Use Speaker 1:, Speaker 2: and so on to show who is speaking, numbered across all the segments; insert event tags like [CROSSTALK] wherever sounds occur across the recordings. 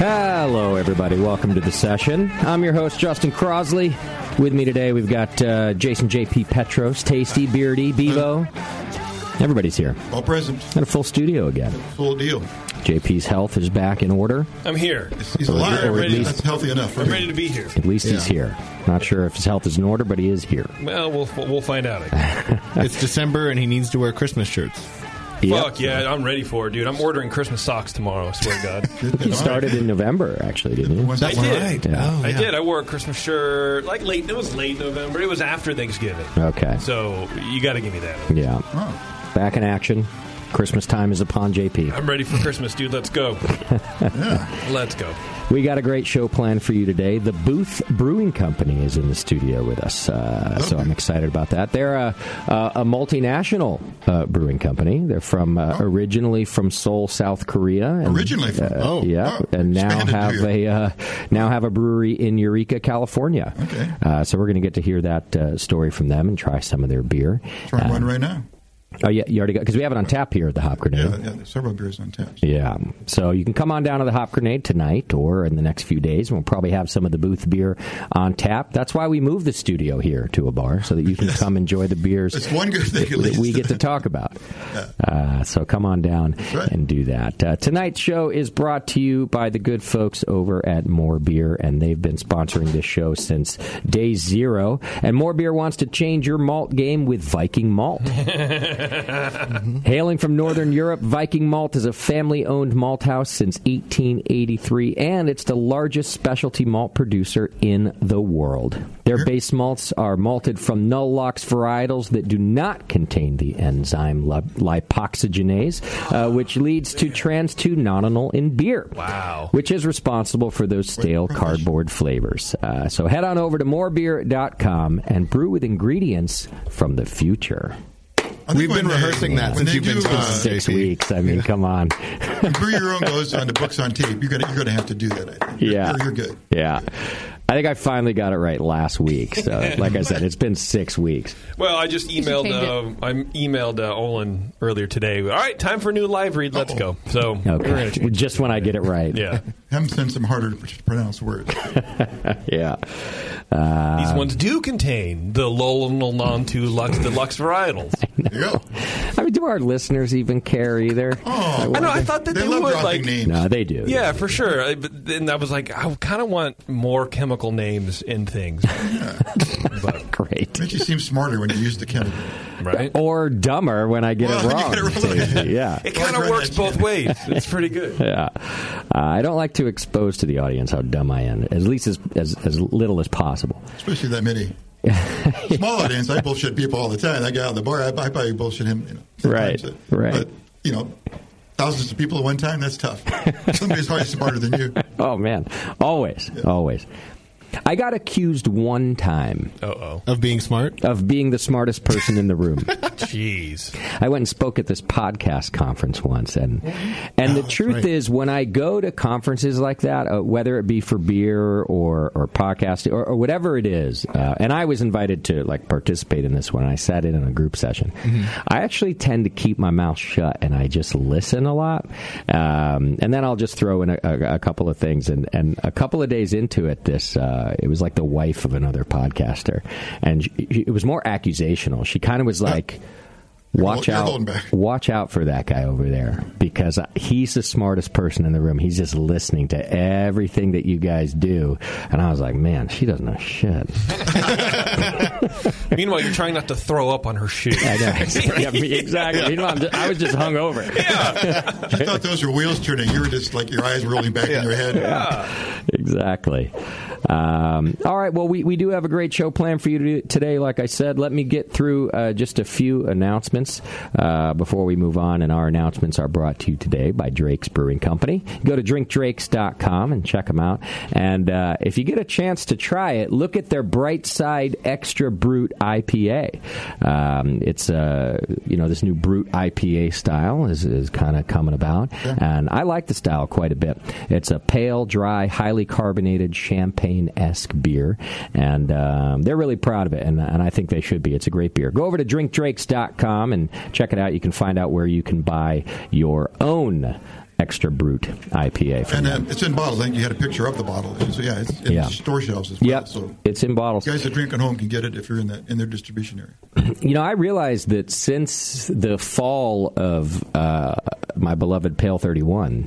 Speaker 1: Hello, everybody. Welcome to the session. I'm your host, Justin Crosley. With me today, we've got uh, Jason JP Petros, Tasty, Beardy, Bevo. Everybody's here.
Speaker 2: All present.
Speaker 1: And a full studio again.
Speaker 2: Full deal.
Speaker 1: JP's health is back in order.
Speaker 2: I'm here. He's
Speaker 1: Or-
Speaker 2: alive.
Speaker 1: or at
Speaker 2: Ready-
Speaker 1: least-
Speaker 2: That's healthy enough. for
Speaker 3: I'm
Speaker 2: me.
Speaker 3: ready to be here.
Speaker 1: At least he's
Speaker 2: Yeah.
Speaker 1: here. Not sure if his health is in order, but he is here.
Speaker 3: Well, we'll we'll find out. I
Speaker 1: Uh,
Speaker 3: guess.
Speaker 4: [LAUGHS] It's December and he needs to wear Christmas shirts.
Speaker 3: Fuck yeah, I'm ready for it, dude. I'm ordering Christmas socks tomorrow. I swear to
Speaker 1: [LAUGHS]
Speaker 3: God.
Speaker 1: He started
Speaker 4: [LAUGHS]
Speaker 1: in November, actually, didn't he?
Speaker 3: I did.
Speaker 1: Yeah.
Speaker 3: I did. I wore a Christmas shirt like late. It was late November. It was after Thanksgiving.
Speaker 1: Okay.
Speaker 3: So you got to give me that.
Speaker 1: Yeah.
Speaker 2: Oh,
Speaker 1: Back in action. Christmas time is upon JP.
Speaker 3: I'm ready for Christmas, dude. Let's
Speaker 1: [LAUGHS]
Speaker 3: go.
Speaker 5: [LAUGHS]
Speaker 3: Let's go.
Speaker 1: We got a great show planned for you today. The Booth Brewing Company is in the studio with us, uh, so I'm excited about that. They're a, a, a multinational uh, brewing company. They're from uh, originally from Seoul, South Korea. And,
Speaker 2: Oh. Originally from-
Speaker 1: uh,
Speaker 2: oh,
Speaker 1: yeah,
Speaker 2: oh,
Speaker 1: and now
Speaker 2: expanded
Speaker 1: have
Speaker 2: to
Speaker 1: a uh, now have a brewery in Eureka, California. Okay, uh, so we're going to get to hear that uh, story from them and try some of their beer.
Speaker 2: Try
Speaker 1: Uh,
Speaker 2: one right now.
Speaker 1: Oh yeah, you already got because we have it on tap here at the Hop Grenade.
Speaker 2: Yeah, yeah, there's several beers on tap.
Speaker 1: Yeah. So you can come on down to the Hop Grenade tonight or in the next few days, and we'll probably have some of the booth beer on tap. That's why we moved the studio here to a bar so that you can come enjoy the beers
Speaker 2: It's one good thing
Speaker 1: that,
Speaker 2: at least.
Speaker 1: we get to talk about. Uh, so come on down and do that. Uh, tonight's show is brought to you by the good folks over at More Beer, and they've been sponsoring this show since day zero. And More Beer wants to change your malt game with Viking Malt. Hailing from Northern Europe, Viking Malt is a family owned malt house since 1883, and it's the largest specialty malt producer in the world. Their base malts are malted from null locks varietals that do not contain the enzyme lip- lipoxygenase, uh, which leads to trans 2 nonanol in beer. Wow. Which is responsible for those stale cardboard flavors. Uh, so head on over to morebeer.com and brew with ingredients from the future.
Speaker 4: We've been rehearsing that
Speaker 2: when
Speaker 4: since
Speaker 2: they
Speaker 4: you've been
Speaker 2: do, uh,
Speaker 4: gone.
Speaker 1: Six weeks. I mean, come on. [LAUGHS]
Speaker 2: Brew your own goes on the books on tape. You're gonna you're gonna have to do that. I think.
Speaker 1: Yeah.
Speaker 2: You're, you're good.
Speaker 1: Yeah. I think I finally got it right last week. So, like I said, it's been six weeks.
Speaker 5: Well, I just emailed. Uh, I emailed uh, Olin earlier today. All right, time for a new live read. Let's go. So we're gonna
Speaker 1: Okay. Just when I get it right.
Speaker 5: Yeah.
Speaker 2: Hem sent some harder to pronounce words.
Speaker 1: [LAUGHS] yeah. Uh,
Speaker 5: These ones do contain the lolonol non two lux
Speaker 1: [LAUGHS]
Speaker 5: deluxe varietals.
Speaker 1: I mean, do our listeners even care either?
Speaker 4: Oh.
Speaker 5: I know. I thought that they,
Speaker 4: [LAUGHS]
Speaker 5: would like.
Speaker 1: No, Oh, they do.
Speaker 5: Yeah, for sure. I, but then I was like, I kind of want more chemical names
Speaker 2: [LAUGHS]
Speaker 5: in things.
Speaker 2: But
Speaker 1: [LAUGHS] Great.
Speaker 2: Makes you seem smarter when you use the chemical.
Speaker 5: Right.
Speaker 1: Or dumber when I get
Speaker 2: Well, when
Speaker 1: it
Speaker 2: you
Speaker 1: wrong.
Speaker 2: get it wrong.
Speaker 1: [LAUGHS] yeah.
Speaker 5: It kind of works both ways. It's pretty
Speaker 1: [LAUGHS]
Speaker 5: good.
Speaker 1: Yeah, uh, I don't like to expose to the audience how dumb I am, at least as as, as little as possible.
Speaker 2: Especially
Speaker 1: [LAUGHS]
Speaker 2: that many. Small audience, I bullshit people all the time. That guy out of the bar, I, I probably bullshit him. You know,
Speaker 1: Right, right.
Speaker 2: But, you know, thousands of people at one time, that's tough. Somebody's probably smarter than you.
Speaker 1: oh man, always, always. I got accused one time.
Speaker 5: oh.
Speaker 1: Of being smart? Of being the smartest person in the
Speaker 5: [LAUGHS]
Speaker 1: room.
Speaker 5: Jeez.
Speaker 1: I went and spoke at this podcast conference once, and and the truth is, when I go to conferences like that, uh, whether it be for beer or or podcasting or, or whatever it is, uh, and I was invited to like participate in this one. I sat in on a group session. I actually tend to keep my mouth shut and I just listen a lot, um, and then I'll just throw in a, a, a couple of things. And and a couple of days into it, this uh, it was like the wife of another podcaster, and she, it was more accusational. She kind of was like. Watch
Speaker 2: You're
Speaker 1: out!
Speaker 2: holding back. [LAUGHS]
Speaker 1: Watch out for that guy over there because he's the smartest person in the room. He's just listening to everything that you guys do, and I was like, "Man, she doesn't know shit."
Speaker 5: Meanwhile, you're trying not to throw up on her shoes.
Speaker 1: I
Speaker 5: [LAUGHS]
Speaker 1: know. [LAUGHS] Yeah, me- exactly. Meanwhile, I'm just, I was just [LAUGHS] hungover.
Speaker 2: You thought those were wheels turning. You were just like your eyes rolling back in your head.
Speaker 1: [LAUGHS] exactly. Um, all right. Well, we, we do have a great show planned for you to today. Like I said, let me get through uh, just a few announcements uh, before we move on. And our announcements are brought to you today by Drake's Brewing Company. Go to drinkdrakes.com and check them out. And uh, if you get a chance to try it, look at their Bright Side Extra Brute IPA. Um, it's uh, you know this new Brute IPA style is, is kind of coming about, and I like the style quite a bit. It's a pale, dry, highly carbonated champagne esque beer, and um, they're really proud of it, and, and I think they should be. It's a great beer. Go over to drinkdrakes.com and check it out. You can find out where you can buy your own extra brute IPA. From
Speaker 2: And
Speaker 1: them.
Speaker 2: um, it's in bottles. I think you had a picture of the bottle. So yeah, it's in
Speaker 1: Yeah.
Speaker 2: store shelves as well.
Speaker 1: Yep,
Speaker 2: So
Speaker 1: it's in bottles.
Speaker 2: guys that drink at home can get it if you're in that in their distribution area.
Speaker 1: You know, I realized that since the fall of uh, my beloved Pale 31,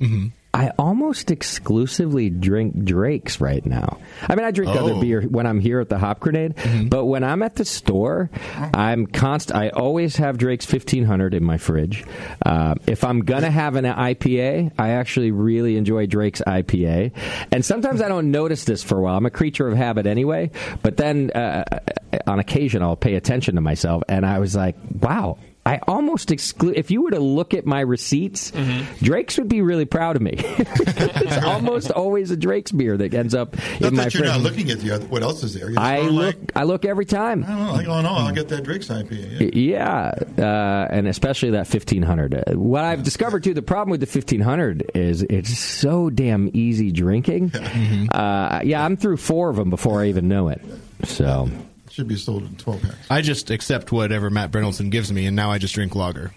Speaker 4: Mm-hmm.
Speaker 1: I almost exclusively drink Drake's right now. I mean, I drink other
Speaker 6: Oh.
Speaker 1: beer when I'm here at the Hop Grenade,
Speaker 2: Mm-hmm.
Speaker 1: but when I'm at the store, I'm const. I always have Drake's 1500 in my fridge. Uh, if I'm gonna have an IPA, I actually really enjoy Drake's IPA, and sometimes I don't notice this for a while. I'm a creature of habit anyway, but then uh, on occasion I'll pay attention to myself, and I was like, wow. I almost exclude. If you were to look at my receipts,
Speaker 2: Mm-hmm.
Speaker 1: Drake's would be really proud of me. [LAUGHS]
Speaker 2: [LAUGHS]
Speaker 1: it's almost always a Drake's beer that ends up
Speaker 2: Not
Speaker 1: in my
Speaker 2: that you're
Speaker 1: fridge.
Speaker 2: not looking at the other, what else is there. You're just
Speaker 1: I
Speaker 2: going
Speaker 1: look.
Speaker 2: like,
Speaker 1: I look every time.
Speaker 2: I don't know. I don't know. I'll get that Drake's IPA. Oh, Yeah.
Speaker 1: Yeah, uh, and especially that fifteen hundred. Uh, What I've discovered too, the problem with the fifteen hundred is it's so damn easy
Speaker 2: [LAUGHS]
Speaker 1: drinking.
Speaker 2: Mm-hmm.
Speaker 1: Uh, yeah, I'm through four of them before I even know it. So [LAUGHS]
Speaker 2: It should be sold in 12 packs.
Speaker 4: I just accept whatever Matt Brennelson gives me, and now I just drink lager.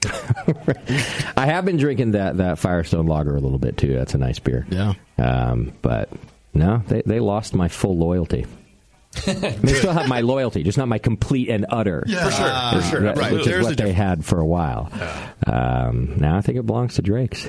Speaker 1: I have been drinking that that Firestone Lager a little bit too. That's a nice beer. Yeah. Um, but no, they they lost my full loyalty. [LAUGHS] they still have my loyalty, just not my complete and utter. Uh,
Speaker 2: Yeah, for sure, for sure,
Speaker 1: Which
Speaker 2: absolutely.
Speaker 1: is
Speaker 2: There's
Speaker 1: what
Speaker 2: a
Speaker 1: they had for a while. Um, now I think it belongs to Drake's.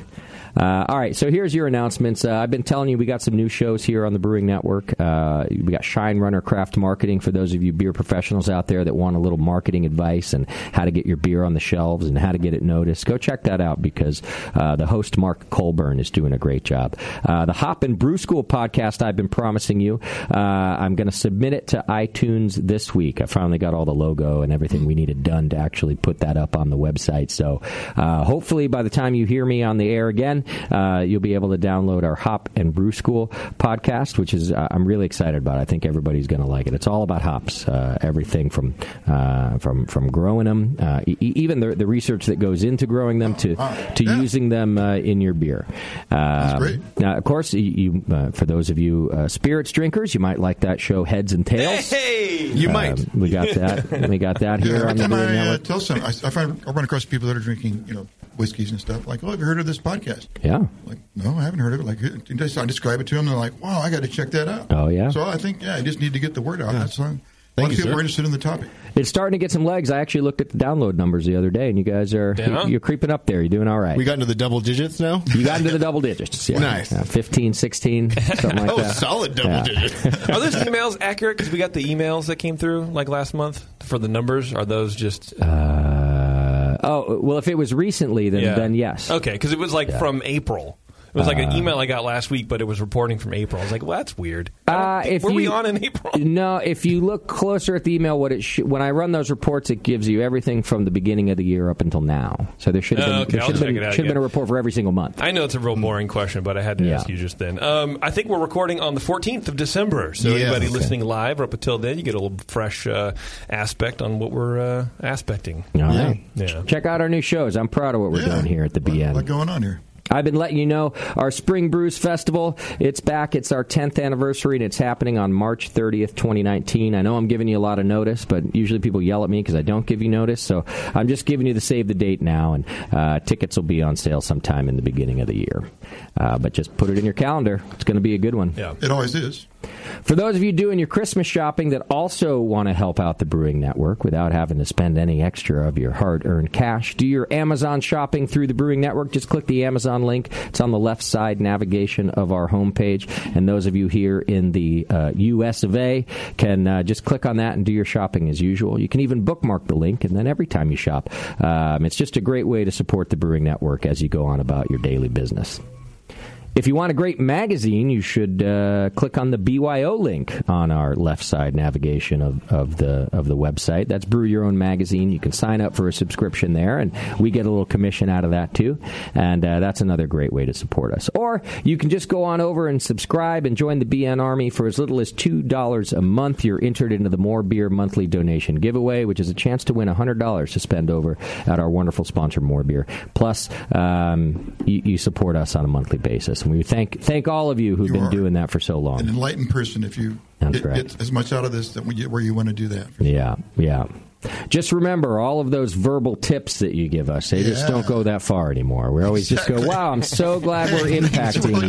Speaker 1: Uh, all right, so here's your announcements. Uh, I've been telling you we got some new shows here on the Brewing Network. Uh, we got Shine Runner Craft Marketing for those of you beer professionals out there that want a little marketing advice and how to get your beer on the shelves and how to get it noticed. Go check that out because uh, the host Mark Colburn is doing a great job. Uh, the Hop and Brew School podcast I've been promising you. Uh, I'm going to submit it to iTunes this week. I finally got all the logo and everything we needed done to actually put that up on the website. So uh, hopefully by the time you hear me on the air again, listen. Uh, you'll be able to download our Hop and Brew School podcast, which is uh, I'm really excited about. I think everybody's going to like it. It's all about hops, uh, everything from uh, from from growing them, uh, e- e- even the, the research that goes into growing them to to using them uh, in your beer. Um,
Speaker 2: great.
Speaker 1: Now, of course, y- you, you uh, for those of you uh, spirits drinkers, you might like that show Heads and Tails.
Speaker 2: Hey!
Speaker 1: Um, We got that. [LAUGHS] we got
Speaker 2: [LAUGHS]
Speaker 1: that here
Speaker 2: yeah,
Speaker 1: on
Speaker 2: every
Speaker 1: the
Speaker 2: time
Speaker 1: Brewing
Speaker 2: I uh,
Speaker 1: Network.
Speaker 2: tell some, I, I, find, I run across people that are drinking, you know, whiskeys and stuff. Like, oh, have you heard of this podcast?
Speaker 1: Yeah.
Speaker 2: No, I haven't heard of it. Like, and just- I describe it to them, they're like, "Wow, I got to check that out."
Speaker 1: Oh, yeah.
Speaker 2: So I think, yeah, I just need to get the word out. That's fine. A
Speaker 1: Thank
Speaker 2: lot
Speaker 1: you,
Speaker 2: of people
Speaker 1: sir.
Speaker 2: are interested in the topic.
Speaker 1: It's starting to get some legs. I actually looked at the download numbers the other day, and you guys are
Speaker 4: Yeah.
Speaker 1: you're creeping up there. You're doing all right.
Speaker 4: We got into the double digits now.
Speaker 1: You got into the double digits. Yeah. [LAUGHS]
Speaker 4: Nice.
Speaker 1: Yeah, 15,
Speaker 5: [LAUGHS]
Speaker 1: 16, something like
Speaker 4: Oh,
Speaker 1: that.
Speaker 4: solid double
Speaker 1: [LAUGHS] digits.
Speaker 5: Are those emails accurate? Because we got the emails that came through like last month for the numbers. Are those just
Speaker 1: Uh, oh, well, if it was recently, then,
Speaker 5: Yeah.
Speaker 1: then yes.
Speaker 5: okay? Because it was like from April. It was like an
Speaker 1: Uh,
Speaker 5: email I got last week, but it was reporting from April. I was like, well, that's weird.
Speaker 1: Uh, if
Speaker 5: Were
Speaker 1: you,
Speaker 5: we on in April?
Speaker 1: No, if you look closer at the email, what it sh- when I run those reports, it gives you everything from the beginning of the year up until now. So there should have
Speaker 5: Oh,
Speaker 1: been
Speaker 5: okay,
Speaker 1: there
Speaker 5: I'll
Speaker 1: should have
Speaker 5: check
Speaker 1: been,
Speaker 5: it out
Speaker 1: should have been
Speaker 5: again.
Speaker 1: a report for every single month.
Speaker 5: [LAUGHS] I know it's a real boring question, but I had to
Speaker 1: Yeah.
Speaker 5: ask you just then. Um, I think we're recording on the 14th of December, so
Speaker 1: Yeah.
Speaker 5: anybody
Speaker 1: Okay.
Speaker 5: listening live or up until then, you get a little fresh uh, aspect on what we're uh, aspecting.
Speaker 1: All right.
Speaker 5: Yeah.
Speaker 1: Check out our new shows. I'm proud of what we're doing here at the BN. What's
Speaker 2: going on here?
Speaker 1: I've been letting you know our Spring Brews Festival. It's back. It's our 10th anniversary, and it's happening on March 30th, 2019. I know I'm giving you a lot of notice, but usually people yell at me because I don't give you notice. So I'm just giving you the save the date now, and uh, tickets will be on sale sometime in the beginning of the year. Uh, but just put it in your calendar. It's going to be a good one.
Speaker 2: It always is.
Speaker 1: For those of you doing your Christmas shopping that also want to help out the Brewing Network without having to spend any extra of your hard earned cash, do your Amazon shopping through the Brewing Network. Just click the Amazon link. It's on the left side navigation of our homepage. And those of you here in the uh, US of A can uh, just click on that and do your shopping as usual. You can even bookmark the link, and then every time you shop, um, it's just a great way to support the Brewing Network as you go on about your daily business. If you want a great magazine, you should uh, click on the BYO link on our left side navigation of, of the of the website. That's Brew Your Own Magazine. You can sign up for a subscription there, and we get a little commission out of that too. And uh, that's another great way to support us. Or you can just go on over and subscribe and join the BN Army for as little as two dollars a month. You're entered into the More Beer monthly donation giveaway, which is a chance to win hundred dollars to spend over at our wonderful sponsor More Beer. Plus, um, you, you support us on a monthly basis, and we thank thank all of you who've been doing that for so long.
Speaker 2: An enlightened person, if you
Speaker 1: That's
Speaker 2: get,
Speaker 1: correct.
Speaker 2: get as much out of this that we get where you want to do that.
Speaker 1: Yeah, yeah. Just remember all of those verbal tips that you give us. They just
Speaker 2: Yeah.
Speaker 1: don't go that far anymore. We always just go,
Speaker 2: Exactly.
Speaker 1: "Wow, I'm so glad we're
Speaker 2: [LAUGHS] That's what
Speaker 1: impacting
Speaker 2: we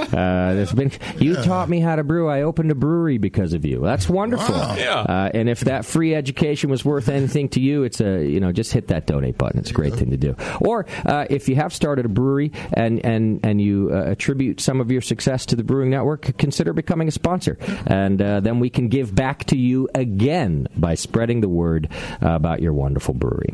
Speaker 1: you."
Speaker 2: do.
Speaker 1: Uh, there's been you taught me how to brew. I opened a brewery because of you. That's wonderful.
Speaker 5: Yeah.
Speaker 1: Uh, and if that free education was worth anything to you, it's a you know just hit that donate button. It's a great thing to do. Or uh, if you have started a brewery and and and you uh, attribute some of your success to the Brewing Network, consider becoming a sponsor, and uh, then we can give back to you again by spreading the word uh, about your wonderful brewery.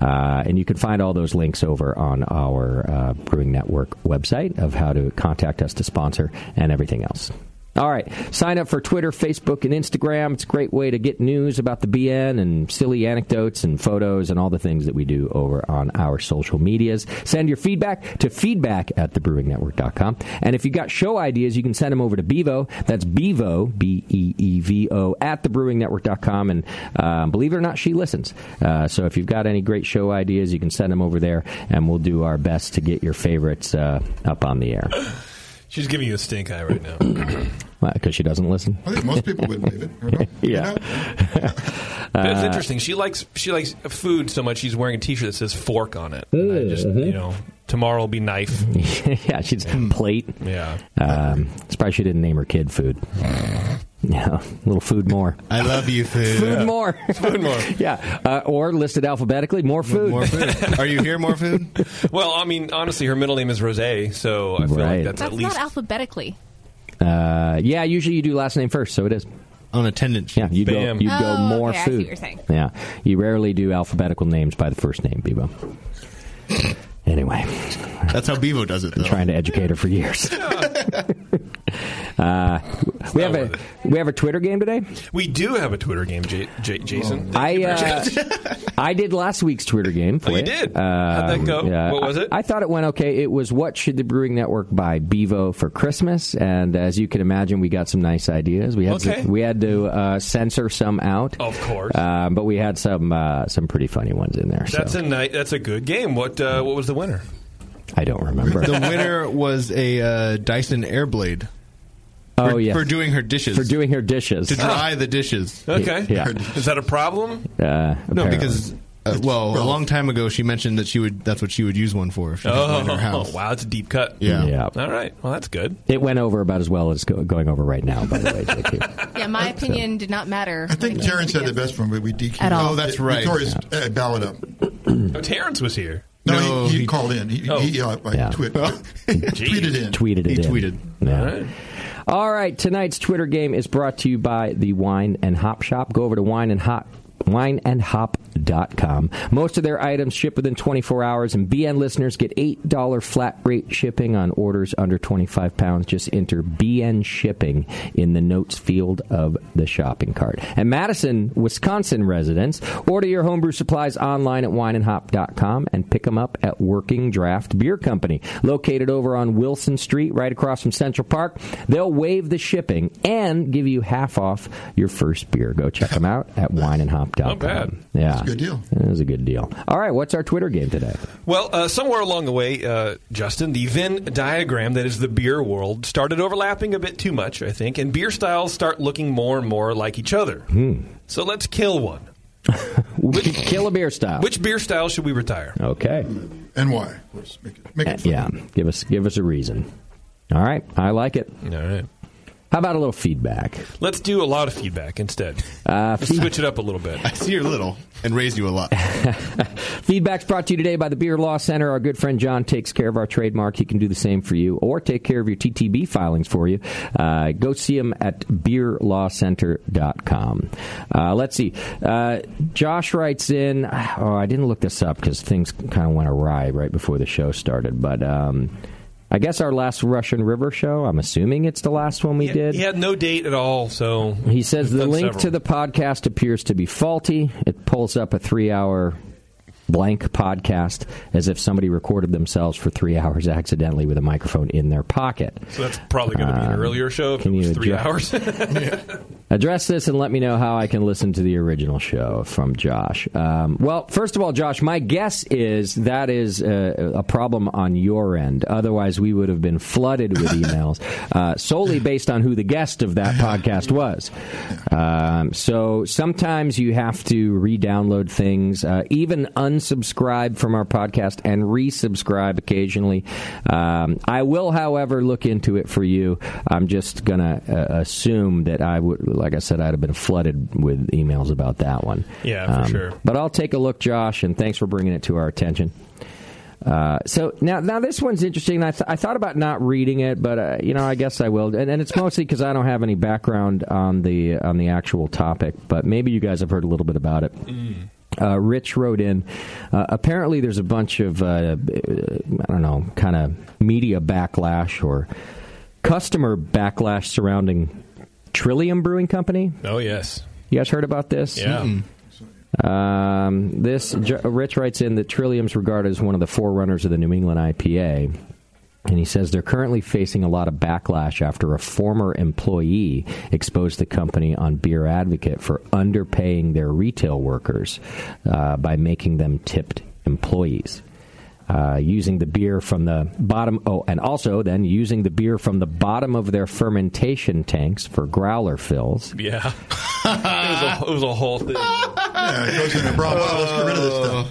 Speaker 1: Uh, and you can find all those links over on our uh, Brewing Network website of how to contact us to sponsor and everything else. All right. Sign up for Twitter, Facebook, and Instagram. It's a great way to get news about the BN and silly anecdotes and photos and all the things that we do over on our social medias. Send your feedback to feedback at thebrewingnetwork.com. And if you've got show ideas, you can send them over to Bevo. That's Bevo, B E E V O, at thebrewingnetwork.com. And um, believe it or not, she listens. Uh, so if you've got any great show ideas, you can send them over there, and we'll do our best to get your favorites uh, up on the air.
Speaker 5: She's giving you a stink eye right now.
Speaker 1: [CLEARS THROAT] Because she doesn't listen.
Speaker 2: I think most people would believe
Speaker 1: [LAUGHS]
Speaker 2: it.
Speaker 1: yeah.
Speaker 5: But it's
Speaker 1: Uh,
Speaker 5: interesting. She likes she likes food so much. She's wearing a T-shirt that says fork on it. And
Speaker 1: Mm-hmm.
Speaker 5: I just you know tomorrow will be knife.
Speaker 1: [LAUGHS] yeah, she's plate.
Speaker 5: Yeah.
Speaker 1: Um, it's probably she didn't name her kid food. Yeah, a little food more.
Speaker 4: I love you, food.
Speaker 1: [LAUGHS] Food more.
Speaker 5: [LAUGHS] food more.
Speaker 1: yeah, uh, or listed alphabetically, more food.
Speaker 4: More food. [LAUGHS] Are you here? More food.
Speaker 5: [LAUGHS] Well, I mean, honestly, her middle name is Rose,
Speaker 1: [LAUGHS]
Speaker 5: so I feel
Speaker 1: Right.
Speaker 5: like that's,
Speaker 6: That's
Speaker 5: at least
Speaker 6: not alphabetically.
Speaker 1: Uh, yeah, usually you do last name first, so it is.
Speaker 4: On attendance.
Speaker 1: Yeah, you
Speaker 4: Bam.
Speaker 1: go. You go
Speaker 6: Oh,
Speaker 1: more
Speaker 6: okay, I see
Speaker 1: food.
Speaker 6: what you're saying.
Speaker 1: Yeah, you rarely do alphabetical names by the first name, Bebo. Anyway,
Speaker 4: that's how Bevo does it. Though.
Speaker 1: Trying to educate her for years. [LAUGHS] Uh, we have a we have a Twitter game today.
Speaker 4: [LAUGHS]
Speaker 5: We do have a Twitter game, J- J- Jason. [LAUGHS]
Speaker 1: I uh, I did last week's Twitter game. For
Speaker 5: Oh, you
Speaker 1: it. Um,
Speaker 5: did? How'd that go? What was it?
Speaker 1: I, I thought it went okay. It was what should the Brewing Network buy Bevo for Christmas? And as you can imagine, we got some nice ideas. We had
Speaker 5: Okay.
Speaker 1: to, we had to uh, censor some out,
Speaker 5: Of course.
Speaker 1: Uh, but we had some uh, some pretty funny ones in there.
Speaker 5: that's
Speaker 1: so
Speaker 5: a night. That's a good game. What uh, What was the winner?
Speaker 1: I don't remember.
Speaker 4: The winner was a uh, Dyson Airblade.
Speaker 1: Oh,
Speaker 4: for,
Speaker 1: yes.
Speaker 4: for doing her dishes.
Speaker 1: for doing her dishes
Speaker 4: to
Speaker 1: [LAUGHS]
Speaker 4: dry the dishes.
Speaker 5: Okay.
Speaker 1: Yeah.
Speaker 5: Is that a problem?
Speaker 1: [LAUGHS] Uh,
Speaker 4: No,
Speaker 1: apparently.
Speaker 4: because uh, well, a long time ago she mentioned that she would. That's what she would use one for. If she oh, in her
Speaker 5: Oh,
Speaker 4: house.
Speaker 5: wow. It's a deep cut.
Speaker 4: Yeah.
Speaker 1: Yeah.
Speaker 5: All right. Well, that's good.
Speaker 1: it went over about as well as go, going over right now. By the way, JP.
Speaker 6: Yeah, my opinion did not matter.
Speaker 2: I think Terrence had the best one, but we DQ'd.
Speaker 6: At all.
Speaker 2: Oh,
Speaker 6: that's
Speaker 2: right. Victoria's uh,
Speaker 1: [CLEARS THROAT]
Speaker 2: ballot up.
Speaker 5: Oh, Terrence was here.
Speaker 2: No, he, he, called in. He, he uh, like,
Speaker 1: Yeah.
Speaker 2: twit, [LAUGHS] tweeted [LAUGHS] in.
Speaker 1: tweeted it.
Speaker 2: He
Speaker 1: in.
Speaker 2: tweeted.
Speaker 1: Yeah.
Speaker 2: All right.
Speaker 1: All right, tonight's Twitter game is brought to you by the Wine and Hop Shop. Go over to Wine and Hop wineandhop.com. Most of their items ship within 24 hours and BN listeners get $8 flat rate shipping on orders under 25 pounds. Just enter BN shipping in the notes field of the shopping cart. And Madison, Wisconsin residents, order your homebrew supplies online at wineandhop.com and pick them up at Working Draft Beer Company, located over on Wilson Street right across from Central Park. They'll waive the shipping and give you half off your first beer. Go check them out at wineandhop.com.
Speaker 5: Not bad.
Speaker 1: Yeah.
Speaker 5: That's a good deal.
Speaker 1: It was a good deal. All right, what's our Twitter game today?
Speaker 5: Well, uh, somewhere along the way, uh, Justin, the Venn diagram that is the beer world started overlapping a bit too much, I think, and beer styles start looking more and more like each other.
Speaker 1: Hmm.
Speaker 5: So let's kill one.
Speaker 1: [LAUGHS] Kill a beer style.
Speaker 5: Which beer style should we retire?
Speaker 1: Okay.
Speaker 2: And why?
Speaker 1: Uh, yeah. Give us give us a reason. All right. I like it.
Speaker 5: All right.
Speaker 1: How about a little feedback?
Speaker 5: Let's do a lot of feedback instead.
Speaker 1: Uh,
Speaker 5: Let's switch it up a little bit. I
Speaker 4: see you're little and raised you a
Speaker 1: [LAUGHS]
Speaker 4: lot.
Speaker 1: Feedback's brought to you today by the Beer Law Center. Our good friend John takes care of our trademark. He can do the same for you or take care of your TTB filings for you. Uh, go see him at beerlawcenter.com. Uh, let's see. Uh, Josh writes in, oh, I didn't look this up because things kind of went awry right before the show started, but. Um, I guess our last Russian River show. I'm assuming it's the last one we did.
Speaker 5: He had no date at all, so
Speaker 1: He says the
Speaker 5: done
Speaker 1: link
Speaker 5: several.
Speaker 1: to the podcast appears to be faulty. It pulls up a three hour blank podcast as if somebody recorded themselves for three hours accidentally with a microphone in their pocket.
Speaker 5: so that's probably going to be an
Speaker 1: Um,
Speaker 5: earlier show. If it
Speaker 1: can
Speaker 5: was
Speaker 1: you
Speaker 5: three
Speaker 1: adjust-
Speaker 5: hours. [LAUGHS]
Speaker 1: Address this and let me know how I can listen to the original show from Josh. Um, well, first of all, Josh, my guess is that is a, a problem on your end. Otherwise, we would have been flooded
Speaker 5: [LAUGHS]
Speaker 1: with emails uh, solely based on who the guest of that podcast was. Um, so sometimes you have to re download things, uh, even unsubscribe from our podcast and resubscribe occasionally. Um, I will, however, look into it for you. I'm just going to uh, assume that I would, like I said, I'd have been flooded with emails about that one. Um,
Speaker 5: Yeah, for sure.
Speaker 1: But I'll take a look, Josh, and thanks for bringing it to our attention. Uh, so now, now this one's interesting. I, th- I thought about not reading it, but uh, you know, I guess I will. And, and it's mostly because I don't have any background on the on the actual topic. But maybe you guys have heard a little bit about it. Uh, Rich wrote in. Uh, apparently, there's a bunch of uh, uh, I don't know, kind of media backlash or customer backlash surrounding Trillium Brewing Company.
Speaker 5: oh yes.
Speaker 1: You guys heard about this?
Speaker 5: Yeah. Mm-mm.
Speaker 1: Um, this J- Rich writes in that Trillium's regarded as one of the forerunners of the New England IPA. And he says they're currently facing a lot of backlash after a former employee exposed the company on Beer Advocate for underpaying their retail workers uh, by making them tipped employees. Uh, using the beer from the bottom, oh, and also then using the beer from the bottom of their fermentation tanks for growler fills.
Speaker 5: [LAUGHS] Yeah. it, was a, it was a whole thing.
Speaker 2: Yeah, it goes in a brown bottle. Let's get rid of this stuff.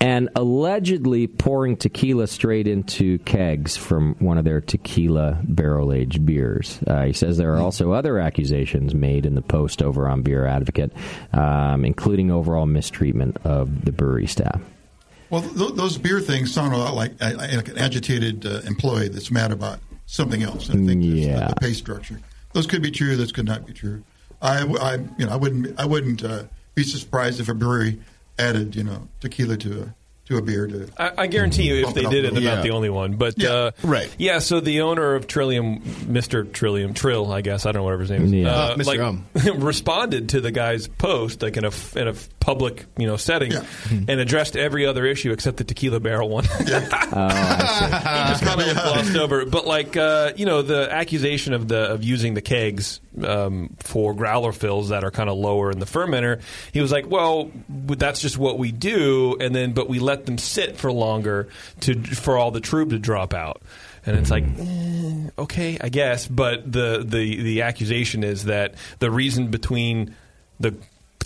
Speaker 1: and allegedly pouring tequila straight into kegs from one of their tequila barrel aged beers. Uh, he says
Speaker 5: Hmm.
Speaker 1: there are also other accusations made in the post over on Beer Advocate, um, including overall mistreatment of the brewery staff.
Speaker 2: Well, th- those beer things sound a lot like, uh, like an agitated uh, employee that's mad about something else. And
Speaker 1: Yeah.
Speaker 2: the pay structure. Those could be true. Those could not be true. I, w- I- you know, I wouldn't, I wouldn't uh, be surprised if a brewery added, you know, tequila to a, to a beer to.
Speaker 5: I, I guarantee you, if
Speaker 2: Bump
Speaker 5: they
Speaker 2: it up
Speaker 5: did
Speaker 2: a
Speaker 5: it, they're
Speaker 2: little.
Speaker 5: not the
Speaker 2: Yeah.
Speaker 5: only one. But
Speaker 2: Yeah,
Speaker 5: uh,
Speaker 2: right.
Speaker 5: yeah. So the owner of Trillium, Mr. Trillium Trill, I guess I don't know whatever his name is,
Speaker 1: Yeah.
Speaker 5: uh,
Speaker 1: Uh, Mr.
Speaker 5: like,
Speaker 1: Um.
Speaker 5: [LAUGHS] responded to the guy's post like in a f- in a f- public you know setting, and addressed every other issue except the tequila barrel one. [LAUGHS] Oh, It's probably just glossed over. But like uh, you know, the accusation of the of using the kegs um, for growler fills that are kind of lower in the fermenter, he was like, well, w- that's just what we do, and then but we let them sit for longer to for all the trub to drop out. And it's like, eh, okay, I guess. But the, the, the accusation is that the reason between the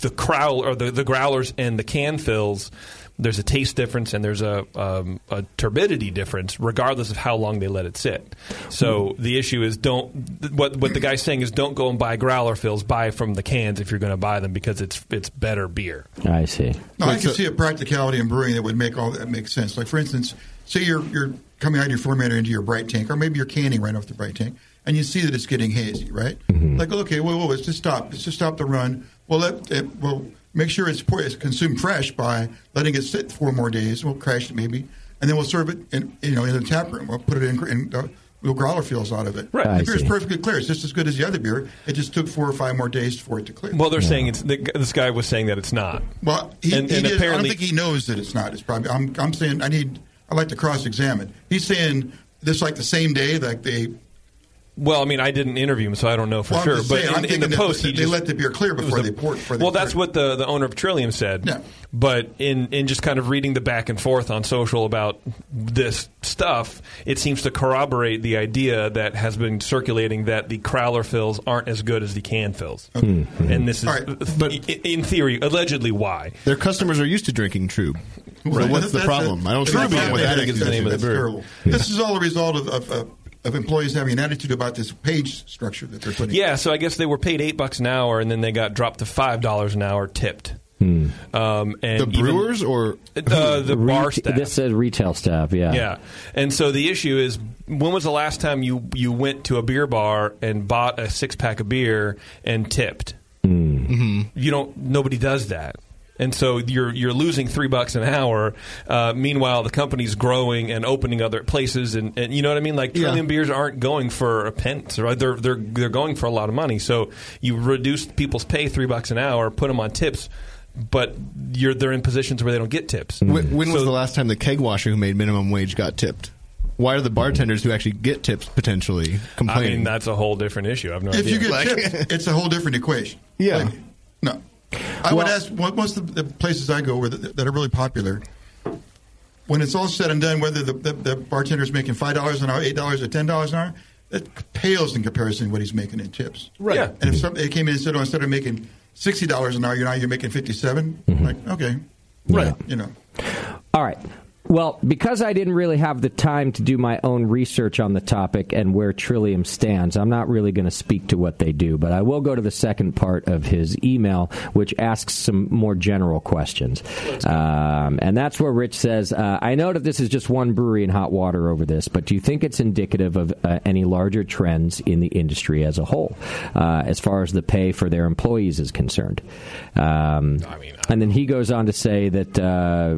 Speaker 5: the crowl or the, the growlers and the can fills, there's a taste difference and there's a, um, a turbidity difference, regardless of how long they let it sit. So the issue is don't th- what what the guy's saying is don't go and buy growler fills, buy from the cans if you're going to buy them because it's it's better beer.
Speaker 1: [LAUGHS] I see.
Speaker 2: No, I can see a practicality in brewing that would make all that make sense. Like for instance, say you're you're coming out of your fermenter into your bright tank, or maybe you're canning right off the bright tank, and you see that it's getting hazy, right?
Speaker 5: Mm-hmm.
Speaker 2: Like, okay, whoa, whoa, let's just stop. Let's just stop the run. Well, let it, well make sure it's, po- it's consumed fresh by letting it sit four more days. We'll crash it maybe, and then we'll serve it in you know in the tap room. We'll put it in. in uh, Little growler fills out of it.
Speaker 5: Right. I
Speaker 2: The beer's
Speaker 5: see.
Speaker 2: perfectly clear. It's just as good as the other beer. It just took four or five more days for it to clear.
Speaker 5: Well, they're saying it's the, g- this guy was saying that it's not.
Speaker 2: Well, he,
Speaker 5: and,
Speaker 2: he
Speaker 5: and
Speaker 2: did-
Speaker 5: apparently
Speaker 2: I don't think he knows that it's not. It's probably. I'm, I'm saying I need. I like to cross-examine. He's saying this like the same day, like they.
Speaker 5: Well, I mean, I didn't interview him, so I don't know for
Speaker 2: Well, I'm
Speaker 5: sure.
Speaker 2: just
Speaker 5: But
Speaker 2: saying, I'm
Speaker 5: in, in
Speaker 2: thinking
Speaker 5: the
Speaker 2: that
Speaker 5: post,
Speaker 2: they-
Speaker 5: he
Speaker 2: they
Speaker 5: just-
Speaker 2: let the beer clear
Speaker 5: it was
Speaker 2: before
Speaker 5: the-
Speaker 2: they pour it, before they
Speaker 5: well,
Speaker 2: clear
Speaker 5: that's what the, the owner of Trillium said.
Speaker 2: Yeah.
Speaker 5: But in, in just kind of reading the back and forth on social about this stuff, it seems to corroborate the idea that has been circulating that the crowler fills aren't as good as the can fills.
Speaker 1: Hmm.
Speaker 5: And this is, but in theory, allegedly why.
Speaker 4: Their customers are used to drinking Trub. So what's the
Speaker 2: That's
Speaker 4: problem?
Speaker 2: a-
Speaker 4: I don't see
Speaker 2: that's
Speaker 4: the
Speaker 2: a-
Speaker 4: problem with that.
Speaker 2: that's
Speaker 4: is the name of the
Speaker 2: that's
Speaker 4: brewery.
Speaker 2: terrible. This is all a result of, of, of, of employees having an attitude about this page structure that they're putting.
Speaker 5: Yeah, so I guess they were paid eight bucks an hour, and then they got dropped to five dollars an hour tipped. Um, and
Speaker 4: The
Speaker 5: even-
Speaker 4: brewers or
Speaker 5: uh, the bar
Speaker 1: Ret-
Speaker 5: staff.
Speaker 1: This says retail staff. Yeah.
Speaker 5: Yeah, and so the issue is, when was the last time you you went to a beer bar and bought a six pack of beer and tipped?
Speaker 1: Hmm.
Speaker 5: You don't. Nobody does that. And so you're you're losing three bucks an hour. Uh, meanwhile, the company's growing and opening other places, and, and you know what I mean. Like Trillium beers aren't going for a pence, right? They're they're they're going for a lot of money. So you reduce people's pay three bucks an hour, put them on tips, but you're they're in positions where they don't get tips.
Speaker 4: When, when was the last time the keg washer who made minimum wage got tipped? Why are the bartenders who actually get tips potentially
Speaker 5: I
Speaker 4: complaining?
Speaker 5: mean, that's a whole different issue. I've no
Speaker 2: If
Speaker 5: idea.
Speaker 2: you get tipped, [LAUGHS] it's a whole different equation.
Speaker 4: Yeah.
Speaker 2: no. I would ask what- most of the places I go where the, that are really popular. When it's all said and done, whether the, the, the bartender is making five dollars an hour, eight dollars, or ten dollars an hour, that pales in comparison to what he's making in tips.
Speaker 5: Right. Yeah.
Speaker 2: And if some, they came in and said, "Oh, instead of making sixty dollars an hour, you're now you're making 57 Like, okay, Mm-hmm. right? You know,
Speaker 1: All right. Well, because I didn't really have the time to do my own research on the topic and where Trillium stands, I'm not really going to speak to what they do, but I will go to the second part of his email, which asks some more general questions. Um, and that's where Rich says, uh, I know that this is just one brewery in hot water over this, but do you think it's indicative of uh, any larger trends in the industry as a whole, uh, as far as the pay for their employees is concerned? Um, and then he goes on to say that uh,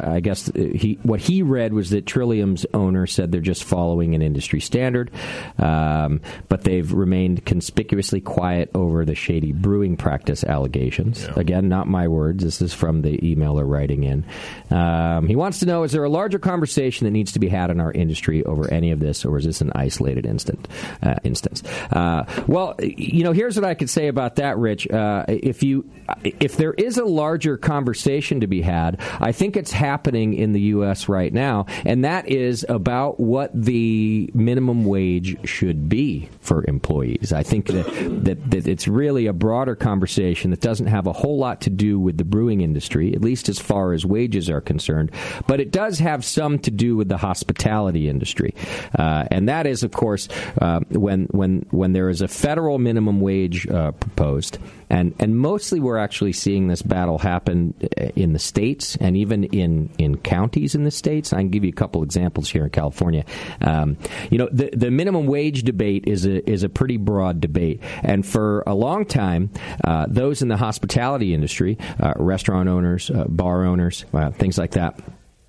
Speaker 1: I guess he what he read was that Trillium's owner said they're just following an industry standard, um, but they've remained conspicuously quiet over the shady brewing practice allegations. Again, not my words. This is from the emailer writing in. Um, he wants to know: Is there a larger conversation that needs to be had in our industry over any of this, or is this an isolated instant uh, instance? Uh, well, you know, here's what I could say about that, Rich. Uh, if you if there is a larger conversation to be had, I think it's happening in the U.S. right now, and that is about what the minimum wage should be for employees. I think that, that, that it's really a broader conversation that doesn't have a whole lot to do with the brewing industry, at least as far as wages are concerned, but it does have some to do with the hospitality industry. Uh, and that is, of course, uh, when, when, when there is a federal minimum wage uh, proposed, and, and mostly we're actually seeing this battle happen uh, in the states and even in, in counties in the states. I can give you a couple examples here in California. Um, you know, the, the minimum wage debate is a, is a pretty broad debate. And for a long time, uh, those in the hospitality industry, uh, restaurant owners, uh, bar owners, uh, things like that,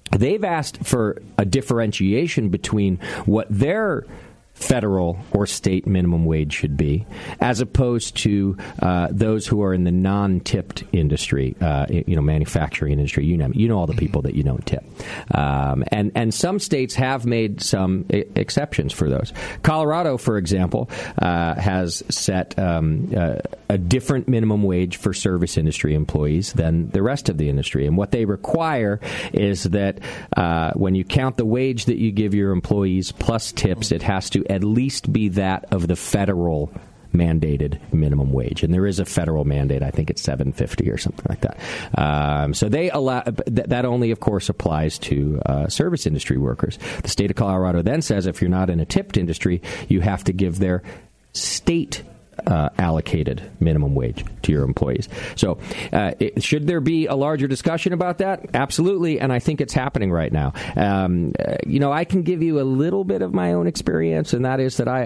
Speaker 1: They've asked for a differentiation between what their federal or state minimum wage should be, as opposed to uh, those who are in the non-tipped industry, uh, you know, manufacturing industry. You know, you know all the people that you don't tip, um, and and some states have made some e- exceptions for those. Colorado, for example, uh, has set um, uh, a different minimum wage for service industry employees than the rest of the industry, and what they require is that uh, when you count the wage that you give your employees plus tips, it has to at least be that of the federal mandated minimum wage and there is a federal mandate i think it's 750 or something like that um, so they allow th- that only of course applies to uh, service industry workers the state of colorado then says if you're not in a tipped industry you have to give their state uh, allocated minimum wage to your employees. So, uh, it, should there be a larger discussion about that? Absolutely, and I think it's happening right now. Um, uh, you know, I can give you a little bit of my own experience, and that is that I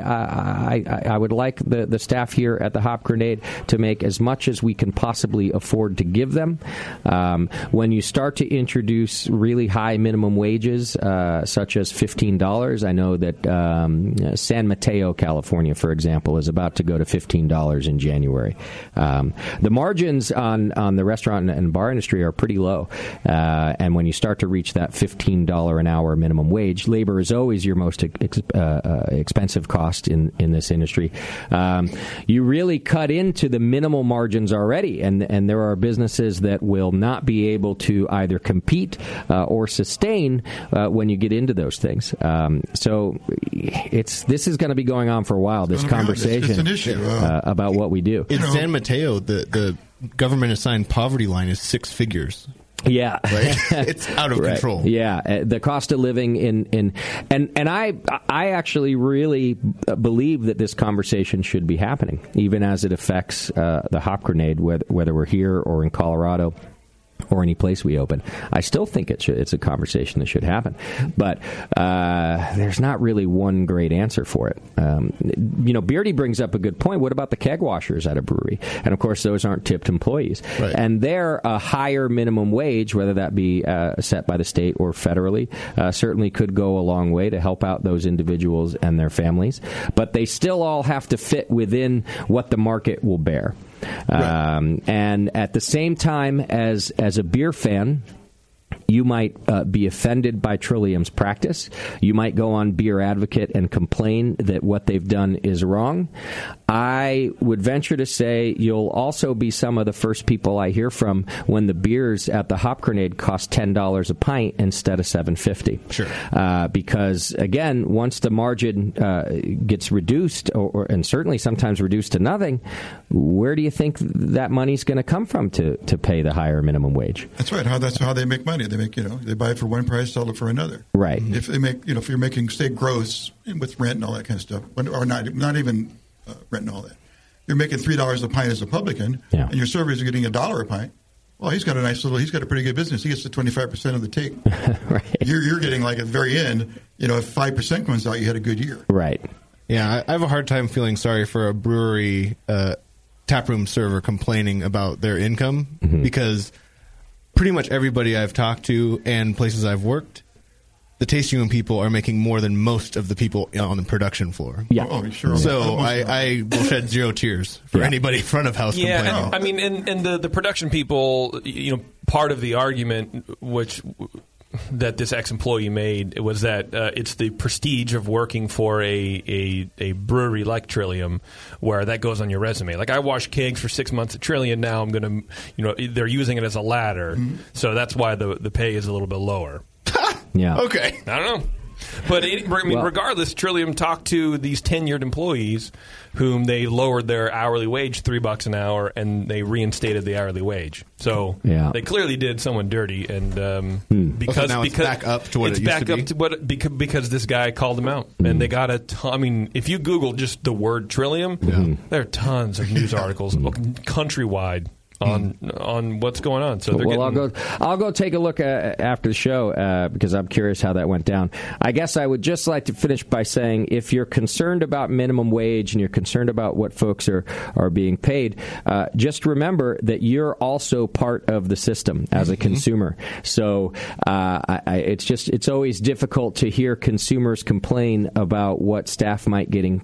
Speaker 1: I, I, I would like the, the staff here at the Hop Grenade to make as much as we can possibly afford to give them. Um, when you start to introduce really high minimum wages, uh, such as fifteen dollars, I know that um, San Mateo, California, for example, is about to go to fifteen dollars in January. Um, the margins on on the restaurant and bar industry are pretty low, uh, and when you start to reach that fifteen dollar an hour minimum wage, labor is always your most ex- uh, uh, expensive cost in in this industry. Um, you really cut into the minimal margins already, and and there are businesses that will not be able to either compete uh, or sustain uh, when you get into those things. Um, so it's this is going to be going on for a while. This
Speaker 2: gonna be on. It's- it's
Speaker 1: conversation
Speaker 2: an issue.
Speaker 1: uh, about what we do.
Speaker 4: In San Mateo, the, the government assigned poverty line is six figures.
Speaker 2: [LAUGHS]
Speaker 1: Yeah,
Speaker 4: it's out of
Speaker 1: [LAUGHS] Right.
Speaker 4: control.
Speaker 1: Yeah, uh, the cost of living in in and and I I actually really uh, believe that this conversation should be happening, even as it affects uh, the hop grenade, whether whether we're here or in Colorado. Or any place we open, I still think it should, it's a conversation that should happen, but uh, there's not really one great answer for it. Um, you know, Beardy brings up a good point. What about the keg washers at a brewery? And of course, those aren't tipped employees, and they're a higher minimum wage, whether that be uh, set by the state or federally, uh, certainly could go a long way to help out those individuals and their families. But they still all have to fit within what the market will bear. Um, and at the same time as as a beer fan, you might uh, be offended by Trillium's practice. You might go on Beer Advocate and complain that what they've done is wrong. I would venture to say you'll also be some of the first people I hear from when the beers at the Hop Grenade cost ten dollars a pint instead of seven fifty. Sure. Uh, because again, once the margin uh, gets reduced, or, or and certainly sometimes reduced to nothing, where do you think that money's going to come from to to pay the higher minimum wage?
Speaker 2: That's right. How that's how they make money. They make you know they buy it for one price, sell it for another.
Speaker 1: Right.
Speaker 2: If they make you know if you're making say gross and with rent and all that kind of stuff, but- or not not even uh, rent and all that, you're making three dollars a pint as a publican, and your servers are getting a dollar a pint. Well, he's got a nice little. He's got a pretty good business. He gets the twenty five percent of the take.
Speaker 1: [LAUGHS] right.
Speaker 2: You're you're getting like at the very end. You know, if five percent comes out, you had a good year.
Speaker 1: Right.
Speaker 4: Yeah, I, I have a hard time feeling sorry for a brewery uh, taproom server complaining about their income because pretty much everybody I've talked to and places I've worked, the tasting room people are making more than most of the people on the production floor.
Speaker 1: Yeah.
Speaker 2: Oh, sure.
Speaker 4: So I, I will shed zero tears for anybody front of house
Speaker 5: Yeah,
Speaker 4: complaining.
Speaker 5: and- I mean, and, and the, the production people, y- you know, part of the argument which that this ex-employee made was that uh, it's the prestige of working for a, a a brewery like Trillium, where that goes on your resume. Like I washed kegs for six months at Trillium. Now I'm going to, you know, they're using it as a ladder,
Speaker 4: Mm-hmm.
Speaker 5: so that's why the the pay is a little bit lower.
Speaker 1: Yeah.
Speaker 4: Okay.
Speaker 5: I don't know. But it, I mean,
Speaker 1: Well-
Speaker 5: regardless, Trillium talked to these tenured employees whom they lowered their hourly wage three bucks an hour and they reinstated the hourly wage. So
Speaker 1: Yeah.
Speaker 5: they clearly did someone dirty. And um, because,
Speaker 4: Oh, so now it's
Speaker 5: because
Speaker 4: back up to what
Speaker 5: it's
Speaker 4: it used
Speaker 5: back
Speaker 4: to
Speaker 5: up
Speaker 4: be?
Speaker 5: to what because, because this guy called them out.
Speaker 1: Mm-hmm.
Speaker 5: And they got a ton. I mean, if you
Speaker 1: Mm-hmm.
Speaker 5: Google just the word Trillium, there are tons of news articles countrywide on on what's going on. So they're
Speaker 1: well,
Speaker 5: getting,
Speaker 1: I'll go. I'll go take a look uh, after the show uh, because I'm curious how that went down. I guess I would just like to finish by saying, if you're concerned about minimum wage and you're concerned about what folks are are being paid, uh, just remember that you're also part of the system as
Speaker 5: Mm-hmm.
Speaker 1: a consumer. So uh, I, I, it's just it's always difficult to hear consumers complain about what staff might getting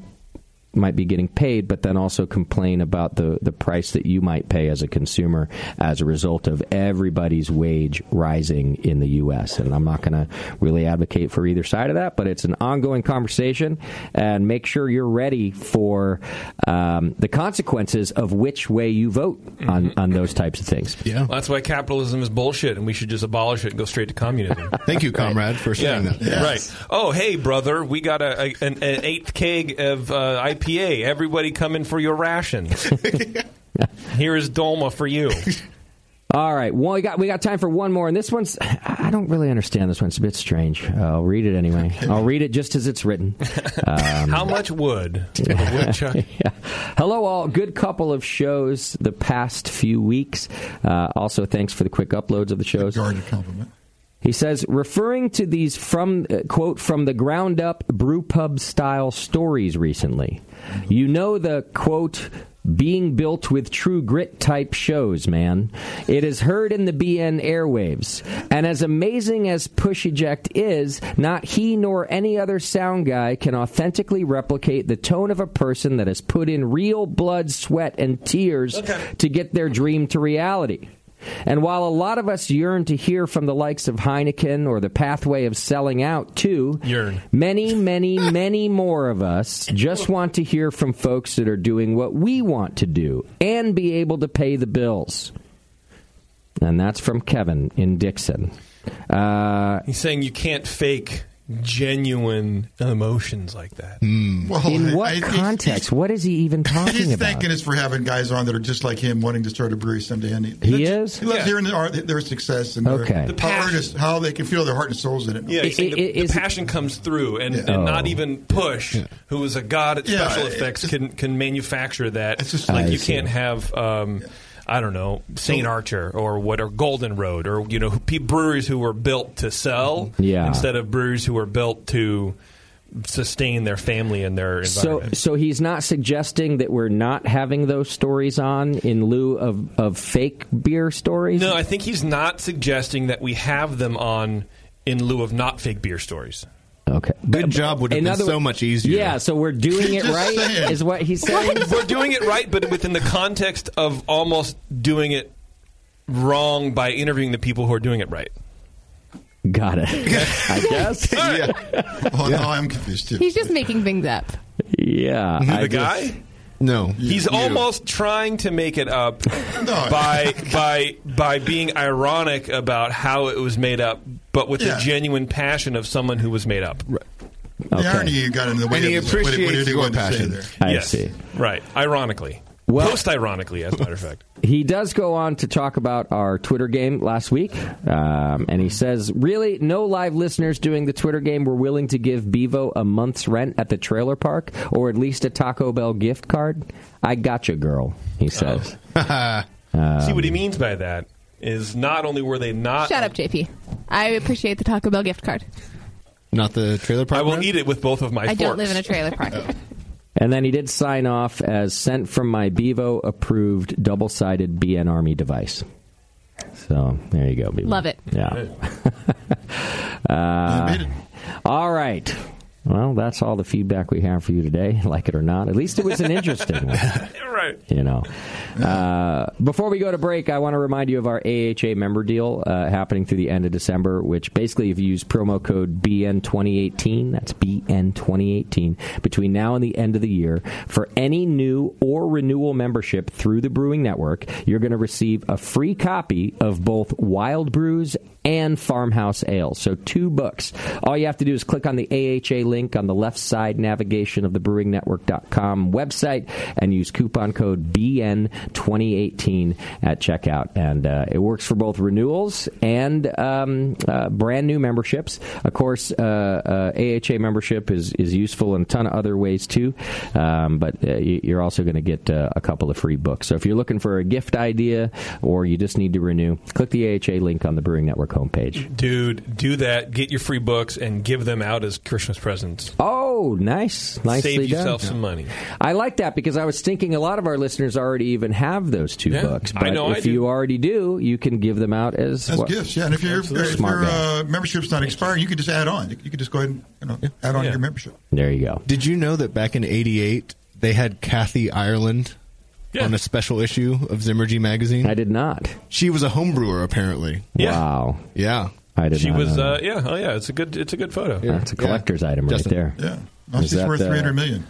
Speaker 1: might be getting paid, but then also complain about the, the price that you might pay as a consumer as a result of everybody's wage rising in the U.S. And I'm not going to really advocate for either side of that, but it's an ongoing conversation. And make sure you're ready for um, the consequences of which way you vote on,
Speaker 5: Mm-hmm.
Speaker 1: on those types of things.
Speaker 5: yeah. That's why capitalism is bullshit, and we should just abolish it and go straight to communism.
Speaker 4: [LAUGHS] Thank you, comrade, for saying that.
Speaker 5: Right. Oh, hey, brother, we got a, a an, an eighth keg of uh, IPA. Everybody come in for your
Speaker 4: [LAUGHS]
Speaker 5: rations. Here is Dolma for you.
Speaker 1: All right. Well, we got we got time for one more, and
Speaker 4: [LAUGHS]
Speaker 1: this one's I don't really understand this one. It's a bit strange. Uh, I'll read it anyway. I'll read it just as it's written.
Speaker 5: [LAUGHS]
Speaker 1: Um,
Speaker 5: How much wood?
Speaker 1: [LAUGHS]
Speaker 5: would a woodchuck?
Speaker 1: yeah. Hello, all. Good couple of shows the past few weeks. Uh, also, thanks for the quick uploads of the shows.
Speaker 2: compliment.
Speaker 1: He says, referring to these from uh, quote from the ground up brew pub style stories recently. You know the quote being built with true grit type shows, man. It is heard in the BN airwaves. And as amazing as Push Eject is, not he nor any other sound guy can authentically replicate the tone of a person that has put in real blood, sweat, and tears to get their dream to reality. And while a lot of us yearn to hear from the likes of Heineken or the pathway of selling out too, many, many, [LAUGHS] many more of us just want to hear from folks that are doing what we want to do and be able to pay the bills. And that's from Kevin in Dixon. Uh,
Speaker 5: He's saying you can't fake genuine emotions like that.
Speaker 1: in what
Speaker 2: Hmm. I- he's-
Speaker 1: context? What is he even talking
Speaker 2: He's
Speaker 1: about?
Speaker 2: thanking us for having guys on that are just like him, wanting to start a brewery someday. And he,
Speaker 1: He is?
Speaker 2: He loves hearing the art, their success and their,
Speaker 1: Okay. The
Speaker 2: how, earnest, how they can feel their heart and souls in it.
Speaker 5: Yeah, he's saying the, the passion comes through, and,
Speaker 2: Yeah.
Speaker 5: and not
Speaker 2: Oh.
Speaker 5: even Push, who is a god at
Speaker 2: Yeah,
Speaker 5: special
Speaker 2: it-
Speaker 5: effects, can can manufacture that. It's
Speaker 2: just-
Speaker 5: like
Speaker 2: I
Speaker 5: you
Speaker 2: see.
Speaker 5: can't have. Um, I don't know Saint Archer or what or Golden Road or you know pe- breweries who were built to sell
Speaker 1: Mm-hmm. Yeah.
Speaker 5: instead of breweries who were built to sustain their family and their
Speaker 1: So,
Speaker 5: environment.
Speaker 1: so he's not suggesting that we're not having those stories on in lieu of, of fake beer stories.
Speaker 5: no, I think he's not suggesting that we have them on in lieu of not fake beer stories.
Speaker 1: Okay.
Speaker 4: Good job would have been
Speaker 5: Another-
Speaker 4: so much easier.
Speaker 5: Yeah,
Speaker 1: so
Speaker 4: [LAUGHS]
Speaker 1: we're
Speaker 5: [LAUGHS]
Speaker 1: doing it Just right, saying. is what he's saying?
Speaker 5: We're doing it right, but within the context of almost doing it wrong by interviewing the people who are doing it right.
Speaker 1: Got it. [LAUGHS] I
Speaker 6: [LAUGHS]
Speaker 1: guess.
Speaker 2: Oh, no, I'm confused too.
Speaker 6: He's just making things up.
Speaker 1: Yeah.
Speaker 5: The
Speaker 1: I
Speaker 5: guy?
Speaker 1: just-
Speaker 4: no.
Speaker 5: He's almost trying to make it up
Speaker 1: [LAUGHS]
Speaker 5: by by by being ironic about how it was made up, but with
Speaker 2: Yeah.
Speaker 5: the genuine passion of someone who was made up.
Speaker 2: The irony you got in the way
Speaker 5: And he
Speaker 2: of what, what he
Speaker 5: appreciates
Speaker 2: wanted
Speaker 5: your
Speaker 2: to say
Speaker 5: passion.
Speaker 2: there.
Speaker 1: I
Speaker 5: Yes.
Speaker 1: see.
Speaker 5: Right. Ironically. Post ironically, as a matter of fact.
Speaker 1: He does go on to talk about our Twitter game last week, um, and he says, "Really, no live listeners doing the Twitter game were willing to give Bevo a month's rent at the trailer park, or at least a Taco Bell gift card. I gotcha, girl." He says.
Speaker 4: Oh.
Speaker 5: [LAUGHS] See
Speaker 1: Um,
Speaker 5: what he means by that is not only were they
Speaker 1: Uh,
Speaker 5: not
Speaker 6: Shut up, JP. I appreciate the Taco Bell gift card.
Speaker 4: Not the trailer park.
Speaker 5: I will eat it with both of my
Speaker 6: I
Speaker 5: forks.
Speaker 6: don't live in a trailer
Speaker 1: [LAUGHS]
Speaker 6: park.
Speaker 1: And then he did sign off as sent from my Bevo approved double sided BN Army device. So there you go, Bevo.
Speaker 6: Love it.
Speaker 1: Yeah. [LAUGHS] uh, all right. Well, that's all the feedback we have for you today, [LAUGHS] like it or not. At least it was an interesting one.
Speaker 5: Right.
Speaker 1: You know. Uh, before we go to break, I want to remind you of our AHA member deal uh, happening through the end of December, which basically, if you use promo code BN2018, that's BN2018, between now and the end of the year, for any new or renewal membership through the Brewing Network, you're going to receive a free copy of both Wild Brews and Farmhouse Ale. So, two books. All you have to do is click on the AHA link on the left side navigation of the brewingnetwork.com website and use coupon code BN2018 at checkout. And uh, it works for both renewals and um, uh, brand new memberships. Of course, uh, uh, AHA membership is, is useful in a ton of other ways too, um, but uh, you- you're also going to get uh, a couple of free books. So if you're looking for a gift idea or you just need to renew, click the AHA link on the Brewing Network homepage.
Speaker 5: Dude, do that. Get your free books and give them out as Christmas presents.
Speaker 1: Oh, nice. Nicely
Speaker 5: Save
Speaker 1: done.
Speaker 5: yourself some money.
Speaker 1: I like that because I was thinking a lot of our listeners already even have those two
Speaker 5: Yeah,
Speaker 1: books. But
Speaker 5: I know I
Speaker 1: if
Speaker 5: do.
Speaker 1: you already do, you can give them out as,
Speaker 2: As
Speaker 1: well.
Speaker 2: gifts, yeah. And if your if
Speaker 1: smart
Speaker 2: your
Speaker 1: guy.
Speaker 2: uh, membership's not expiring, you could just add on. You could just go ahead and you know, add on to
Speaker 4: Yeah.
Speaker 2: your membership.
Speaker 1: There you go.
Speaker 4: Did you know that back in '88 they had Kathy Ireland on a special issue of Zimmergy magazine? I
Speaker 1: did not.
Speaker 4: She was a homebrewer apparently.
Speaker 5: Yeah.
Speaker 1: Wow.
Speaker 4: Yeah.
Speaker 1: I did
Speaker 5: She
Speaker 1: not
Speaker 5: was,
Speaker 1: know
Speaker 5: uh, yeah, oh yeah, it's a good, it's a good photo.
Speaker 1: That's a collector's item
Speaker 5: Justin.
Speaker 1: right there. uh,
Speaker 2: Yeah.
Speaker 5: Now Oh, she's worth
Speaker 1: the-
Speaker 5: 300 million.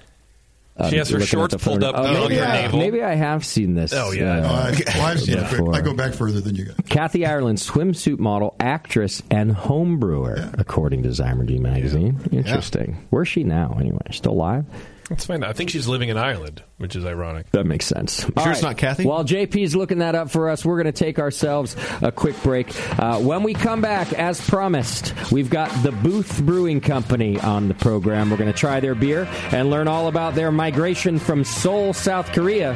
Speaker 2: Um,
Speaker 5: She has her
Speaker 1: looking at
Speaker 5: shorts
Speaker 1: the photo-
Speaker 5: pulled up
Speaker 1: Oh,
Speaker 5: over
Speaker 1: maybe,
Speaker 5: her
Speaker 1: I,
Speaker 5: navel.
Speaker 1: maybe I have seen this.
Speaker 2: Oh, yeah.
Speaker 1: uh,
Speaker 2: Oh, I- well, I've seen it, but
Speaker 1: before.
Speaker 2: I go back further than you guys.
Speaker 1: Kathy Ireland, swimsuit model, actress, and home brewer, according to Zymergy magazine. Interesting. Where's she now, anyway? Still alive?
Speaker 5: Let's find out. I think she's living in Ireland, which is ironic.
Speaker 1: That makes sense.
Speaker 5: sure it's not Kathy?
Speaker 1: While JP's looking that up for us, we're going to take ourselves a quick break. Uh, when we come back, as promised, we've got the Booth Brewing Company on the program. We're going to try their beer and learn all about their migration from Seoul, South Korea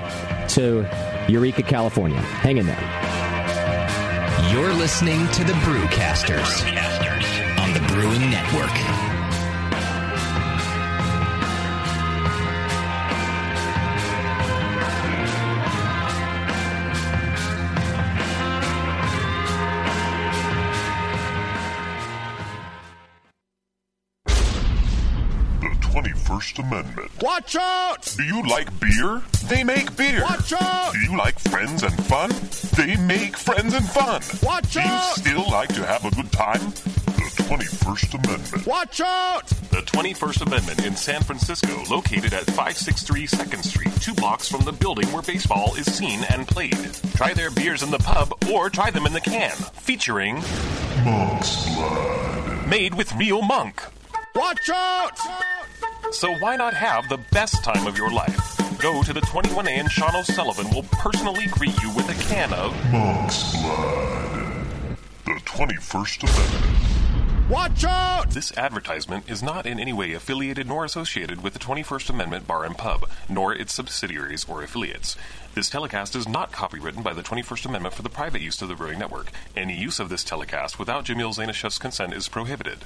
Speaker 1: to Eureka, California. Hang in there.
Speaker 7: You're listening to the Brewcasters on the Brewing Network.
Speaker 8: The 21st Amendment.
Speaker 9: Watch out!
Speaker 8: Do you like beer? They make beer. Watch out! Do you like friends and fun? They make friends and fun. Watch Do
Speaker 9: out!
Speaker 8: you still like to have a good time? The 21st Amendment.
Speaker 9: Watch out!
Speaker 10: The 21st Amendment in San Francisco, located at 563 2nd Street, two blocks from the building where baseball is seen and played. Try their beers in the pub or try them in the can, featuring
Speaker 8: Monk's Blood.
Speaker 10: Made with Real Monk. Watch out! So why not have the best time of your life? Go to the 21A and Sean O'Sullivan will personally greet you with a can of
Speaker 8: Monk's Blood. The 21st Amendment.
Speaker 10: Watch out! This advertisement is not in any way affiliated nor associated with the 21st Amendment Bar and Pub, nor its subsidiaries or affiliates. This telecast is not copywritten by the 21st Amendment for the private use of the Brewing Network. Any use of this telecast without Jamil Zainashev's consent is prohibited.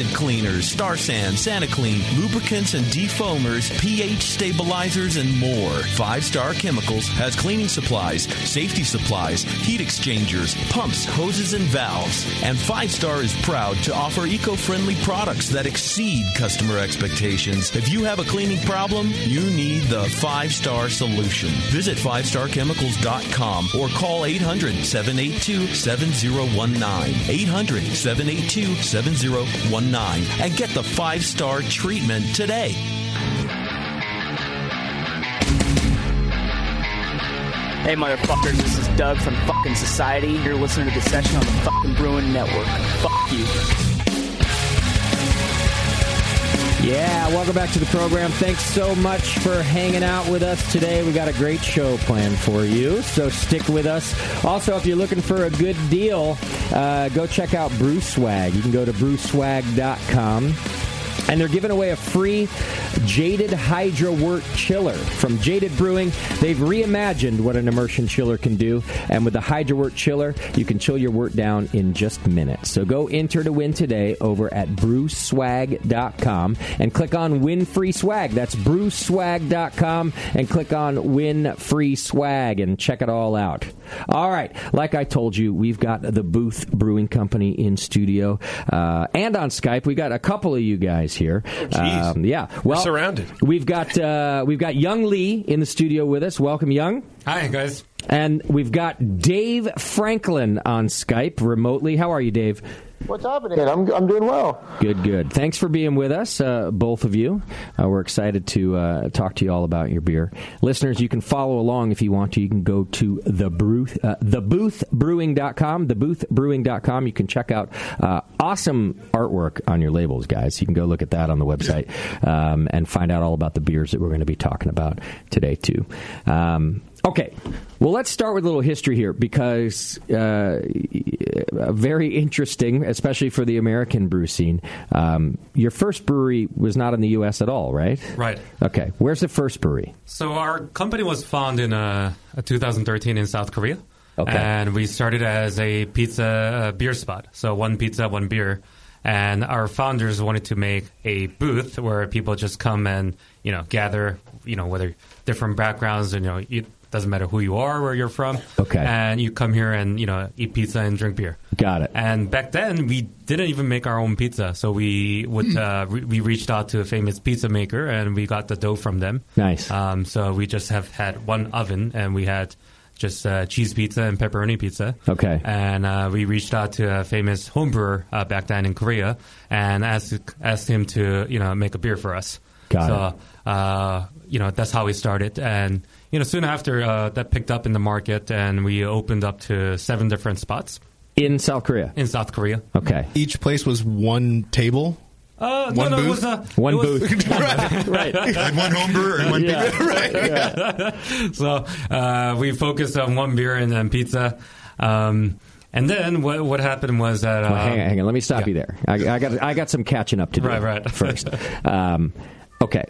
Speaker 11: cleaners, star sand, SantaClean, lubricants and defoamers, pH stabilizers, and more. Five Star Chemicals has cleaning supplies, safety supplies, heat exchangers, pumps, hoses, and valves. And Five Star is proud to offer eco friendly products that exceed customer expectations. If you have a cleaning problem, you need the Five Star Solution. Visit 5starchemicals.com or call 800 782 7019. 800 782 7019 and get the Five Star treatment today.
Speaker 12: Hey, motherfuckers, this is Doug from fucking Society. You're listening to the session on the fucking Bruin Network. Fuck you.
Speaker 1: Yeah, welcome back to the program. Thanks so much for hanging out with us today. We got a great show planned for you, so stick with us. Also, if you're looking for a good deal, uh, go check out Brew Swag. You can go to brewswag.com. And they're giving away a free Jaded Hydra Work chiller from Jaded Brewing. They've reimagined what an immersion chiller can do. And with the Hydra Wort chiller, you can chill your wort down in just minutes. So go enter to win today over at brewswag.com and click on win free swag. That's brewswag.com and click on win free swag and check it all out. All right. Like I told you, we've got the Booth Brewing Company in studio uh, and on Skype. We got a couple of you guys here. um, yeah. Well, surrounded. We've got uh, we've got Young Lee in the studio with us. Welcome, Young.
Speaker 9: Hi, guys.
Speaker 1: And we've got Dave Franklin on Skype remotely. How are you, Dave?
Speaker 13: What's happening? I'm, I'm doing well.
Speaker 1: Good, good. Thanks for being with us, uh, both of you. Uh, we're excited to uh, talk to you all about your beer. Listeners, you can follow along if you want to. You can go to the brew, uh, theboothbrewing.com, theboothbrewing.com. You can check out uh, awesome artwork on your labels, guys. You can go look at that on the website um, and find out all about the beers that we're going to be talking about today, too. Um, Okay, well, let's start with a little history here because uh, very interesting, especially for the American brew scene. Um, your first brewery was not in the U.S. at all, right?
Speaker 9: Right.
Speaker 1: Okay, where's the first brewery?
Speaker 9: So our company was founded in uh, 2013 in South Korea,
Speaker 1: Okay.
Speaker 9: and we started as a pizza uh, beer spot. So one pizza, one beer, and our founders wanted to make a booth where people just come and you know gather, you know whether different backgrounds, you know it doesn't matter who you are, where you're from, okay, and you come here and you know eat pizza and drink beer.
Speaker 1: Got it.
Speaker 9: And back then, we didn't even make our own pizza. So we
Speaker 1: Hmm.
Speaker 9: would uh, re- we reached out to a famous pizza maker, and we got the dough from them.
Speaker 1: Nice.
Speaker 9: Um, so we just have had one oven, and we had just uh, cheese pizza and pepperoni pizza.
Speaker 1: Okay.
Speaker 9: And uh, we reached out to a famous home brewer uh, back then in Korea, and asked asked him to you know make a beer for us.
Speaker 1: Got
Speaker 9: so, uh, you know, that's how we started. And, you know, soon after uh, that picked up in the market and we opened up to seven different spots.
Speaker 1: In South Korea?
Speaker 9: In South Korea.
Speaker 1: Okay.
Speaker 4: Each place was one table.
Speaker 9: Uh,
Speaker 4: One
Speaker 9: no, no,
Speaker 4: booth?
Speaker 9: it was a,
Speaker 4: One
Speaker 9: it was- [LAUGHS]
Speaker 4: booth. [LAUGHS]
Speaker 1: right.
Speaker 4: And one home brewer and one
Speaker 9: Yeah.
Speaker 4: pizza. Right.
Speaker 9: [LAUGHS] so uh, we focused on one beer and then pizza. Um, and then what, what happened was that. Uh,
Speaker 1: Well, hang on, hang on. Let me stop you there. I, I got I got some catching up to do
Speaker 9: Right, right. [LAUGHS]
Speaker 1: first. Um, okay.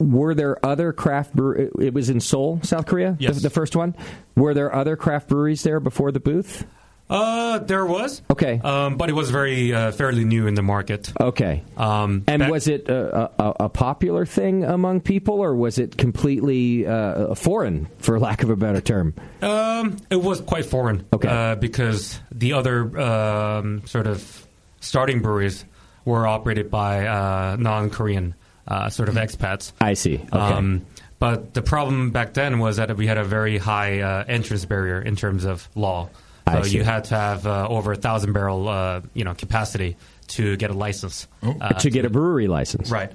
Speaker 1: Were there other craft brew? It was in Seoul, South Korea. Yes. The, the first one. Were there other craft breweries there before the booth?
Speaker 9: Uh, there was.
Speaker 1: Okay. Oh,
Speaker 9: Um, but it was very uh, fairly new in the market.
Speaker 1: Okay.
Speaker 9: Um,
Speaker 1: and was it a, a, a popular thing among people, or was it completely uh, foreign, for lack of a better term?
Speaker 9: Um, it was quite foreign. Okay. Uh, because the other um, sort of starting breweries were operated by uh, non-Korean uh, sort of expats.
Speaker 1: Hmm. I see. Okay.
Speaker 9: Um, but the problem back then was that we had a very high uh, entrance barrier in terms of law. So
Speaker 1: I see.
Speaker 9: you had to have uh, over a thousand barrel, uh, you know, capacity to get a license. Uh,
Speaker 1: to get a brewery license,
Speaker 9: Right.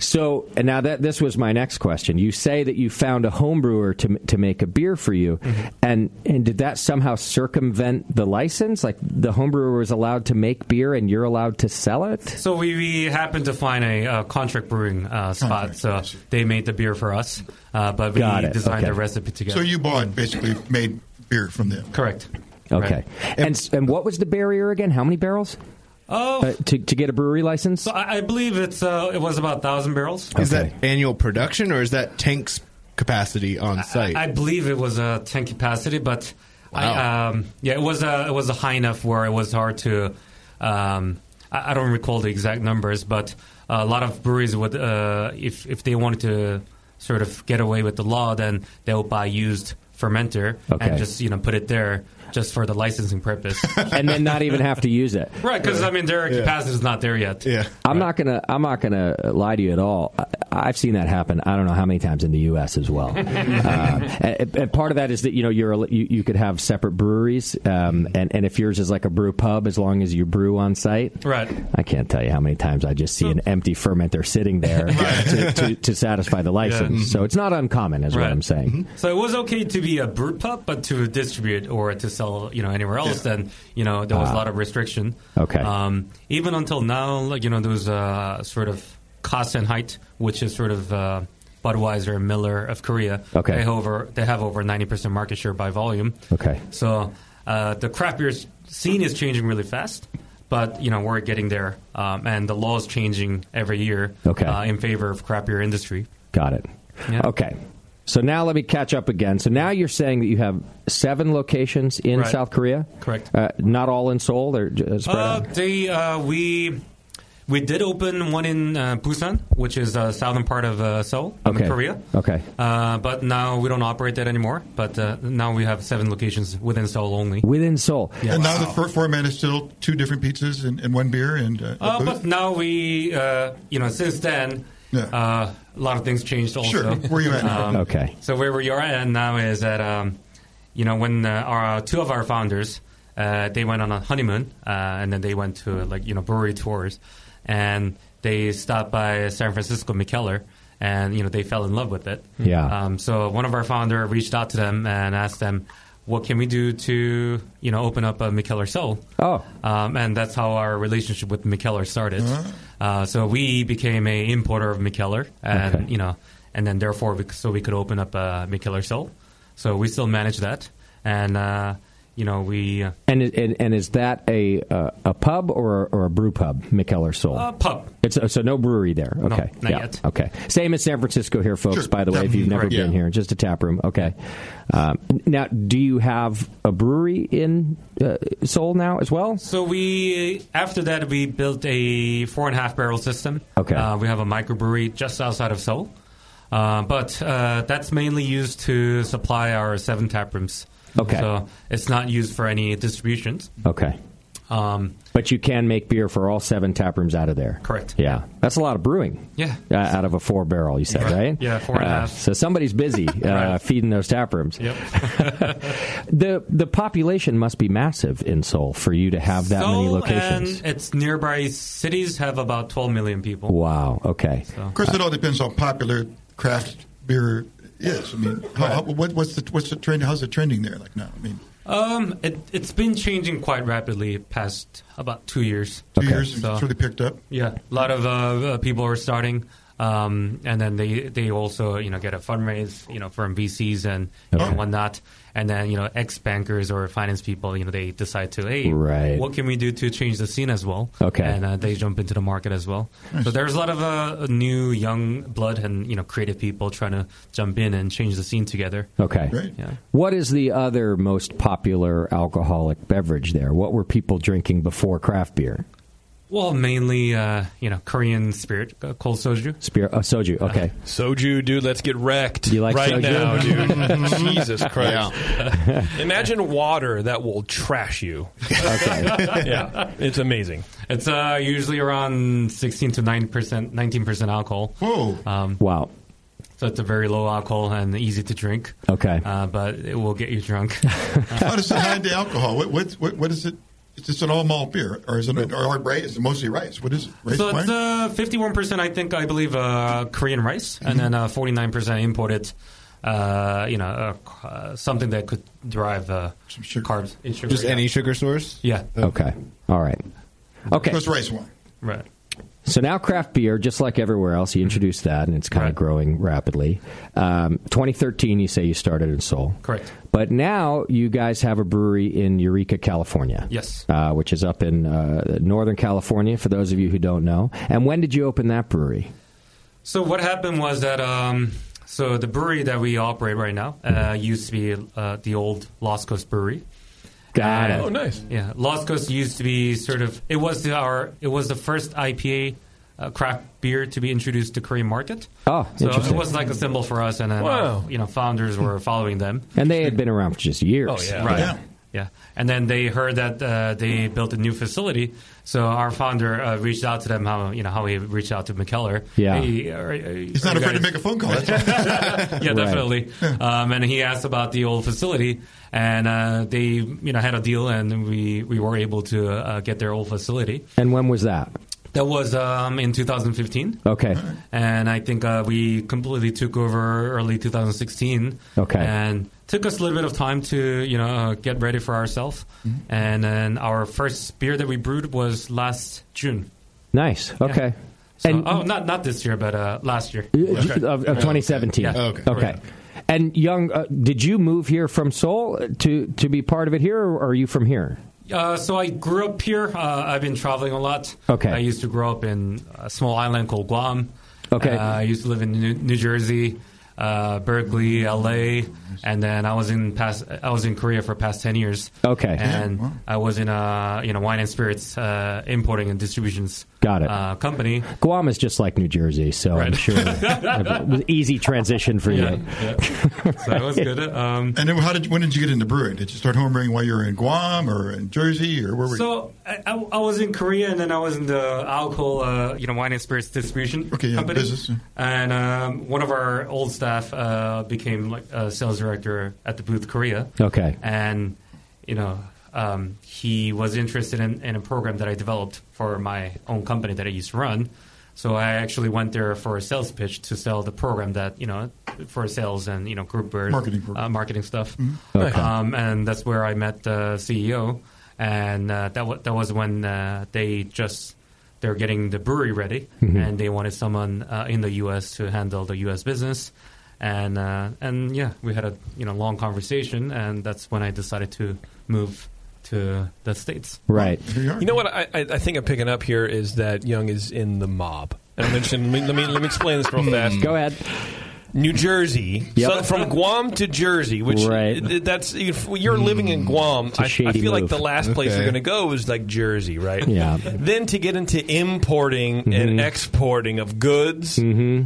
Speaker 1: So and now that this was my next question. You say that you found a home brewer to to make a beer for you,
Speaker 9: Mm-hmm.
Speaker 1: and and did that somehow circumvent the license? Like the home brewer was allowed to make beer, and you're allowed to sell it.
Speaker 9: So we, we happened to find a, uh contract brewing uh, spot, so they made the beer for us, uh, but we
Speaker 1: Got it.
Speaker 9: designed the
Speaker 1: Okay.
Speaker 9: recipe together.
Speaker 2: So you bought basically made beer from them.
Speaker 9: Correct.
Speaker 1: Okay. And and what was the barrier again? How many barrels? Uh,
Speaker 9: Oh,
Speaker 1: to to get a brewery license.
Speaker 9: I, I believe it's uh, it was about thousand barrels.
Speaker 4: Is that annual production or is that tanks capacity on site?
Speaker 9: I believe it was a tank capacity, but I, um, yeah, it was a it was a high enough where it was hard to. Um, I, I don't recall the exact numbers, but a lot of breweries would, uh, if if they wanted to sort of get away with the law, then they would buy used fermenter
Speaker 1: Okay.
Speaker 9: and just you know put it there just for the licensing purpose.
Speaker 1: [LAUGHS] and then not even have to use it.
Speaker 9: right, because I mean their capacity is not there yet.
Speaker 4: Yeah.
Speaker 1: I'm not gonna. I'm not gonna lie to you at all. I, I've seen that happen. I don't know how many times in the U.S. as
Speaker 9: [LAUGHS]
Speaker 1: well. um, and, and part of that is that you know you're a- you, you could have separate breweries, um, and and if yours is like a brew pub, as long as you brew on site,
Speaker 9: Right.
Speaker 1: I can't tell you how many times I just see an empty fermenter sitting there to, to, to satisfy the license.
Speaker 9: Yeah.
Speaker 1: So it's not uncommon, is what
Speaker 9: Right.
Speaker 1: I'm saying.
Speaker 9: So it was okay to be a brew pub, but to distribute or to sell, you know, anywhere else, then you know there was a lot of restriction.
Speaker 1: Ah. Okay.
Speaker 9: Um, even until now, like you know, those uh, sort of cost and height, which is sort of uh, Budweiser and Miller of Korea.
Speaker 1: Okay.
Speaker 9: They have over they have over ninety percent market share by volume.
Speaker 1: Okay.
Speaker 9: So uh, the craft beer s- scene is changing really fast. But you know we're getting there, um, and the law is changing every year
Speaker 1: Okay.
Speaker 9: uh, in favor of craft beer industry.
Speaker 1: Got it. Okay. So now let me catch up again. So now you're saying that you have seven locations in
Speaker 9: Right.
Speaker 1: South Korea?
Speaker 9: Correct.
Speaker 1: Uh, not all in Seoul. They're j- spread
Speaker 9: Uh,
Speaker 1: out.
Speaker 9: they uh, we We did open one in uh, Busan, which is uh, southern part of uh, Seoul, um,
Speaker 1: Okay.
Speaker 9: Korea.
Speaker 1: Okay.
Speaker 9: Uh, but now we don't operate that anymore. But uh, now we have seven locations within Seoul only.
Speaker 1: Within Seoul.
Speaker 2: And now the fir- format is still two different pizzas and, and one beer and uh, a
Speaker 9: Uh,
Speaker 2: booth?
Speaker 9: but now we, uh, you know, since then, uh, a lot of things changed also.
Speaker 2: Sure. Where you at
Speaker 9: Um,
Speaker 2: now?
Speaker 1: [LAUGHS] Okay.
Speaker 9: So where we are at now is that, um, you know, when uh, our two of our founders, uh, they went on a honeymoon, uh, and then they went to, like, you know, brewery tours. And they stopped by San Francisco McKellar, and, you know, they fell in love with it.
Speaker 1: Yeah.
Speaker 9: Um, so one of our founder reached out to them and asked them, what can we do to, you know, open up a McKellar Soul?
Speaker 1: Oh.
Speaker 9: Um, and that's how our relationship with McKellar started.
Speaker 1: Ah.
Speaker 9: Uh, so we became a importer of McKellar, and you know, and then therefore, we, so we could open up uh, McKellar Soul. So we still manage that, and uh, you know, we uh,
Speaker 1: And, it- and and is that a uh, a pub or or a brew pub, McKellar Soul?
Speaker 9: Uh, pub.
Speaker 1: It's so no brewery there.
Speaker 9: No,
Speaker 1: Okay,
Speaker 9: not
Speaker 1: yeah.
Speaker 9: yet.
Speaker 1: Okay, same as San Francisco here, folks.
Speaker 9: Sure.
Speaker 1: By the way, if you've never
Speaker 9: Right.
Speaker 1: been
Speaker 9: Yeah.
Speaker 1: here, just a tap room. Okay. Um, now, do you have a brewery in uh, Seoul now as well?
Speaker 9: so we after that we built a four and a half barrel system.
Speaker 1: Okay.
Speaker 9: uh, we have a microbrewery just outside of Seoul, uh, but uh, that's mainly used to supply our seven tap rooms.
Speaker 1: Okay.
Speaker 9: so it's not used for any distributions.
Speaker 1: Okay.
Speaker 9: Um,
Speaker 1: But you can make beer for all seven tap rooms out of there.
Speaker 9: Correct.
Speaker 1: Yeah, that's a lot of brewing.
Speaker 9: Yeah.
Speaker 1: uh, out of a four barrel, you said,
Speaker 9: Yeah.
Speaker 1: right?
Speaker 9: Yeah, four and a
Speaker 1: Uh,
Speaker 9: half.
Speaker 1: So somebody's
Speaker 9: [LAUGHS]
Speaker 1: busy uh, feeding those tap rooms.
Speaker 9: Yep.
Speaker 1: [LAUGHS] the the population must be massive in Seoul for you to have that many
Speaker 9: Seoul
Speaker 1: locations.
Speaker 9: And its nearby cities have about 12 million people.
Speaker 1: Wow. Okay.
Speaker 2: Of course, it all depends how popular craft beer is. I mean, how, how, what, what's the what's the trend? How's it trending there? Like now, I mean,
Speaker 9: Um, it, it's been changing quite rapidly past about two years.
Speaker 2: Two Okay. years, it's sort of picked up?
Speaker 9: Yeah, a lot of uh, uh, people are starting, um, and then they they also you know get a fundraise you know from VCs and you know, whatnot, and then you know ex bankers or finance people you know they decide to hey
Speaker 1: Right.
Speaker 9: what can we do to change the scene as well?
Speaker 1: Okay.
Speaker 9: and uh, they jump into the market as well. So there's a lot of uh, new young blood and you know creative people trying to jump in and change the scene together.
Speaker 1: Okay.
Speaker 9: Yeah.
Speaker 1: What is the other most popular alcoholic beverage there? What were people drinking before craft beer?
Speaker 9: Well, mainly, uh, you know, Korean spirit, uh, cold soju.
Speaker 1: Spear, uh, soju. Okay.
Speaker 5: Soju, dude, let's get wrecked
Speaker 1: You like
Speaker 5: right
Speaker 1: soju?
Speaker 5: now,
Speaker 1: [LAUGHS]
Speaker 5: dude. Jesus Christ!
Speaker 1: Yeah.
Speaker 5: [LAUGHS] Imagine water that will trash
Speaker 1: [LAUGHS]
Speaker 5: you. [LAUGHS] yeah, it's amazing.
Speaker 9: It's uh, usually around 16 to 9 percent, 19 percent alcohol.
Speaker 2: Whoa!
Speaker 9: Um,
Speaker 1: wow.
Speaker 9: So it's a very low alcohol and easy to drink.
Speaker 1: Okay.
Speaker 9: Uh, but it will get
Speaker 5: [LAUGHS]
Speaker 9: you drunk.
Speaker 2: how does it hide the alcohol? What what what, what is it? It's just an all malt beer, or is it or, or rice? Is it mostly rice? What is it? Rice
Speaker 9: so
Speaker 2: wine?
Speaker 9: it's uh, 51 percent, I think, I believe, uh, Korean rice,
Speaker 2: Mm-hmm.
Speaker 9: and then uh, 49 percent imported. Uh, you know, uh, c- uh, something that could derive uh, carbs. in sugar,
Speaker 4: Just
Speaker 9: yeah.
Speaker 4: any sugar source?
Speaker 9: Yeah.
Speaker 1: Okay. All right. Okay.
Speaker 2: wine.
Speaker 9: Right.
Speaker 1: So now craft beer, just like everywhere else, you introduced that, and it's kind of growing rapidly. Um, 2013, you say you started in Seoul.
Speaker 9: Correct.
Speaker 1: But now you guys have a brewery in Eureka, California.
Speaker 9: Yes.
Speaker 1: Uh, which is up in uh, Northern California, for those of you who don't know. And when did you open that brewery?
Speaker 9: So what happened was that um, so the brewery that we operate right now uh, used to be uh, the old Lost Coast Brewery.
Speaker 1: Got
Speaker 9: And-
Speaker 1: it. Oh, nice.
Speaker 9: Yeah, Lost Coast used to be sort of it was the, our it was the first IPA uh, craft beer to be introduced to Korean market.
Speaker 1: Oh,
Speaker 9: so it
Speaker 1: interesting.
Speaker 9: was like a symbol for us, and then
Speaker 1: Wow.
Speaker 9: our, you know founders were following them.
Speaker 1: And they had been around for just years.
Speaker 9: right.
Speaker 1: Oh, Yeah.
Speaker 9: Oh, Yeah. and then they heard that uh, they built a new facility. So our founder uh, reached out to them. How you know how he reached out to McKellar.
Speaker 1: Yeah.
Speaker 9: Hey, are- are-
Speaker 2: He's not
Speaker 9: are you
Speaker 2: afraid to
Speaker 9: guys-
Speaker 2: make a phone call.
Speaker 9: [LAUGHS] yeah, definitely. Um, and he asked about the old facility, and uh, they you know had a deal, and we we were able to uh, get their old facility.
Speaker 1: And when was that?
Speaker 9: That was um, in 2015.
Speaker 1: Okay.
Speaker 9: And I think uh, we completely took over early 2016.
Speaker 1: Okay.
Speaker 9: And took us a little bit of time to, you know, uh, get ready for ourselves.
Speaker 1: Mm-hmm.
Speaker 9: And then our first beer that we brewed was last June.
Speaker 1: Nice. Okay.
Speaker 9: So, oh, not not this year, but uh, last year.
Speaker 1: Of, of 2017.
Speaker 9: Yeah.
Speaker 1: Okay. And young, uh, did you move here from Seoul to to be part of it here, or are you from here?
Speaker 9: Uh, so I grew up here. Uh, I've been traveling a lot.
Speaker 1: Okay.
Speaker 9: I used to grow up in a small island called Guam.
Speaker 1: Okay.
Speaker 9: Uh, I used to live in New, New Jersey. Uh, uh, Berkeley, LA, and then I was in past I was in Korea for past ten years.
Speaker 1: Okay.
Speaker 9: and I was in a you know wine and spirits uh, importing and
Speaker 1: [LAUGHS]
Speaker 9: distributions
Speaker 1: Got it.
Speaker 9: uh, company.
Speaker 1: Guam is just like New Jersey, so I'm
Speaker 5: [LAUGHS]
Speaker 9: Right.
Speaker 1: sure it was easy transition for you.
Speaker 9: So that was good.
Speaker 2: [LAUGHS]
Speaker 9: Um,
Speaker 2: and then how did when did you get into brewing? Did you start homebrewing while you were in Guam or in Jersey or where were you?
Speaker 9: So I, I, I was in Korea, and then I was in the alcohol, uh, you know, wine and spirits distribution company.
Speaker 2: business,
Speaker 9: And um, one of our old staff uh, became like a sales director at the booth Korea.
Speaker 1: Okay.
Speaker 9: And you know, um, he was interested in, in a program that I developed for my own company that I used to run. So I actually went there for a sales pitch to sell the program that you know for sales and you know group birth,
Speaker 2: Marketing Mm-hmm.
Speaker 9: uh, marketing stuff.
Speaker 2: Okay.
Speaker 9: Um, and that's where I met the CEO, and uh, that wa that was when uh, they just they're getting the brewery ready,
Speaker 5: Mm-hmm.
Speaker 1: Mhm.
Speaker 9: and they wanted someone uh, in the U.S. to handle the U.S. business, and uh, and yeah, we had a you know long conversation, and that's when I decided to move to the states.
Speaker 1: Right.
Speaker 5: You know what I, I, I think I'm picking up here is that Young is in the mob. And I'm interested. Let me, let me let me explain this real fast.
Speaker 1: Hmm. Go ahead.
Speaker 5: New Jersey, so from Guam to Jersey, which th- that's if you're living in Guam, I, I feel
Speaker 1: shady
Speaker 5: like
Speaker 1: move.
Speaker 5: the last place
Speaker 1: Okay.
Speaker 5: you're going to go is like Jersey, right?
Speaker 1: Yeah. Mm-hmm.
Speaker 5: then to get into importing and exporting of goods,
Speaker 1: hmm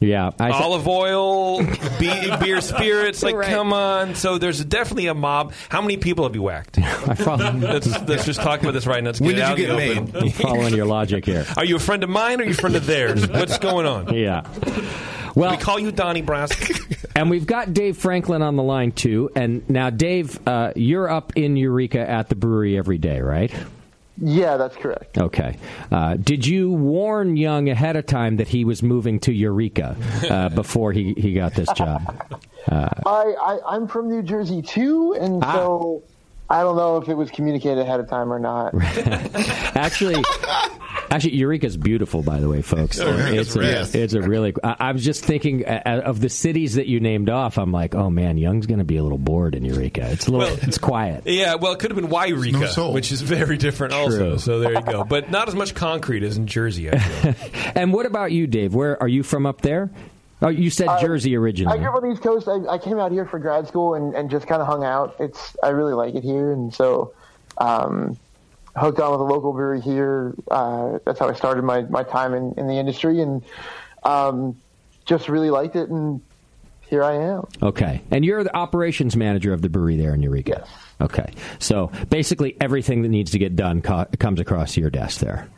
Speaker 1: Yeah. I,
Speaker 5: olive oil, be- beer, spirits. Like,
Speaker 1: Right.
Speaker 5: come on. So there's definitely a mob. How many people have you
Speaker 1: [LAUGHS]
Speaker 5: whacked?
Speaker 1: I follow.
Speaker 5: [LAUGHS] Let's, let's just talk about this right now. Let's
Speaker 1: When
Speaker 5: get it
Speaker 1: did you
Speaker 5: out
Speaker 1: get
Speaker 5: in the
Speaker 1: I'm
Speaker 5: open.
Speaker 1: following your logic here.
Speaker 5: [LAUGHS] Are you a friend of mine or are you a friend
Speaker 1: [LAUGHS]
Speaker 5: of theirs? What's going on?
Speaker 1: Yeah. Well,
Speaker 5: we call you Donnie Brass.
Speaker 1: [LAUGHS] and we've got Dave Franklin on the line too. And now, Dave, uh, you're up in Eureka at the brewery every day, right?
Speaker 13: Yeah, that's correct.
Speaker 1: Okay. Uh, did you warn Young ahead of time that he was moving to Eureka
Speaker 13: [LAUGHS]
Speaker 1: uh, before he, he got this job? Uh,
Speaker 13: I, I I'm from New Jersey too, and so I don't know if it was communicated ahead of time or not.
Speaker 1: actually, actually, Eureka's beautiful, by the way, folks.
Speaker 13: Oh, yeah,
Speaker 1: it's,
Speaker 13: it's rad.
Speaker 1: a, it's a really. I, I was just thinking uh, uh, of the cities that you named off. I'm like, oh man, Young's going to be a little bored in Eureka. It's a little. it's quiet. [LAUGHS]
Speaker 5: Yeah, well, it could have been Wairika, which is very different also.
Speaker 1: True.
Speaker 5: So there you go. But not as much concrete as in
Speaker 1: [LAUGHS]
Speaker 5: Jersey, I feel.
Speaker 1: And what about you, Dave? Where are you from up there? Oh, you said
Speaker 13: Uh,
Speaker 1: Jersey
Speaker 13: I
Speaker 1: originally.
Speaker 13: grew up on the East Coast. I, I came out here for grad school and, and just kind of hung out. It's I really like it here, and so um, hooked on with a local brewery here. Uh, that's how I started my, my time in, in the industry, and um, just really liked it. And here I am.
Speaker 1: Okay. And you're the operations manager of the brewery there in Eureka. Okay. So basically, everything that needs to get done co- comes across your desk there.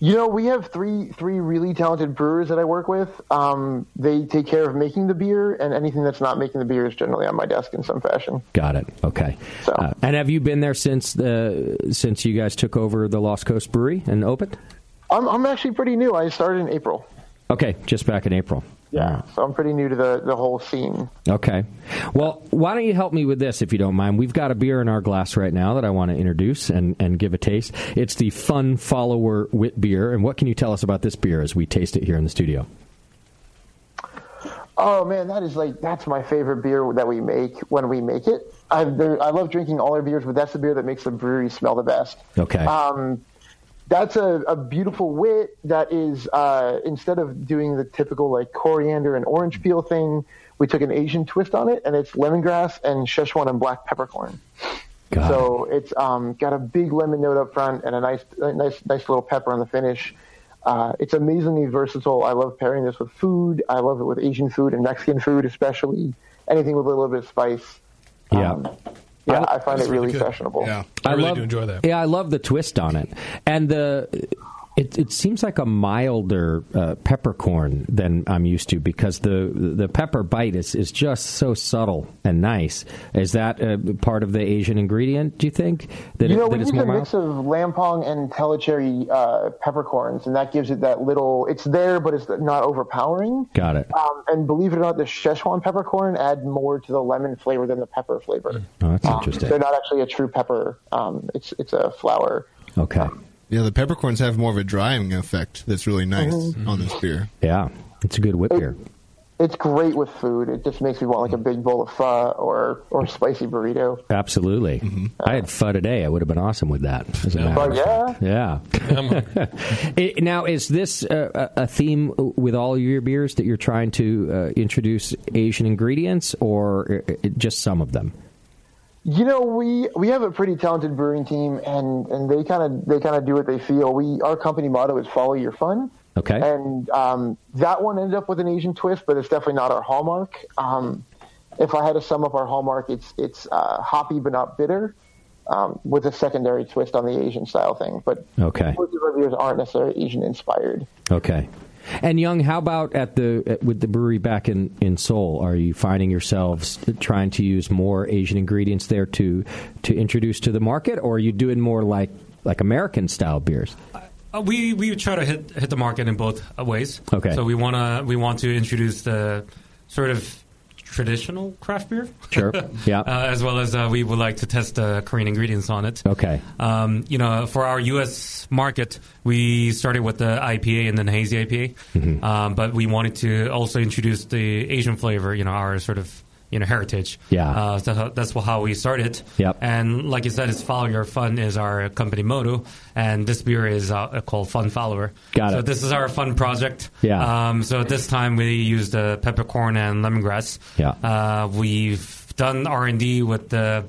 Speaker 13: You know, we have three three really talented brewers that I work with. Um, they take care of making the beer, and anything that's not making the beer is generally on my desk in some fashion.
Speaker 1: Got it. Okay. Uh, and have you been there since the since you guys took over the Lost Coast Brewery and opened?
Speaker 13: I'm I'm actually pretty new. I started in April,
Speaker 1: Okay, just back in April. Yeah.
Speaker 13: so I'm pretty new to the the whole scene.
Speaker 1: Okay. Well, why don't you help me with this if you don't mind? We've got a beer in our glass right now that I want to introduce and, and give a taste. It's the Fun Follower Wit beer. And what can you tell us about this beer as we taste it here in the studio?
Speaker 13: Oh man, that is like that's my favorite beer that we make when we make it. I there, I love drinking all our beers, but that's the beer that makes the brewery smell the best.
Speaker 1: Okay.
Speaker 13: Um, that's a, a beautiful wit that is uh, instead of doing the typical like coriander and orange peel thing, we took an Asian twist on it, and it's lemongrass and Szechuan and black peppercorn. so it's um, got a big lemon note up front and a nice, a nice, nice little pepper on the finish. Uh, it's amazingly versatile. I love pairing this with food. I love it with Asian food and Mexican food, especially anything with a little bit of spice.
Speaker 1: Yeah.
Speaker 13: Yeah, I, find
Speaker 1: That's
Speaker 13: it
Speaker 1: really
Speaker 13: really
Speaker 1: good.
Speaker 13: fashionable. Yeah,
Speaker 1: love, Yeah, I love the twist on it, and the it, it seems like a milder uh, peppercorn than I'm used to because the the pepper bite is is just so subtle and nice. Is that uh, part of the Asian ingredient? Do you think that,
Speaker 13: you know,
Speaker 1: it,
Speaker 13: we
Speaker 1: that it's
Speaker 13: use
Speaker 1: more
Speaker 13: a
Speaker 1: mild?
Speaker 13: mix of lampong and telecherry uh, peppercorns, and that gives it that little. It's there, but it's not overpowering.
Speaker 1: Got it.
Speaker 13: Um, and believe it or not, the Szechuan peppercorn add more to the lemon flavor than the pepper flavor.
Speaker 1: Oh, that's
Speaker 13: Um,
Speaker 1: interesting.
Speaker 13: They're not actually a true pepper. Um, it's it's a flower.
Speaker 1: Okay.
Speaker 4: Yeah, the peppercorns have more of a drying effect that's really nice
Speaker 13: Mhm.
Speaker 4: on this beer.
Speaker 1: Yeah, it's a good whip beer.
Speaker 13: it's great with food. It just makes me want like a big bowl of pho or or spicy burrito.
Speaker 1: Absolutely. I had pho today. I would have been awesome with that. as a matter
Speaker 13: But
Speaker 1: of
Speaker 13: Mm-hmm. yeah,
Speaker 1: fact. Yeah. [LAUGHS] It- now, is this uh, a a theme with all your beers that you're trying to uh, introduce Asian ingredients or uh, uh, just some of them?
Speaker 13: You know, we we have a pretty talented brewing team, and and they kind of they kind of do what they feel. We our company motto is follow your fun.
Speaker 1: Okay.
Speaker 13: And um, that one ended up with an Asian twist, but it's definitely not our hallmark. Um, if I had to sum up our hallmark, it's it's uh, hoppy but not bitter, um, with a secondary twist on the Asian style thing. But
Speaker 1: Okay.
Speaker 13: most of our beers aren't necessarily Asian inspired.
Speaker 1: Okay. And Young, how about at the at, with the brewery back in, in Seoul? Are you finding yourselves trying to use more Asian ingredients there to to introduce to the market, or are you doing more like like American style beers?
Speaker 9: Uh, we we try to hit hit the market in both uh, ways.
Speaker 1: Okay.
Speaker 9: So we wanna we want to introduce the sort of traditional craft beer. [LAUGHS]
Speaker 1: Sure. Yeah.
Speaker 9: Uh, as well as uh, we would like to test uh, Korean ingredients on it.
Speaker 1: Okay.
Speaker 9: Um, you know, for our U.S. market, we started with the IPA and then hazy IPA,
Speaker 1: Mm-hmm.
Speaker 9: um, but we wanted to also introduce the Asian flavor. You know, our sort of you know heritage.
Speaker 1: Yeah.
Speaker 9: Uh, so ho- that's wh- how we started.
Speaker 1: Yep.
Speaker 9: And like you said, it's follow your fun is our company motto, and this beer is uh, called Fun Follower.
Speaker 1: Got
Speaker 9: so
Speaker 1: it.
Speaker 9: this is our fun project.
Speaker 1: Yeah.
Speaker 9: Um, so this time we used uh, peppercorn and lemongrass.
Speaker 1: Yeah.
Speaker 9: Uh, we've done R and D with the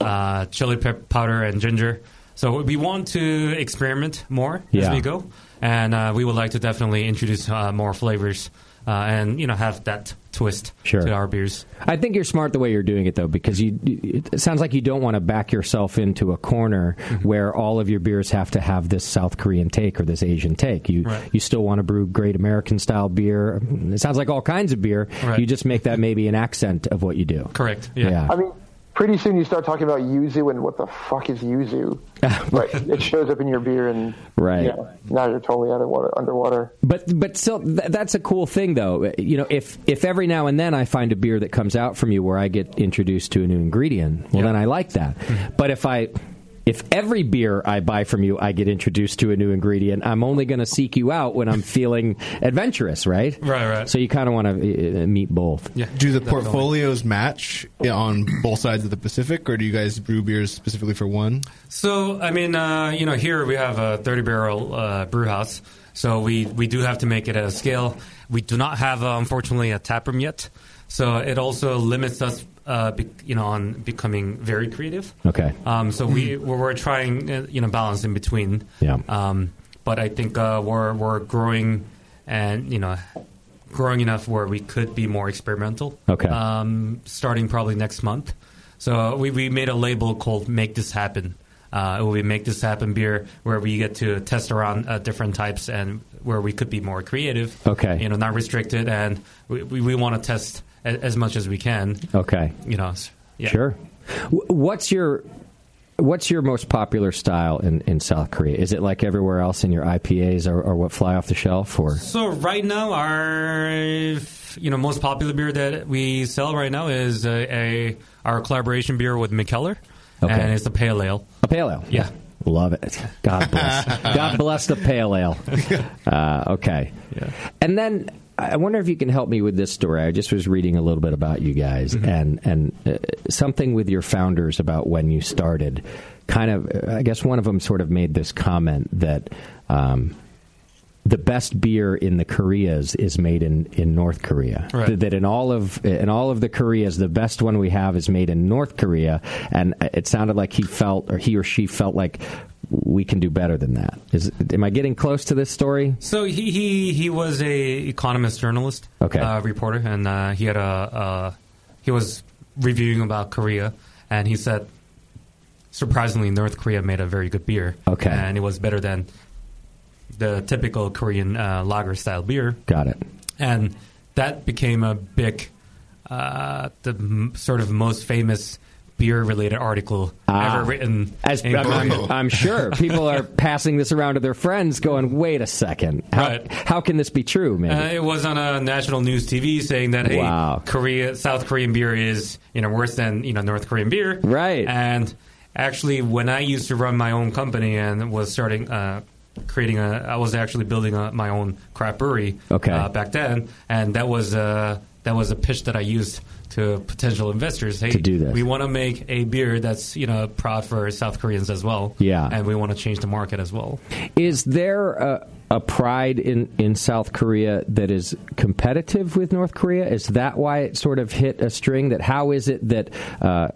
Speaker 9: uh, chili pepper powder and ginger. So we want to experiment more
Speaker 1: Yeah.
Speaker 9: as we go, and uh, we would like to definitely introduce uh, more flavors uh, and you know have that twist
Speaker 1: Sure.
Speaker 9: to our beers.
Speaker 1: I think you're smart the way you're doing it, though, because you. It sounds like you don't want to back yourself into a corner
Speaker 9: Mm-hmm.
Speaker 1: where all of your beers have to have this South Korean take or this Asian take. You
Speaker 9: Right.
Speaker 1: you still want to brew great American style beer. It sounds like all kinds of beer.
Speaker 9: Right.
Speaker 1: You just make that maybe an accent of what you do.
Speaker 9: Correct.
Speaker 1: Yeah.
Speaker 13: I mean, pretty soon you start talking about yuzu and what the fuck is
Speaker 1: [LAUGHS]
Speaker 13: yuzu? but it shows up in your beer and
Speaker 1: Right.
Speaker 13: you know, now you're totally underwater. underwater.
Speaker 1: But but still, th- that's a cool thing, though. uh, You know, if if every now and then I find a beer that comes out from you where I get introduced to a new ingredient, well, then I like that.
Speaker 9: Mm-hmm.
Speaker 1: But if I if every beer I buy from you, I get introduced to a new ingredient. I'm only going to seek you out when
Speaker 9: [LAUGHS]
Speaker 1: I'm feeling adventurous, right?
Speaker 9: Right, right.
Speaker 1: So you kind of want to uh, meet both.
Speaker 9: Yeah.
Speaker 4: Do the
Speaker 1: Definitely.
Speaker 4: portfolios match on both sides of the Pacific, or do you guys brew beers specifically for one?
Speaker 9: So, I mean, uh, you know, here we have a 30 barrel uh, brew house. So we, we do have to make it at a scale. We do not have, uh, unfortunately, a tap room yet. So it also limits us, uh, be, you know, on becoming very creative.
Speaker 1: Okay.
Speaker 9: Um, so we we're, we're trying, uh, you know, balance in between.
Speaker 1: Yeah.
Speaker 9: Um, but I think uh, we're we're growing, and you know, growing enough where we could be more experimental.
Speaker 1: Okay.
Speaker 9: Um, starting probably next month. So we we made a label called "Make This Happen." Uh, it will be "Make This Happen" beer, where we get to test around uh, different types and where we could be more creative.
Speaker 1: Okay.
Speaker 9: You know, not restricted, and we we, we want to test as, as much as we can.
Speaker 1: Okay.
Speaker 9: You know. s- Yeah.
Speaker 1: Sure. W- What's your What's your most popular style in, in South Korea? Is it like everywhere else in your IPAs or, or what fly off the shelf or?
Speaker 9: So right now, our you know most popular beer that we sell right now is a, a our collaboration beer with McKellar,
Speaker 1: Okay.
Speaker 9: and it's a pale ale.
Speaker 1: A pale ale.
Speaker 9: Yeah.
Speaker 1: Love it. God bless. God bless the pale ale. Uh, okay. And then I wonder if you can help me with this story. I just was reading a little bit about you guys and and uh, something with your founders about when you started. Kind of, uh, I guess one of them sort of made this comment that. Um, the best beer in the Koreas is made in, in North Korea.
Speaker 14: Right.
Speaker 1: Th- That in all of in all of the Koreas, the best one we have is made in North Korea, and it sounded like he felt or he or she felt like we can do better than that. Is am I getting close to this story?
Speaker 9: So he he, he was a economist journalist,
Speaker 1: Okay.
Speaker 9: uh, reporter, and uh, he had a uh, he was reviewing about Korea, and he said surprisingly North Korea made a very good beer,
Speaker 1: Okay.
Speaker 9: and it was better than the typical Korean uh, lager style beer.
Speaker 1: Got it.
Speaker 9: and that became a big, uh, the m- sort of most famous beer-related article
Speaker 1: Ah.
Speaker 9: ever written.
Speaker 1: As
Speaker 9: in
Speaker 1: I'm,
Speaker 9: Korea.
Speaker 1: I'm sure people
Speaker 9: [LAUGHS]
Speaker 1: are passing this around to their friends, going, "Wait a second, how how can this be true?" Maybe.
Speaker 9: Uh, it was on a national news TV saying that hey,
Speaker 1: Wow.
Speaker 9: Korea, South Korean beer is you know worse than you know North Korean beer, right? And actually, when I used to run my own company and was starting uh, creating a. I was actually building a, my own craft brewery.
Speaker 1: Okay.
Speaker 9: Uh, back then, and that was uh, that was a pitch that I used to potential investors. Hey,
Speaker 1: To do that.
Speaker 9: we want to make a beer that's you know proud for South Koreans as well.
Speaker 1: Yeah.
Speaker 9: and we want to change the market as well.
Speaker 1: Is there a, a pride in, in South Korea that is competitive with North Korea? Is that why it sort of hit a string? That how is it that uh,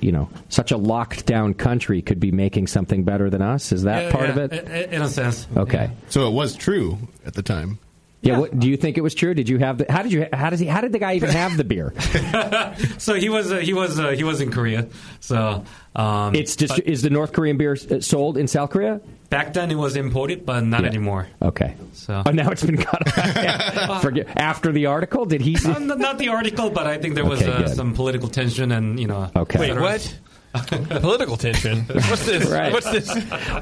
Speaker 1: you know such a locked down country could be making something better than us? Is that
Speaker 9: Yeah,
Speaker 1: part
Speaker 9: yeah,
Speaker 1: of it?
Speaker 9: i- i- In a sense.
Speaker 1: Okay.
Speaker 4: So it was true at the time.
Speaker 1: Yeah. What, do you think it was true? Did you have the? How did you? How does he? How did the guy even have the
Speaker 4: [LAUGHS]
Speaker 1: beer?
Speaker 9: [LAUGHS] So he was uh, he was uh, he was in Korea. So um,
Speaker 1: it's just,
Speaker 9: but
Speaker 1: is the North Korean beer s- sold in South Korea?
Speaker 9: back then it was imported, but not
Speaker 1: Yeah.
Speaker 9: anymore.
Speaker 1: Okay.
Speaker 9: So
Speaker 1: oh, now it's been cut. Forget, after the article, did he?
Speaker 9: Uh, n- not the article, but I think there was
Speaker 1: Okay,
Speaker 9: uh,
Speaker 1: good.
Speaker 9: some political tension, and you know.
Speaker 1: Okay.
Speaker 5: Wait,
Speaker 1: [LAUGHS]
Speaker 5: what? Political tension. [LAUGHS] What's this?
Speaker 9: Right.
Speaker 5: What's this?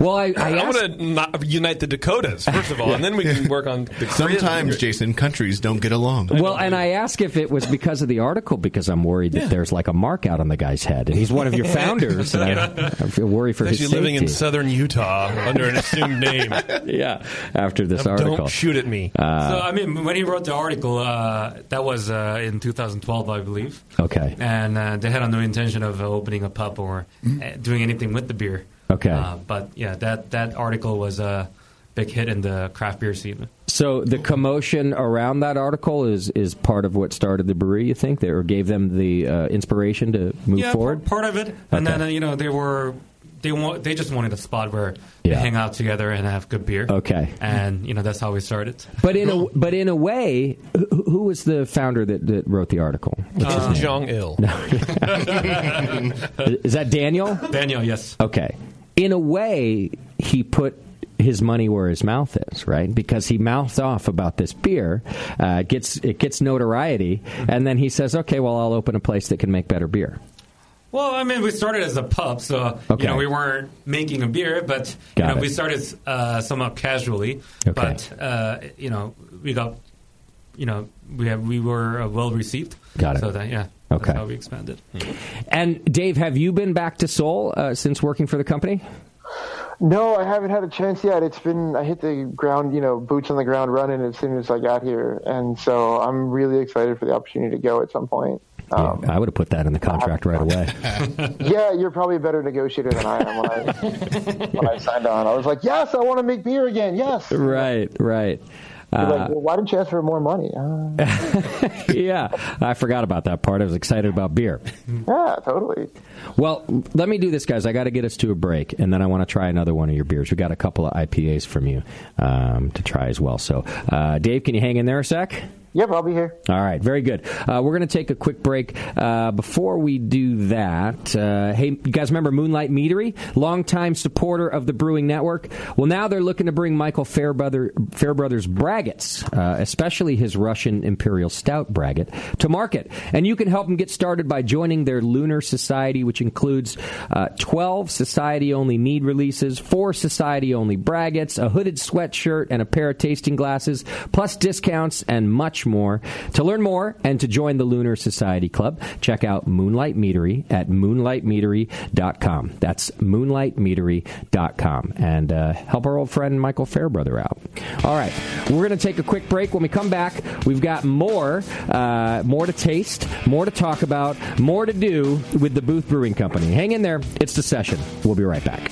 Speaker 1: Well, I,
Speaker 5: I,
Speaker 1: I asked,
Speaker 5: want to not unite the Dakotas first of all, and then we can work on. The
Speaker 4: Sometimes,
Speaker 5: Korean-
Speaker 4: Jason, countries don't get along.
Speaker 1: Well, and I ask if it was because of the article because I'm worried that there's like a mark out on the guy's head, and he's one of your founders, and I, I feel worry for
Speaker 5: Actually
Speaker 1: his
Speaker 5: living in
Speaker 1: safety.
Speaker 5: southern Utah under an assumed name.
Speaker 1: [LAUGHS] yeah, after this
Speaker 5: Don't
Speaker 1: article, Uh,
Speaker 5: shoot at me.
Speaker 9: so I mean, when he wrote the article, uh, that was uh, in 2012, I believe,
Speaker 1: okay,
Speaker 9: and uh, they had no intention of uh, opening a pub or uh, doing anything with the beer.
Speaker 1: Okay.
Speaker 9: uh, but yeah, that that article was a big hit in the craft beer scene.
Speaker 1: so the commotion around that article is is part of what started the brewery. You think that or gave them the uh, inspiration to move
Speaker 9: yeah,
Speaker 1: forward?
Speaker 9: par- part of it, and then uh, you know they were they want they just wanted a spot where
Speaker 1: Yeah.
Speaker 9: they hang out together and have good beer.
Speaker 1: Okay.
Speaker 9: and you know that's how we started.
Speaker 1: But in a but in a way, who, who was the founder that, that wrote the article? What's his
Speaker 9: Uh,
Speaker 1: name?
Speaker 5: Jong Il.
Speaker 1: [LAUGHS]
Speaker 9: [LAUGHS]
Speaker 1: Is that Daniel?
Speaker 9: Daniel, yes.
Speaker 1: Okay. In a way, he put his money where his mouth is, right? Because he mouths off about this beer, uh, it gets it gets notoriety, and then he says, "Okay, well, I'll open a place that can make better beer."
Speaker 9: Well, I mean, we started as a pub, so
Speaker 1: Okay.
Speaker 9: you know we weren't making a beer, but you
Speaker 1: Got
Speaker 9: know
Speaker 1: it.
Speaker 9: we started uh, somewhat casually. But uh, you know we got you know we have, we were uh, well received.
Speaker 1: Got it.
Speaker 9: So that, yeah,
Speaker 1: Okay.
Speaker 9: that's how we expanded.
Speaker 4: Hmm.
Speaker 1: And Dave, have you been back to Seoul uh, since working for the company?
Speaker 13: No, I haven't had a chance yet. It's been I hit the ground, you know, boots on the ground running as soon as I got here, and so I'm really excited for the opportunity to go at some point.
Speaker 1: yeah, I would have put that in the contract right away.
Speaker 13: yeah, you're probably a better negotiator than I am. When I, when I signed on, I was like, "Yes, I want to make beer again. Yes."
Speaker 1: [LAUGHS] right, right.
Speaker 13: You're
Speaker 1: Uh,
Speaker 13: like, well, why didn't you ask for more money? Uh,
Speaker 1: [LAUGHS] yeah, I forgot about that part. I was excited about beer.
Speaker 13: yeah, totally.
Speaker 1: Well, let me do this, guys. I got to get us to a break, and then I want to try another one of your beers. We got a couple of IPAs from you um, to try as well. So, uh, Dave, can you hang in there a sec?
Speaker 13: Yep, I'll be here.
Speaker 1: All right, very good. Uh, we're going to take a quick break. Uh, before we do that, uh, hey, you guys remember Moonlight Meadery? Longtime supporter of the Brewing Network. Well, now they're looking to bring Michael Fairbrother, Fairbrother's braggots, uh, especially his Russian Imperial Stout braggot, to market. And you can help them get started by joining their Lunar Society, which includes uh, 12 society only need releases, four society only braggots, a hooded sweatshirt, and a pair of tasting glasses, plus discounts and much more. To learn more and to join the Lunar Society Club, check out Moonlight Meadery at moonlightmeadery.com. That's moonlightmeadery.com. And uh, help our old friend Michael Fairbrother out. All right, we're going to take a quick break. When we
Speaker 7: [LAUGHS]
Speaker 1: come back, we've got more, uh, more to taste, more to talk about, more to do with the Booth Brewing Company. Hang in there. It's the session. We'll be right back.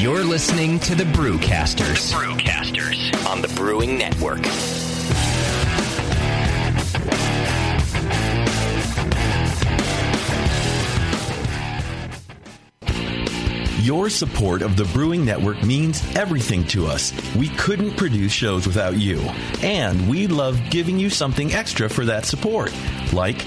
Speaker 7: You're listening to the Brewcasters. Brewcasters on the Brewing Network.
Speaker 11: Your support of the Brewing Network means everything to us. We couldn't produce shows without you. And we love giving you something extra for that support, like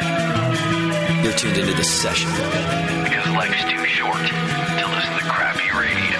Speaker 15: You're tuned into the session.
Speaker 16: Because life's too short to listen to crappy radio.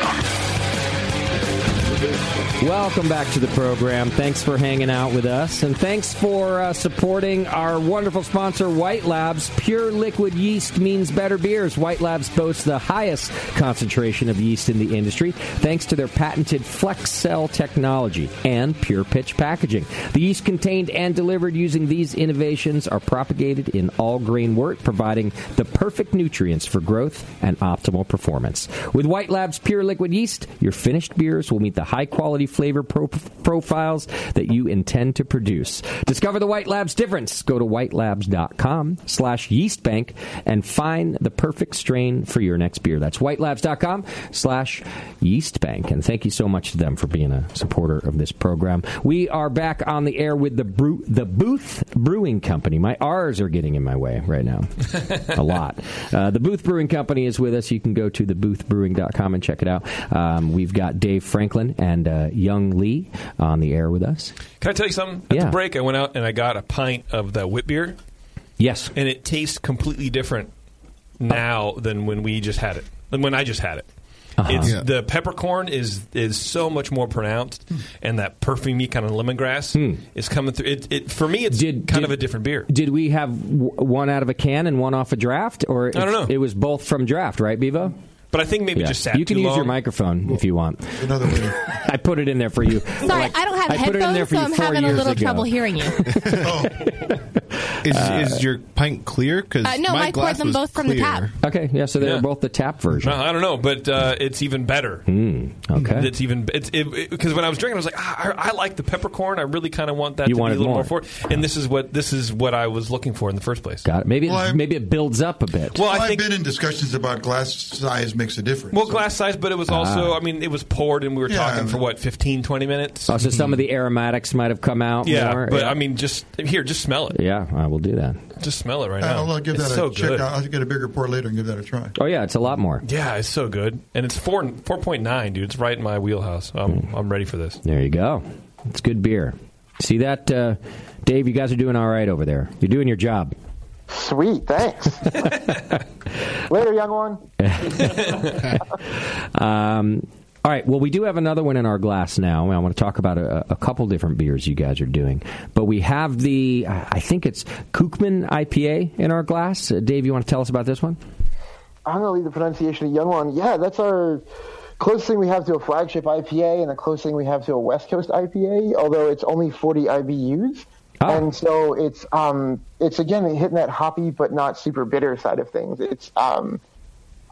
Speaker 1: Welcome back to the program. Thanks for hanging out with us. And thanks for uh, supporting our wonderful sponsor, White Labs. Pure liquid yeast means better beers. White Labs boasts the highest concentration of yeast in the industry thanks to their patented flex cell technology and pure pitch packaging. The yeast contained and delivered using these innovations are propagated in all grain wort, providing the perfect nutrients for growth and optimal performance. With White Labs Pure Liquid Yeast, your finished beers will meet the high quality flavor pro- profiles that you intend to produce. Discover the White Labs difference. Go to whitelabs.com slash yeast bank and find the perfect strain for your next beer. That's whitelabs.com slash yeast bank. And thank you so much to them for being a supporter of this program. We are back on the air with the brew, the Booth Brewing Company. My R's are getting in my way right now. a lot. Uh, the Booth Brewing Company is with us. You can go to theboothbrewing.com and check it out. Um, we've got Dave Franklin and uh, Young Lee on the air with us.
Speaker 5: Can I tell you something? At
Speaker 1: Yeah.
Speaker 5: the break, I went out and I got a pint of that wit beer.
Speaker 1: Yes.
Speaker 5: And it tastes completely different now than when we just had it, than when I just had it.
Speaker 1: Uh-huh.
Speaker 5: It's,
Speaker 1: Yeah.
Speaker 5: The peppercorn is is so much more pronounced,
Speaker 1: Hmm.
Speaker 5: and that perfumey kind of lemongrass is coming through. It, it for me, it's kind of a different beer.
Speaker 1: Did we have w- one out of a can and one off a draft, or
Speaker 5: I don't
Speaker 1: it's-
Speaker 5: know.
Speaker 1: It was both from draft, right, Bevo?
Speaker 5: But I think maybe
Speaker 1: Yeah.
Speaker 5: just sat
Speaker 1: you can
Speaker 5: too
Speaker 1: use
Speaker 5: long.
Speaker 1: your microphone if you want. Another way. [LAUGHS] I put it in there for you.
Speaker 6: Sorry, I don't have
Speaker 1: I put it in there
Speaker 6: headphones,
Speaker 1: for
Speaker 6: so
Speaker 1: you
Speaker 6: I'm
Speaker 1: four
Speaker 6: having a
Speaker 1: years
Speaker 6: little
Speaker 1: ago.
Speaker 6: trouble hearing you.
Speaker 4: Is,
Speaker 1: Uh,
Speaker 4: is your pint clear? Because
Speaker 6: Uh, no, I poured them both from the tap.
Speaker 1: Okay, yeah, so they were
Speaker 5: Yeah.
Speaker 1: both the tap version.
Speaker 5: No, I don't know, but uh, it's even better.
Speaker 1: Hmm. okay.
Speaker 5: It's even it's because it, because when I was drinking, I was like, ah, I, I like the peppercorn. I really kind of want that
Speaker 1: You
Speaker 5: to be a
Speaker 1: wanted
Speaker 5: little more.
Speaker 1: more.
Speaker 5: for it. And this is what this is what I was looking for in the first place.
Speaker 1: Got it. Maybe
Speaker 5: Well,
Speaker 1: it,
Speaker 5: I-
Speaker 1: maybe it builds up a bit.
Speaker 2: Well, I've been in discussions about glass size makes a difference.
Speaker 5: Well, glass size, but it
Speaker 1: Ah.
Speaker 5: was also, I mean, it was poured and we were
Speaker 2: Yeah, I
Speaker 5: talking
Speaker 2: mean-
Speaker 5: for what, 15, 20 minutes?
Speaker 1: Oh, so some of the aromatics might have come out.
Speaker 5: Yeah,
Speaker 1: more.
Speaker 5: but
Speaker 1: yeah.
Speaker 5: I mean, just here, just smell it.
Speaker 1: yeah, I will do that.
Speaker 5: Just smell it right now.
Speaker 2: Uh, I'll, I'll give
Speaker 5: it's
Speaker 2: that a
Speaker 5: so
Speaker 2: check
Speaker 5: good.
Speaker 2: out. I'll get a bigger pour later and give that a try.
Speaker 1: Oh yeah, it's a lot more.
Speaker 5: Yeah, it's so good. And it's four, 4.9, dude. It's right in my wheelhouse. I'm, I'm ready for this.
Speaker 1: Hmm. There you go. It's good beer. See that, uh, Dave? You guys are doing all right over there. You're doing your job.
Speaker 13: Sweet, thanks. Later, young one.
Speaker 1: [LAUGHS] [LAUGHS] Um, all right. Well, we do have another one in our glass now. I want to talk about a, a couple different beers you guys are doing, but we have the I think it's Kookman IPA in our glass. Uh, Dave, you want to tell us about this one?
Speaker 13: I'm gonna leave the pronunciation to Young One. Yeah, that's our closest thing we have to a flagship IPA, and the closest thing we have to a West Coast IPA. Although it's only 40 IBUs, and so it's um it's again hitting that hoppy but not super bitter side of things. It's um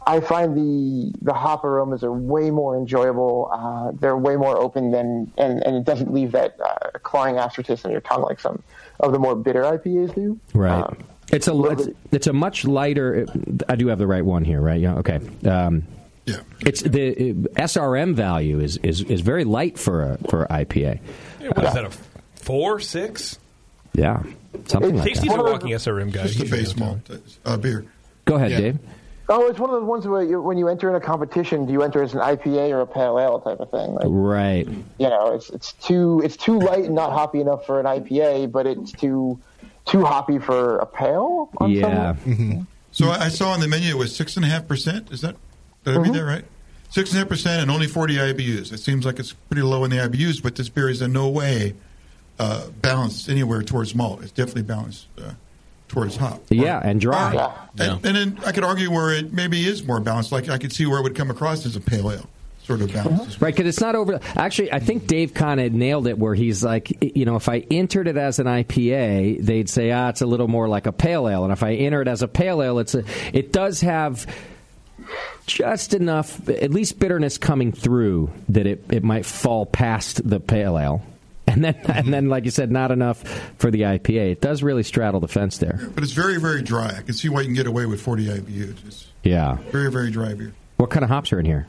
Speaker 13: I find the the hop aromas are way more enjoyable. Uh, they're way more open than and and it doesn't leave that uh, clawing aftertaste in your tongue like some of the more bitter IPAs do.
Speaker 1: Right. it's a it's, it's a much lighter. I do have the right one here, right? Yeah. Okay. Um,
Speaker 2: Yeah.
Speaker 1: It's the uh, SRM value is, is, is very light for a for a IPA.
Speaker 5: Yeah, what is that? A f- four, six?
Speaker 1: Yeah, something like
Speaker 5: Tasty's
Speaker 1: that.
Speaker 5: a walking SRM guy.
Speaker 2: Just a base malt uh, beer.
Speaker 1: Go ahead, Dave.
Speaker 13: Oh, it's one of those ones where you, when you enter in a competition, do you enter as an IPA or a pale ale type of thing? Like,
Speaker 1: Right.
Speaker 13: you know, it's it's too it's too light and not hoppy enough for an IPA, but it's too too hoppy for a pale. on some-
Speaker 2: So I I saw on the menu it was six and a half percent. Is that did I read that right? Six and a half percent and only forty IBUs. It seems like it's pretty low in the IBUs, but this beer is in no way uh, balanced anywhere towards malt. It's definitely balanced
Speaker 5: Mm-hmm.
Speaker 2: uh, towards hop.
Speaker 1: Yeah, and dry.
Speaker 2: And, and then I could argue where it maybe is more balanced. Like I could see where it would come across as a pale ale sort of balance.
Speaker 1: Right, because it's not over. Actually, I think Dave kind of nailed it where he's like, y- you know, if I entered it as an IPA, they'd say, ah, it's a little more like a pale ale. And if I enter it as a pale ale, it's a, it does have just enough, at least bitterness coming through that it, it might fall past the pale ale. And then, [LAUGHS] and then, like you said, not enough for the IPA. It does really straddle the fence there.
Speaker 2: But it's very very dry. I can see why you can get away with forty IBUs. It's
Speaker 1: Yeah.
Speaker 2: very very dry beer.
Speaker 1: What kind of hops are in here?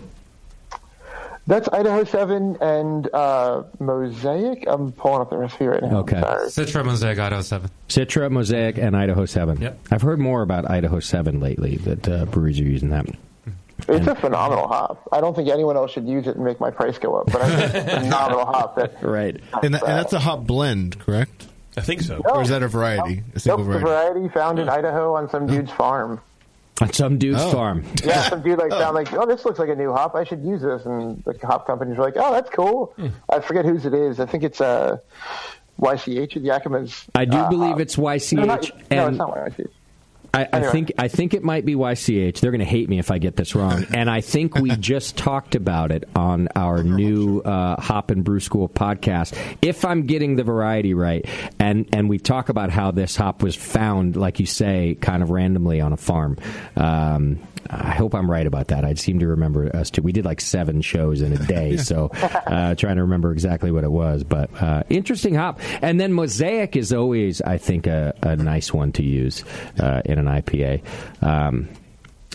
Speaker 13: That's Idaho Seven and uh, Mosaic. I'm pulling up the recipe right now.
Speaker 1: Okay.
Speaker 9: Citra Mosaic Idaho 7.
Speaker 1: Citra, Mosaic, and Idaho 7.
Speaker 9: Yep.
Speaker 1: I've heard more about Idaho 7 lately that uh, breweries are using that.
Speaker 13: It's a phenomenal hop. I don't think anyone else should use it and make my price go up, but I think it's a phenomenal hop.
Speaker 4: [LAUGHS]
Speaker 13: That,
Speaker 1: right.
Speaker 4: And, that, and that's a hop blend, correct?
Speaker 5: I think so.
Speaker 4: Or is that a variety? A single
Speaker 13: Nope, the
Speaker 4: variety?
Speaker 13: variety found in Idaho on some dude's farm.
Speaker 1: On some dude's
Speaker 4: Oh.
Speaker 1: farm.
Speaker 13: Yeah, some dude like found like, oh, this looks like a new hop. I should use this, and the hop companies were like, oh, that's cool. I forget whose it is. I think it's uh, YCH at Yakima's.
Speaker 1: I do
Speaker 13: uh,
Speaker 1: believe
Speaker 13: hop.
Speaker 1: it's YCH.
Speaker 13: No, not- no,
Speaker 1: and
Speaker 13: it's not YCH.
Speaker 1: I, I
Speaker 13: Anyway.
Speaker 1: think I think it might be YCH. They're going to hate me if I get this wrong. and I think we just talked about it on our new uh, Hop and Brew School podcast. If I'm getting the variety right, and and we talk about how this hop was found, like you say, kind of randomly on a farm. Um, I hope I'm right about that. I seem to remember us too. We did like seven shows in a day, so uh, trying to remember exactly what it was. But uh, interesting hop. And then Mosaic is always, I think, a, a nice one to use uh, in an IPA. Um,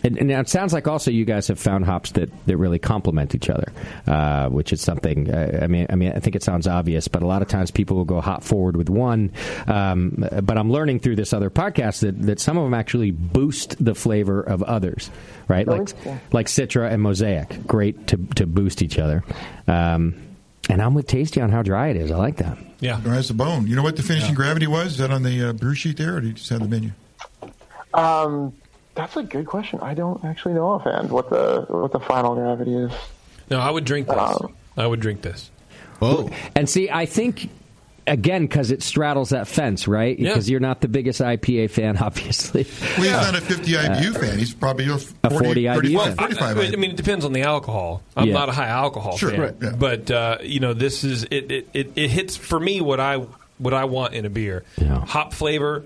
Speaker 1: and, and it sounds like also you guys have found hops that, that really complement each other, uh, which is something. Uh, I mean, I mean, I think it sounds obvious, but a lot of times people will go hop forward with one. Um, but I'm learning through this other podcast that, that some of them actually boost the flavor of others, right? Like like Citra and Mosaic, great to to boost each other. Um, and I'm with Tasty on how dry it is. I like that.
Speaker 5: Yeah,
Speaker 2: dry as a bone. You know what the finishing gravity was? Is that on the uh, brew sheet there, or did you just have the menu?
Speaker 13: Um, that's a good question. I don't actually know offhand what the what the final gravity is.
Speaker 5: No, I would drink this. I would drink this.
Speaker 4: Oh,
Speaker 1: and see, I think again because it straddles that fence, right? Because you're not the biggest IPA fan, [LAUGHS] obviously.
Speaker 2: Well, he's not a 50
Speaker 1: Uh,
Speaker 2: IBU fan. He's probably a 40,
Speaker 1: a 40 IBU
Speaker 2: 35,
Speaker 1: fan.
Speaker 2: 45
Speaker 5: I, I mean, it depends on the alcohol. I'm
Speaker 1: Yeah.
Speaker 5: not a high alcohol
Speaker 2: Sure,
Speaker 5: fan,
Speaker 2: right, yeah.
Speaker 5: but uh, you know, this is it, it, it. It hits for me what I what I want in a beer: hop flavor,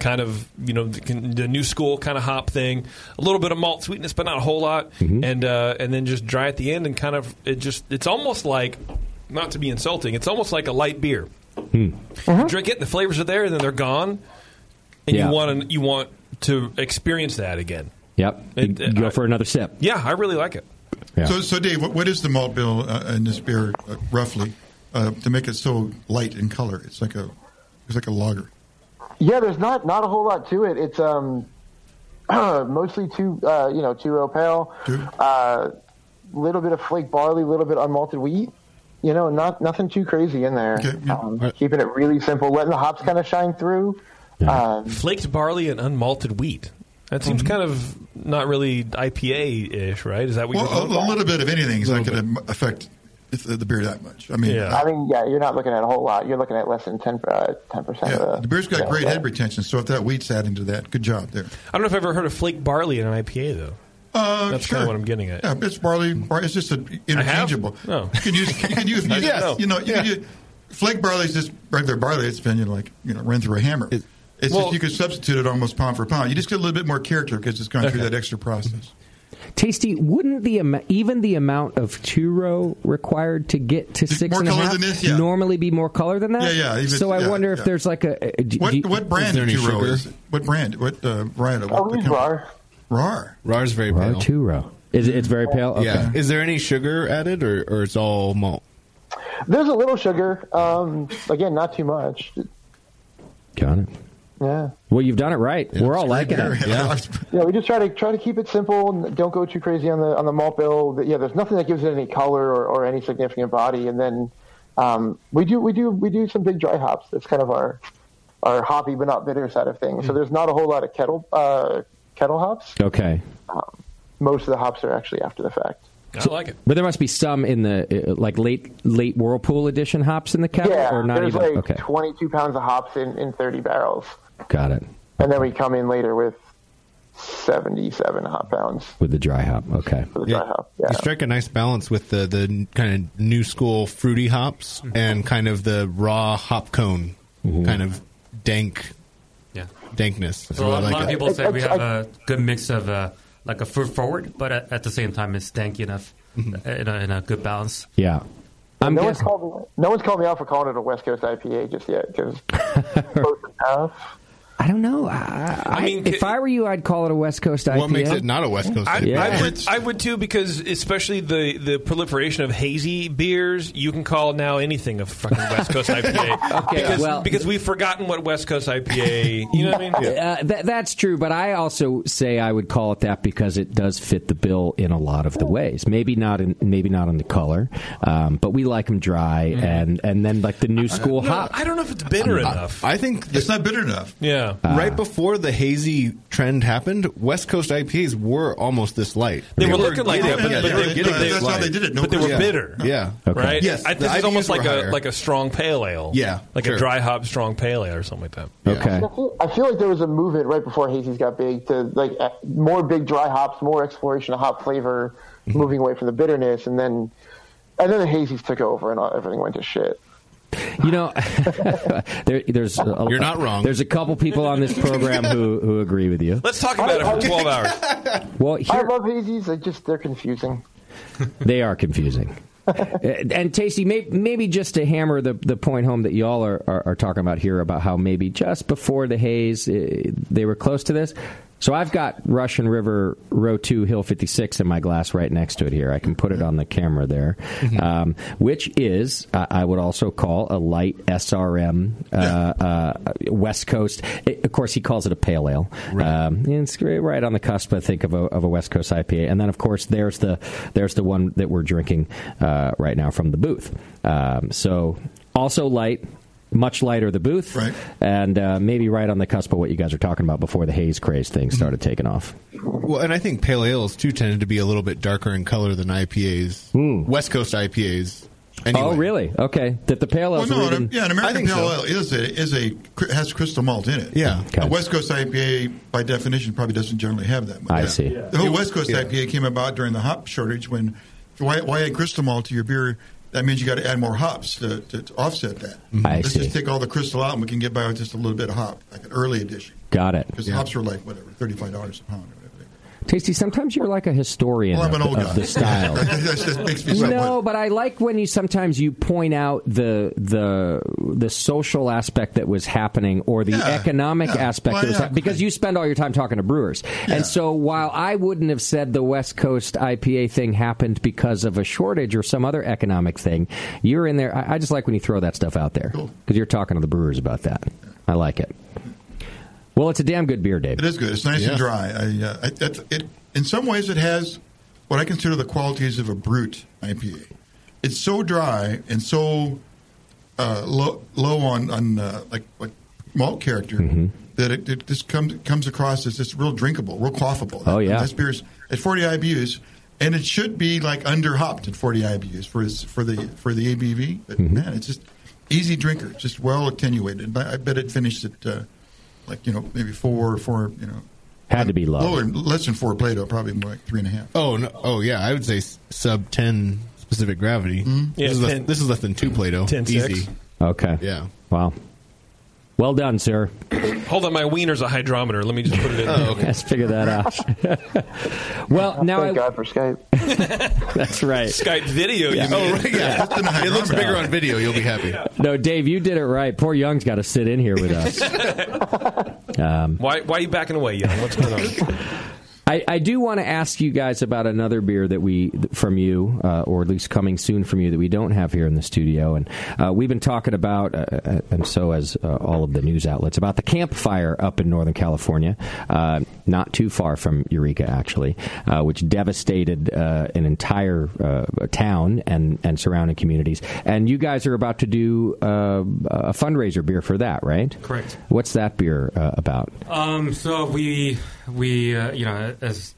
Speaker 5: kind of you know the, can- the new school kind of hop thing, a little bit of malt sweetness, but not a whole lot, and uh, and then just dry at the end and kind of it just it's almost like not to be insulting, it's almost like a light beer. You drink it, the flavors are there, and then they're gone, and
Speaker 1: Yeah.
Speaker 5: you want to, you want to experience that again.
Speaker 1: Yep.
Speaker 5: It-
Speaker 1: You go for another sip.
Speaker 5: Yeah, I really like it. Yeah.
Speaker 2: So, so Dave, what, what is the malt bill uh, in this beer, uh, roughly, uh, to make it so light in color? It's like a, it's like a lager.
Speaker 13: Yeah, there's not not a whole lot to it. It's um [CLEARS THROAT] mostly two uh, you know two row pale, uh, little bit of flake barley, little bit unmalted wheat. You know, not nothing too crazy in there. Um, Keeping it really simple, letting the hops kind of shine through. Um,
Speaker 5: Flaked barley and unmalted wheat. That seems
Speaker 2: Mhm.
Speaker 5: kind of not really IPA ish, right? Is that what
Speaker 2: Well,
Speaker 5: you're
Speaker 2: a, a little bit of anything is not
Speaker 5: Little
Speaker 2: going to affect the the beer that much. I mean,
Speaker 13: I mean, yeah, you're not looking at a whole lot. You're looking at less than ten percent.
Speaker 2: uh,
Speaker 13: of
Speaker 2: the beer's got great head retention, so if that wheat's adding to that, good job there.
Speaker 5: I don't know if I've ever heard of flaked barley in an IPA, though.
Speaker 2: Uh,
Speaker 5: That's
Speaker 2: sure.
Speaker 5: kind of what I'm getting at. Oh.
Speaker 2: Yeah, it's barley. bar- It's just a, interchangeable.
Speaker 5: No.
Speaker 2: You can use. You can use.
Speaker 5: [LAUGHS] I didn't know.
Speaker 2: You know. You can use, flake barley is just regular barley. It's been you know, like you know run through a hammer. it's
Speaker 5: Well-
Speaker 2: just you could substitute it almost pound for pound. You just get a little bit more character because it's gone through that extra process.
Speaker 1: Tasty, wouldn't the ama- even the amount of churro required to get to six
Speaker 2: more
Speaker 1: and a
Speaker 2: color
Speaker 1: half
Speaker 2: than this? Yeah.
Speaker 1: normally be more color than that?
Speaker 2: Yeah, yeah, even-
Speaker 1: so I
Speaker 2: yeah,
Speaker 1: wonder if
Speaker 2: yeah.
Speaker 1: there's like a. uh, do-
Speaker 2: What
Speaker 1: do-
Speaker 2: what brand did you roll? Is it? What brand? What uh, variety? What
Speaker 1: Oh, we use
Speaker 2: rar. Rar.
Speaker 4: Rar is very
Speaker 1: Rar two row. Is it, it's very pale. Okay.
Speaker 4: Yeah. Is there any sugar added, or, or it's all malt?
Speaker 13: There's a little sugar. Um, again, not too much.
Speaker 1: Got it.
Speaker 13: Yeah.
Speaker 1: Well, you've done it right. We're all liking it. Yeah.
Speaker 13: Yeah, we just try to try to keep it simple and don't go too crazy on the on the malt bill. Yeah, there's nothing that gives it any color or, or any significant body. And then um, we do we do we do some big dry hops. That's kind of our our hoppy but not bitter side of things. So
Speaker 1: Mm.
Speaker 13: there's not a whole lot of kettle uh, kettle hops.
Speaker 1: Okay.
Speaker 13: Um, most of the hops are actually after the fact.
Speaker 5: I like it.
Speaker 1: But there must be some in the uh, like late late Whirlpool edition hops in the kettle,
Speaker 13: yeah,
Speaker 1: or not
Speaker 13: there's
Speaker 1: even.
Speaker 13: like
Speaker 1: okay,
Speaker 13: 22 pounds of hops in, in 30 barrels,
Speaker 1: got it.
Speaker 13: and then we come in later with 77 hop pounds
Speaker 1: With the dry hop. Okay.
Speaker 13: for the dry hop. Yeah.
Speaker 4: You strike a nice balance with the, the kind of new school fruity hops
Speaker 5: Mm-hmm.
Speaker 4: and kind of the raw hop cone kind of dank
Speaker 9: Yeah.
Speaker 4: dankness.
Speaker 9: So a lot,
Speaker 4: I like
Speaker 9: lot of
Speaker 4: that.
Speaker 9: people say we have a good mix of uh, like a fruit forward, but at, at the same time it's danky enough
Speaker 4: Mm-hmm.
Speaker 9: uh, in, a, in a good balance.
Speaker 1: Yeah. [LAUGHS] I'm
Speaker 13: no
Speaker 1: guessing.
Speaker 13: one's called no one's called me out for calling it a West Coast IPA just yet because
Speaker 1: I don't know. I, I,
Speaker 5: mean,
Speaker 1: if I were you, I'd call it a West Coast IPA.
Speaker 5: I,
Speaker 1: yeah.
Speaker 5: I would, I would too, because especially the, the proliferation of hazy beers, you can call now anything a fucking West
Speaker 2: [LAUGHS]
Speaker 5: Coast IPA.
Speaker 1: Okay,
Speaker 5: because,
Speaker 1: well-
Speaker 5: because we've forgotten what West Coast IPA. You know what I
Speaker 1: [LAUGHS]
Speaker 5: mean?
Speaker 1: Uh, that, that's true, but I also say I would call it that because it does fit the bill in a lot of the ways. Maybe not in maybe not in the color, um, but we like them dry and and then like the new school
Speaker 5: No,
Speaker 1: hop.
Speaker 5: Mm-hmm. I don't know if it's bitter
Speaker 4: I-
Speaker 5: enough.
Speaker 4: I think
Speaker 2: it's not bitter enough.
Speaker 5: Yeah.
Speaker 4: right before the hazy trend happened, West Coast IPAs were almost this light.
Speaker 5: They were looking like
Speaker 4: getting-
Speaker 5: that, but
Speaker 4: yeah,
Speaker 5: they
Speaker 4: they
Speaker 5: were
Speaker 4: were
Speaker 5: getting
Speaker 4: getting
Speaker 5: this
Speaker 4: light.
Speaker 5: light. but they were bitter.
Speaker 4: Yeah.
Speaker 5: Right?
Speaker 4: Yes.
Speaker 5: I,
Speaker 4: the
Speaker 5: this is almost
Speaker 4: IBUs were
Speaker 5: like
Speaker 4: higher.
Speaker 5: a like a strong pale ale.
Speaker 4: Yeah,
Speaker 5: Like
Speaker 4: sure.
Speaker 5: a dry hop strong pale ale or something like that.
Speaker 1: Okay.
Speaker 13: I feel, I feel like there was a movement right before hazy's got big to like uh, more big dry hops, more exploration of hop flavor,
Speaker 4: Mm-hmm.
Speaker 13: moving away from the bitterness, and then and then the hazies took over and all, everything went to shit.
Speaker 1: You know, [LAUGHS] there, there's a,
Speaker 13: You're not wrong.
Speaker 1: There's a couple people on this program who who agree with you.
Speaker 5: Let's talk about it for 12 hours.
Speaker 1: Well,
Speaker 13: I love hazies. They just they're confusing.
Speaker 1: They are
Speaker 13: [LAUGHS]
Speaker 1: confusing. and and Tasty, may, maybe just to hammer the, the point home that y'all are, are, are talking about here about how maybe just before the haze, eh, they were close to this. So I've got Russian River Row 2 Hill 56 in my glass right next to it here. I can put it on the camera there,
Speaker 13: Mm-hmm.
Speaker 1: um, which is, uh, I would also call a light SRM uh, uh, West Coast. It, of course, he calls it a pale ale. Um, it's right on the cusp, I think, of a, of a West Coast IPA. And then, of course, there's the there's the one that we're drinking uh, right now from the booth. Um, so also light, much lighter the booth, right. and uh, maybe right on the cusp of what you guys are talking about before the haze craze thing
Speaker 2: Mm-hmm.
Speaker 1: started taking off.
Speaker 4: Well, and I think pale ales too tended to be a little bit darker in color than IPAs. West Coast IPAs. Anyway.
Speaker 1: Oh, really? Okay, that the pale
Speaker 4: Well,
Speaker 1: ales
Speaker 4: no,
Speaker 1: were
Speaker 4: and
Speaker 1: even-
Speaker 4: I'm-
Speaker 2: Yeah, an
Speaker 4: I
Speaker 2: American
Speaker 4: think
Speaker 2: Pale
Speaker 4: so.
Speaker 2: Ale is a is a cr- has crystal malt in it.
Speaker 4: Yeah.
Speaker 2: a West Coast IPA by definition probably doesn't generally have that much.
Speaker 1: I see. Yeah.
Speaker 2: The whole West Coast IPA came about during the hop shortage. When why why add crystal malt to your beer? That means you got to add more hops to, to, to offset that.
Speaker 1: Mm-hmm. I
Speaker 2: Let's
Speaker 1: see.
Speaker 2: just take all the crystal out and we can get by with just a little bit of hop, like an early edition,
Speaker 1: Got it.
Speaker 2: because hops were like whatever thirty five dollars a pound.
Speaker 1: Tasty. Sometimes you're like a historian
Speaker 2: Well, I'm
Speaker 1: of,
Speaker 2: an old
Speaker 1: of
Speaker 2: guy.
Speaker 1: the
Speaker 2: [LAUGHS]
Speaker 1: style.
Speaker 2: that just makes me somewhat-
Speaker 1: No, but I like when you sometimes you point out the the the social aspect that was happening or the economic aspect that was hap- because you spend all your time talking to brewers. And so while I wouldn't have said the West Coast IPA thing happened because of a shortage or some other economic thing, you're in there. I, I just like when you throw that stuff out there because you're talking to the brewers about that. I like it. Well, it's a damn good beer, Dave.
Speaker 2: It is good. It's nice
Speaker 1: Yeah.
Speaker 2: and dry. I, uh, I, that's it, in some ways, it has what I consider the qualities of a brute IPA. It's so dry and so uh, low, low on, on uh, like, like malt character
Speaker 1: Mm-hmm.
Speaker 2: that it, it just comes comes across as just real drinkable, real quaffable.
Speaker 1: Oh, yeah.
Speaker 2: This beer's at 40 IBUs, and it should be like under hopped at 40 IBUs for its, for the for the ABV. But
Speaker 1: Mm-hmm.
Speaker 2: man, it's just easy drinker, just well attenuated. I, I bet it finished at uh, like you know maybe four or four you know
Speaker 1: Had to be low.
Speaker 2: lower less than four Plato, probably more like three and a half.
Speaker 4: Oh no! Oh yeah, I would say s- sub ten specific gravity.
Speaker 2: Yeah,
Speaker 4: this, is less,
Speaker 2: 10
Speaker 4: this is less than two Plato.
Speaker 5: 10, six.
Speaker 4: Easy.
Speaker 1: Okay.
Speaker 4: Yeah.
Speaker 1: Wow. Well done, sir.
Speaker 5: Hold on, my wiener's a hydrometer. Let me just put it in.
Speaker 1: Oh, okay. Let's figure that out. well, now
Speaker 5: Thank
Speaker 1: I,
Speaker 5: God
Speaker 13: for Skype.
Speaker 1: That's right.
Speaker 5: Skype video, you
Speaker 4: Oh,
Speaker 5: mean?
Speaker 4: it looks bigger on video. You'll be happy.
Speaker 1: No, Dave, you did it right. Poor Young's got to sit in here with us. Um,
Speaker 5: Why, why are you backing away, Young? What's going on?
Speaker 1: I, I do want to ask you guys about another beer that we from you, uh, or at least coming soon from you that we don't have here in the studio, and uh, we've been talking about, uh, and so as uh, all of the news outlets about the campfire up in Northern California, uh, not too far from Eureka actually, uh, which devastated uh, an entire uh, town and and surrounding communities. And you guys are about to do uh, a fundraiser beer for that, right?
Speaker 9: Correct.
Speaker 1: What's that beer uh, about?
Speaker 9: Um, so we we uh, you know as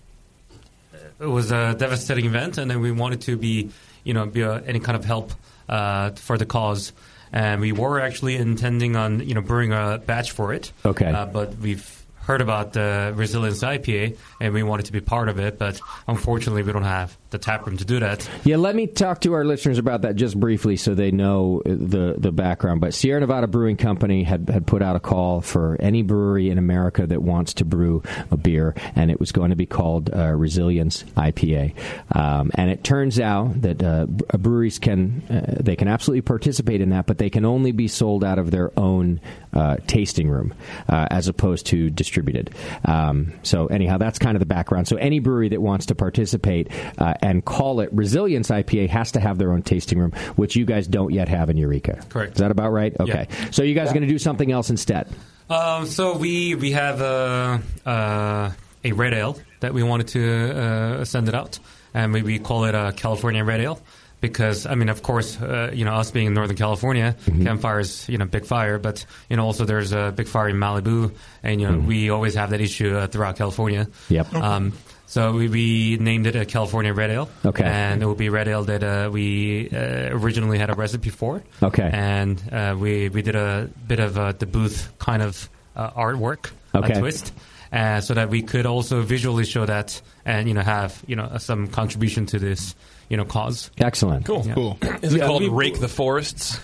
Speaker 9: it was a devastating event, and then we wanted to be you know be a, any kind of help uh, for the cause, and we were actually intending on you know brewing a batch for it.
Speaker 1: Okay.
Speaker 9: uh, but we've heard about the resilience IPA, and we wanted to be part of it, but unfortunately, we don't have the tap room to do that.
Speaker 1: Yeah, let me talk to our listeners about that just briefly so they know the the background. But Sierra Nevada Brewing Company had, had put out a call for any brewery in America that wants to brew a beer, and it was going to be called uh, Resilience IPA. Um, and it turns out that uh, b- breweries can uh, they can absolutely participate in that, but they can only be sold out of their own uh, tasting room uh, as opposed to distributed. Um, so anyhow, that's kind of the background. So any brewery that wants to participate uh, and call it Resilience IPA has to have their own tasting room, which you guys don't yet have in Eureka.
Speaker 9: Correct.
Speaker 1: Is that about right? Okay. So you guys are going to do something else instead.
Speaker 9: Um, so we we have a uh, uh, a red ale that we wanted to uh, send it out, and we, we call it a California red ale because I mean, of course, uh, you know, us being in Northern California,
Speaker 1: Mm-hmm.
Speaker 9: campfire is you know big fire, but you know also there's a big fire in Malibu, and you know we always have that issue uh, throughout California.
Speaker 1: Mm-hmm. Yep.
Speaker 9: Um, so we, we named it a California red ale.
Speaker 1: Okay.
Speaker 9: And it will be red ale that uh, we uh, originally had a recipe for
Speaker 1: Okay.
Speaker 9: and uh, we we did a bit of uh, the booth kind of uh, artwork
Speaker 1: Okay.
Speaker 9: a twist, uh, so that we could also visually show that and you know have you know some contribution to this you know cause.
Speaker 1: Excellent.
Speaker 5: Cool.
Speaker 9: Yeah.
Speaker 5: Cool. Is it
Speaker 9: Yeah,
Speaker 5: called
Speaker 9: we-
Speaker 5: Rake the
Speaker 9: [LAUGHS]
Speaker 5: Forests?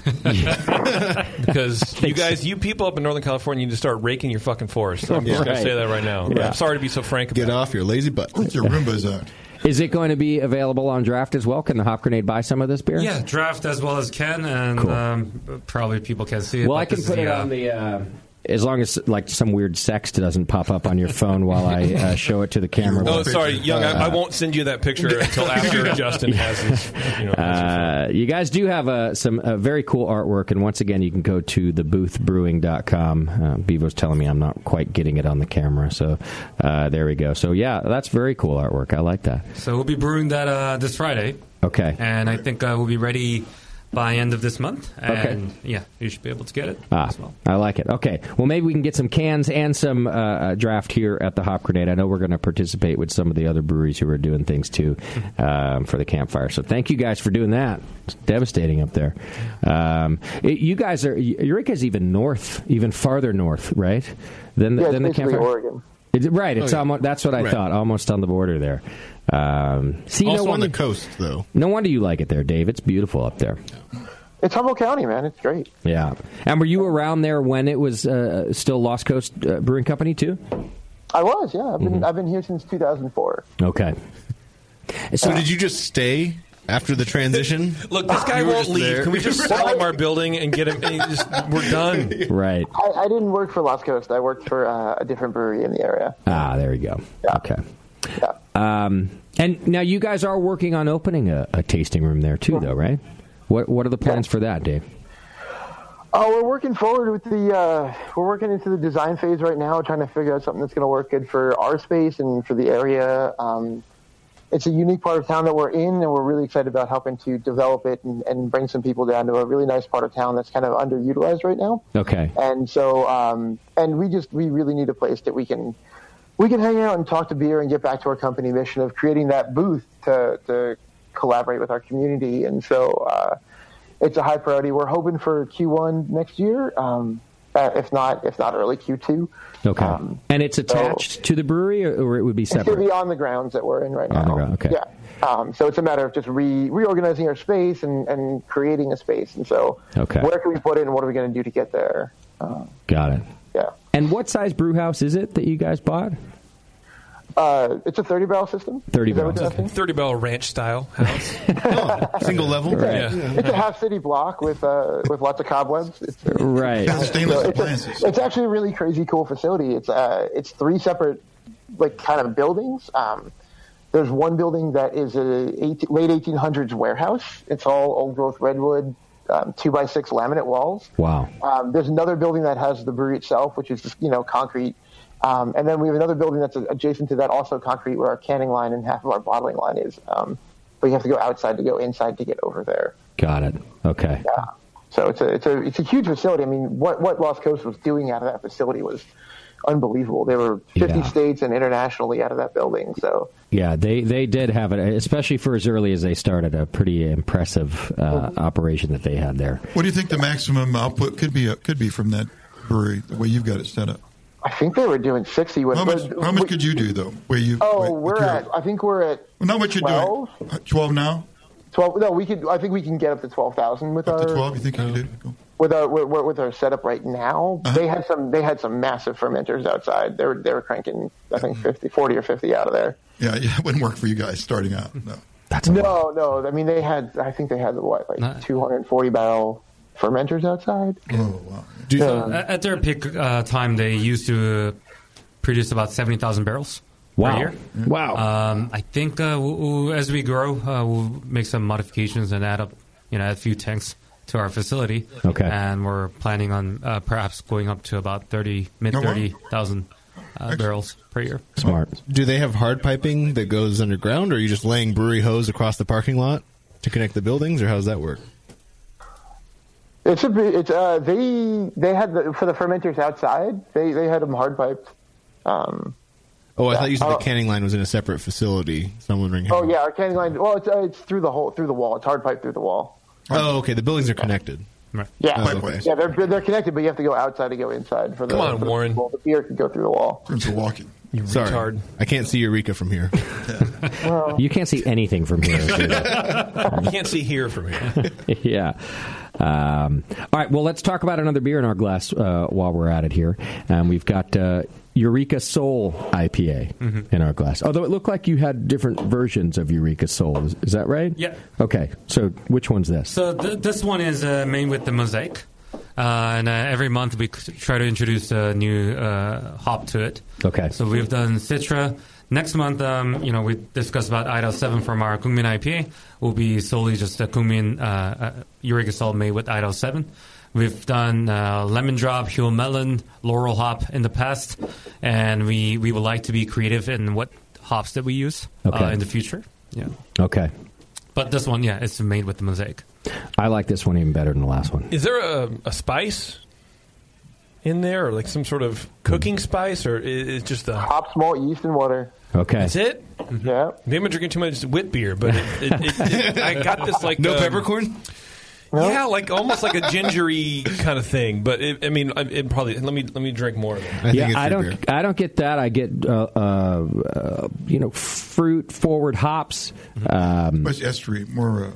Speaker 5: because you guys, you people up in Northern California need to start raking your fucking forests. I'm just going
Speaker 1: Right.
Speaker 5: to say that right now.
Speaker 1: Yeah.
Speaker 5: I'm sorry to be so frank about Get
Speaker 4: off your lazy butt.
Speaker 2: Put your Roombas out.
Speaker 1: [LAUGHS] Is it going to be available on draft as well? Can the Hop Grenade buy some of this beer?
Speaker 9: Yeah, draft as well as Ken, and um, probably people can see it.
Speaker 1: Well,
Speaker 9: but
Speaker 1: I can
Speaker 9: this
Speaker 1: put
Speaker 9: is
Speaker 1: it
Speaker 9: the, uh,
Speaker 1: on the. Uh, as long as like some weird sext doesn't pop up on your phone while I uh, show [LAUGHS] it to uh, the camera.
Speaker 5: Oh, sorry, Young. I, I won't send you
Speaker 1: [LAUGHS]
Speaker 5: that picture until after Justin has his. You know,
Speaker 1: Uh, you guys do have uh, some uh, very cool artwork, and once again, you can go to theboothbrewing.com. Uh, Bevo's telling me I'm not quite getting it on the camera, so uh, there we go. So yeah, that's very cool artwork. I like that.
Speaker 9: So we'll be brewing that uh, this Friday,
Speaker 1: Okay.
Speaker 9: and I think uh, we'll be ready by end of this month.
Speaker 1: Okay.
Speaker 9: And yeah, you should be able to get it.
Speaker 1: Ah, I like it. Okay. Well, maybe we can get some cans and some uh, uh, draft here at the Hop Grenade. I know we're going to participate with some of the other breweries who are doing things too um, for the campfire. So thank you guys for doing that. It's devastating up there. Um, it- you guys are Eureka's even north, even farther north, right? Than the,
Speaker 13: Yeah, it's
Speaker 1: than the
Speaker 13: basically
Speaker 1: campfire.
Speaker 13: Oregon.
Speaker 1: It's- right. It's
Speaker 13: Oh, yeah.
Speaker 1: almost. That's what I
Speaker 13: Right.
Speaker 1: thought. Almost on the border there. Um, see,
Speaker 4: also
Speaker 1: no
Speaker 4: on
Speaker 1: wonder,
Speaker 4: the coast, though.
Speaker 1: no wonder you like it there, Dave. It's beautiful up there.
Speaker 13: It's Humboldt County, man. It's great.
Speaker 1: Yeah. And were you around there when it was uh, still Lost Coast uh, Brewing Company too?
Speaker 13: I was, yeah. I've been
Speaker 4: Mm-hmm.
Speaker 13: I've been here since 2004.
Speaker 1: Okay.
Speaker 4: So did you just stay after the transition?
Speaker 5: Look, this guy
Speaker 4: You were
Speaker 5: won't
Speaker 4: just
Speaker 5: leave.
Speaker 4: there. [LAUGHS]
Speaker 5: Can we just sell him our building and get him? and just, we're done.
Speaker 1: [LAUGHS] Right.
Speaker 13: I, I didn't work for Lost Coast. I worked for uh, a different brewery in the area.
Speaker 1: Ah, there you go. Okay. Um, and now you guys are working on opening a, a tasting room there too, though, right? What What are the plans for that, Dave?
Speaker 13: Oh, we're working forward with the uh, we're working into the design phase right now, trying to figure out something that's going to work good for our space and for the area. Um, it's a unique part of town that we're in, and we're really excited about helping to develop it and, and bring some people down to a really nice part of town that's kind of underutilized right now.
Speaker 1: Okay.
Speaker 13: And so, um, and we just we really need a place that we can we can hang out and talk to beer and get back to our company mission of creating that booth to to collaborate with our community. And so, uh, it's a high priority. We're hoping for Q1 next year. Um, uh, if not, if not early Q2,
Speaker 1: Okay.
Speaker 13: Um,
Speaker 1: and it's attached to the brewery, or, or it would be
Speaker 13: it should
Speaker 1: separate?
Speaker 13: be on the grounds that we're in right
Speaker 1: On the
Speaker 13: now.
Speaker 1: ground, okay.
Speaker 13: Yeah. Um, so it's a matter of just re- reorganizing our space and, and creating a space. And so,
Speaker 1: Okay.
Speaker 13: where can we put it, and what are we going to do to get there? Um,
Speaker 1: Got it.
Speaker 13: yeah.
Speaker 1: And what size brew house is it that you guys bought?
Speaker 13: Uh, it's a 30 barrel system.
Speaker 1: 30
Speaker 13: Is that what
Speaker 1: barrel.
Speaker 13: you're asking?
Speaker 5: Thirty barrel ranch style
Speaker 13: [LAUGHS]
Speaker 5: house,
Speaker 4: Oh, single level.
Speaker 13: It's, a, it's a half city block with uh, with lots of cobwebs. It's,
Speaker 1: Right.
Speaker 13: it's, a- it's actually a really crazy cool facility. It's uh, it's three separate like kind of buildings. Um, there's one building that is a 18, late 1800s warehouse. It's all old growth redwood, um, two by six laminate walls.
Speaker 1: Wow.
Speaker 13: Um, there's another building that has the brewery itself, which is just you know concrete. Um, and then we have another building that's adjacent to that, also concrete, where our canning line and half of our bottling line is. Um, but you have to go outside to go inside to get over there.
Speaker 1: Got it. Okay.
Speaker 13: Yeah. So it's a it's a it's a huge facility. I mean, what what Lost Coast was doing out of that facility was unbelievable. There were 50
Speaker 1: Yeah.
Speaker 13: states and internationally out of that building. So
Speaker 1: Yeah, they, they did have it, especially for as early as they started, a pretty impressive
Speaker 13: Mm-hmm.
Speaker 1: uh, operation that they had there.
Speaker 2: What do you think the maximum output could be? uh, Could be from that brewery the way you've got it set up.
Speaker 13: I think they were doing 60. When,
Speaker 2: how much?
Speaker 13: but-
Speaker 2: How much could you do though? Where you?
Speaker 13: Oh,
Speaker 2: where-
Speaker 13: we're
Speaker 2: with your-
Speaker 13: at. I think we're at.
Speaker 2: Well, not what you're doing.
Speaker 13: 12?
Speaker 2: doing. Twelve now.
Speaker 13: Twelve. No, we could. I think we can get up to twelve thousand with our
Speaker 2: To twelve. You think you could do?
Speaker 13: with our with, with our setup right now.
Speaker 2: Uh-huh.
Speaker 13: They had some. They had some massive fermenters outside. They were they were cranking. I think
Speaker 2: Mm.
Speaker 13: 50, 40 or fifty out of there.
Speaker 2: Yeah, yeah, [LAUGHS] it wouldn't work for you guys starting out. No.
Speaker 13: no, no. I mean, they had. I think they had what like two hundred and forty barrel fermenters outside.
Speaker 2: Oh wow.
Speaker 9: So, a- at their peak uh, time, they used to uh, produce about seventy thousand barrels
Speaker 1: Wow.
Speaker 9: per year.
Speaker 1: Wow!
Speaker 9: Um, I think uh, we'll, we'll- as we grow, uh, we'll make some modifications and add up, you know, add a few tanks to our facility.
Speaker 1: Okay.
Speaker 9: And we're planning on uh, perhaps going up to about thirty, mid
Speaker 2: Oh, wow.
Speaker 9: thirty thousand uh, barrels per year.
Speaker 1: Smart.
Speaker 4: Do they have hard piping that goes underground, or are you just laying brewery hose across the parking lot to connect the buildings, or how does that work?
Speaker 13: It's a bit. It's uh they they had the for the fermenters outside. They they had them hard piped. Um,
Speaker 4: Oh, I thought you said
Speaker 13: Oh.
Speaker 4: the canning line was in a separate facility. So I'm wondering. How-
Speaker 13: oh yeah, our canning line. Well, it's uh, it's through the whole through the wall. It's hard piped through the wall.
Speaker 4: oh, okay. The buildings are connected.
Speaker 9: Right.
Speaker 13: Yeah,
Speaker 4: Oh, okay.
Speaker 13: yeah, they're they're connected, but you have to go outside to go inside for the.
Speaker 4: Come on,
Speaker 13: for the,
Speaker 4: Warren.
Speaker 13: Well, the beer can go through the wall.
Speaker 2: Terms of walking.
Speaker 4: You Sorry,
Speaker 1: retard.
Speaker 4: I can't see Eureka from here.
Speaker 1: You can't see anything from here.
Speaker 5: you can't see here from here.
Speaker 1: [LAUGHS] yeah. Um, all right. Well, let's talk about another beer in our glass uh, while we're at it here. Um, we've got uh, Eureka Soul IPA in our glass. Although it looked like you had different versions of Eureka Soul. Is, is that right?
Speaker 9: Yeah.
Speaker 1: Okay. So which one's this?
Speaker 9: So th- this one is uh, made with the mosaic, uh, and uh, every month we c- try to introduce a new uh, hop to it.
Speaker 1: Okay.
Speaker 9: So we've done Citra. Next month, um, you know, we discussed about Idol 7 from our Kungmin IPA. Will be solely just a Kungmin uh, uh, Eureka Salt made with Idol 7. We've done uh, Lemon Drop, Huel Melon, Laurel Hop in the past, and we, we would like to be creative in what hops that we use uh,
Speaker 1: Okay.
Speaker 9: in the future. Yeah.
Speaker 1: Okay.
Speaker 9: But this one, yeah, it's made with the mosaic.
Speaker 1: I like this one even better than the last one.
Speaker 5: Is there a, a spice in there, or like some sort of cooking spice, or i- is it just the
Speaker 13: hops, malt, yeast, and water? Mm-hmm.
Speaker 1: Okay,
Speaker 5: that's it.
Speaker 13: Yeah.
Speaker 5: Maybe I'm drinking too much wit beer, but it, it, it, it- I
Speaker 1: [LAUGHS]
Speaker 5: got this like
Speaker 4: No
Speaker 5: um,
Speaker 4: peppercorn?
Speaker 5: Yeah, like almost like a gingery kind of thing. But it, I mean, I- it probably let me let me drink more of it.
Speaker 1: yeah, I don't. I don't get that. I get uh, uh, uh, you know fruit forward hops. Um,
Speaker 2: Much estuary, more. Uh,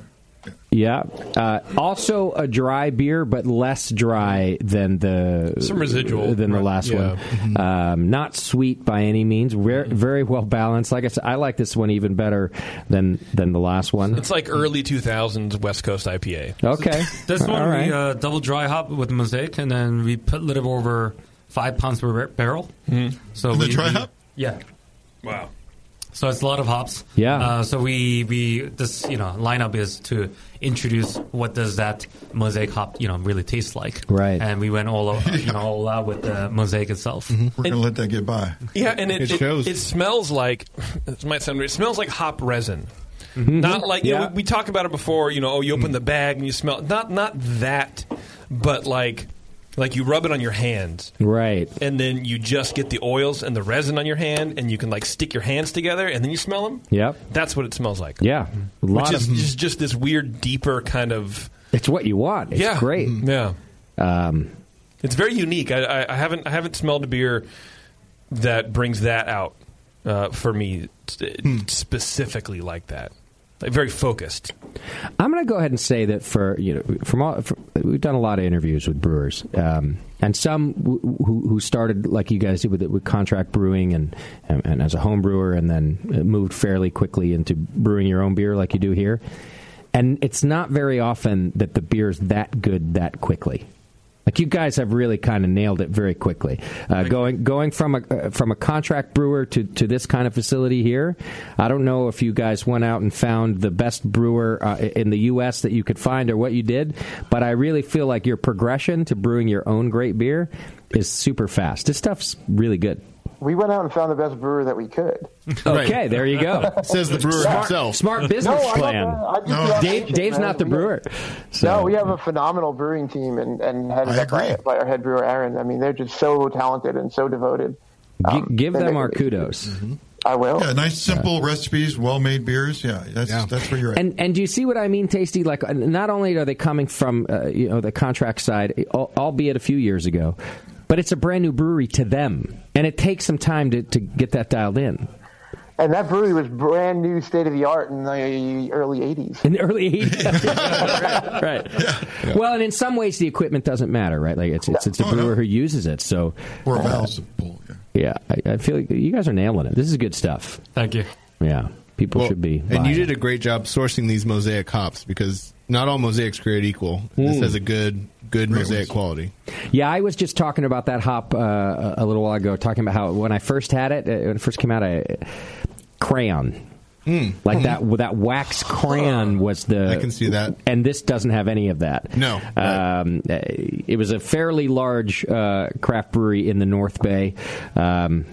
Speaker 1: Yeah. Uh, also a dry beer, but less dry than the
Speaker 5: Some residual.
Speaker 1: than the
Speaker 5: Right,
Speaker 1: last
Speaker 5: yeah. Mm-hmm.
Speaker 1: one. Um, not sweet by any means. Very, very well balanced. Like I said, I like this one even better than than the last one.
Speaker 5: It's like early 2000s West Coast IPA. [LAUGHS]
Speaker 1: Okay.
Speaker 9: This
Speaker 1: All
Speaker 9: one
Speaker 1: right.
Speaker 9: we uh, double dry hop with mosaic, and then we put a little bit over five pounds per bar- barrel.
Speaker 5: Mm-hmm.
Speaker 9: So
Speaker 2: In the
Speaker 9: we-
Speaker 2: dry
Speaker 9: we-
Speaker 2: hop?
Speaker 9: yeah.
Speaker 5: Wow.
Speaker 9: So it's a lot of hops.
Speaker 1: Yeah.
Speaker 9: Uh, so we we this you know lineup is to introduce what does that mosaic hop you know really taste like.
Speaker 1: Right.
Speaker 9: And we went
Speaker 2: [LAUGHS]
Speaker 9: all o- you know all out with the mosaic itself.
Speaker 2: We're gonna let that get by.
Speaker 5: Yeah, and it,
Speaker 2: It
Speaker 5: it,
Speaker 2: shows.
Speaker 5: It, smells like it might sound weird. It smells like hop resin.
Speaker 1: Mm-hmm.
Speaker 5: Not like you know, we, we talked about it before. You know, oh, you open the bag and you smell not not that, but like like you rub it on your hands,
Speaker 1: Right.
Speaker 5: and then you just get the oils and the resin on your hand, and you can like stick your hands together, and then you smell them.
Speaker 1: Yep.
Speaker 5: That's what it smells like.
Speaker 1: Yeah. A lot
Speaker 5: Which is
Speaker 1: of-
Speaker 5: just, just this weird, deeper kind of.
Speaker 1: It's what you want. It's
Speaker 5: Yeah. Mm-hmm.
Speaker 1: great.
Speaker 5: Yeah.
Speaker 1: Um,
Speaker 5: It's very unique. I, I, I haven't I haven't smelled a beer that brings that out uh, for me s-
Speaker 4: Hmm.
Speaker 5: specifically like that. Like very focused.
Speaker 1: I'm going to go ahead and say that for you know from all for, we've done a lot of interviews with brewers um, and some w- who, who started like you guys did with, with contract brewing and, and and as a home brewer and then moved fairly quickly into brewing your own beer like you do here and it's not very often that the beer's that good that quickly Like you guys have really kind of nailed it very quickly. Uh, going going from a uh, from a contract brewer to, to this kind of facility here. I don't know if you guys went out and found the best brewer uh, in the U.S. that you could find or what you did, but I really feel like your progression to brewing your own great beer is super fast. This stuff's really good.
Speaker 13: We went out and found the best brewer that
Speaker 4: [LAUGHS]
Speaker 13: we could.
Speaker 1: Okay, there you go.
Speaker 4: Says the brewer
Speaker 1: smart,
Speaker 4: himself.
Speaker 1: Smart business
Speaker 13: No, I don't
Speaker 1: plan.
Speaker 13: know. I just do that
Speaker 1: Dave,
Speaker 13: thinking,
Speaker 1: Dave's
Speaker 13: man.
Speaker 1: not the
Speaker 13: We-
Speaker 1: brewer.
Speaker 13: No, we have a phenomenal brewing team, and and headed up by, by our head brewer Aaron. I mean, they're just so talented and so devoted.
Speaker 1: Gi- give
Speaker 13: they
Speaker 1: them
Speaker 13: make
Speaker 1: our
Speaker 13: it-
Speaker 1: kudos.
Speaker 4: Mm-hmm.
Speaker 13: I
Speaker 1: Oh.
Speaker 13: will.
Speaker 2: Yeah, nice simple recipes, well made beers. Yeah, that's that's where you're
Speaker 1: [LAUGHS]
Speaker 2: at.
Speaker 1: And and do you see what I mean, Tasty? Like, uh, not only are they coming from uh, you know the contract side, eh, al- albeit a few years ago, but it's a brand new brewery to them, and it takes some time to, to get that dialed in.
Speaker 13: And that brewery was brand new, state of the art in the early '80s.
Speaker 1: In the early
Speaker 13: [LAUGHS]
Speaker 1: '80s, [LAUGHS] right? Well, and in some ways, the equipment doesn't matter, right? Like it's it's, it's the
Speaker 4: Oh,
Speaker 1: brewer who uses it. So uh,
Speaker 2: Or
Speaker 1: yeah, I, I feel like you guys are nailing it. This is good stuff.
Speaker 9: [LAUGHS] Thank you.
Speaker 1: Yeah, people
Speaker 4: Well,
Speaker 1: should be.
Speaker 4: And you
Speaker 1: buying.
Speaker 4: did a great job sourcing these mosaic hops because not all mosaics create equal. This
Speaker 1: Mm.
Speaker 4: has a good good mosaic quality.
Speaker 1: Yeah, I was just talking about that hop uh, a- a little while ago, talking about how when I first had it, uh, when it first came out, I crayon. Like that, that wax crayon was the. Hmm. I can see that, and this doesn't have any of that.
Speaker 4: No,
Speaker 1: um, uh, it was a fairly large uh, craft brewery in the North Bay. Um,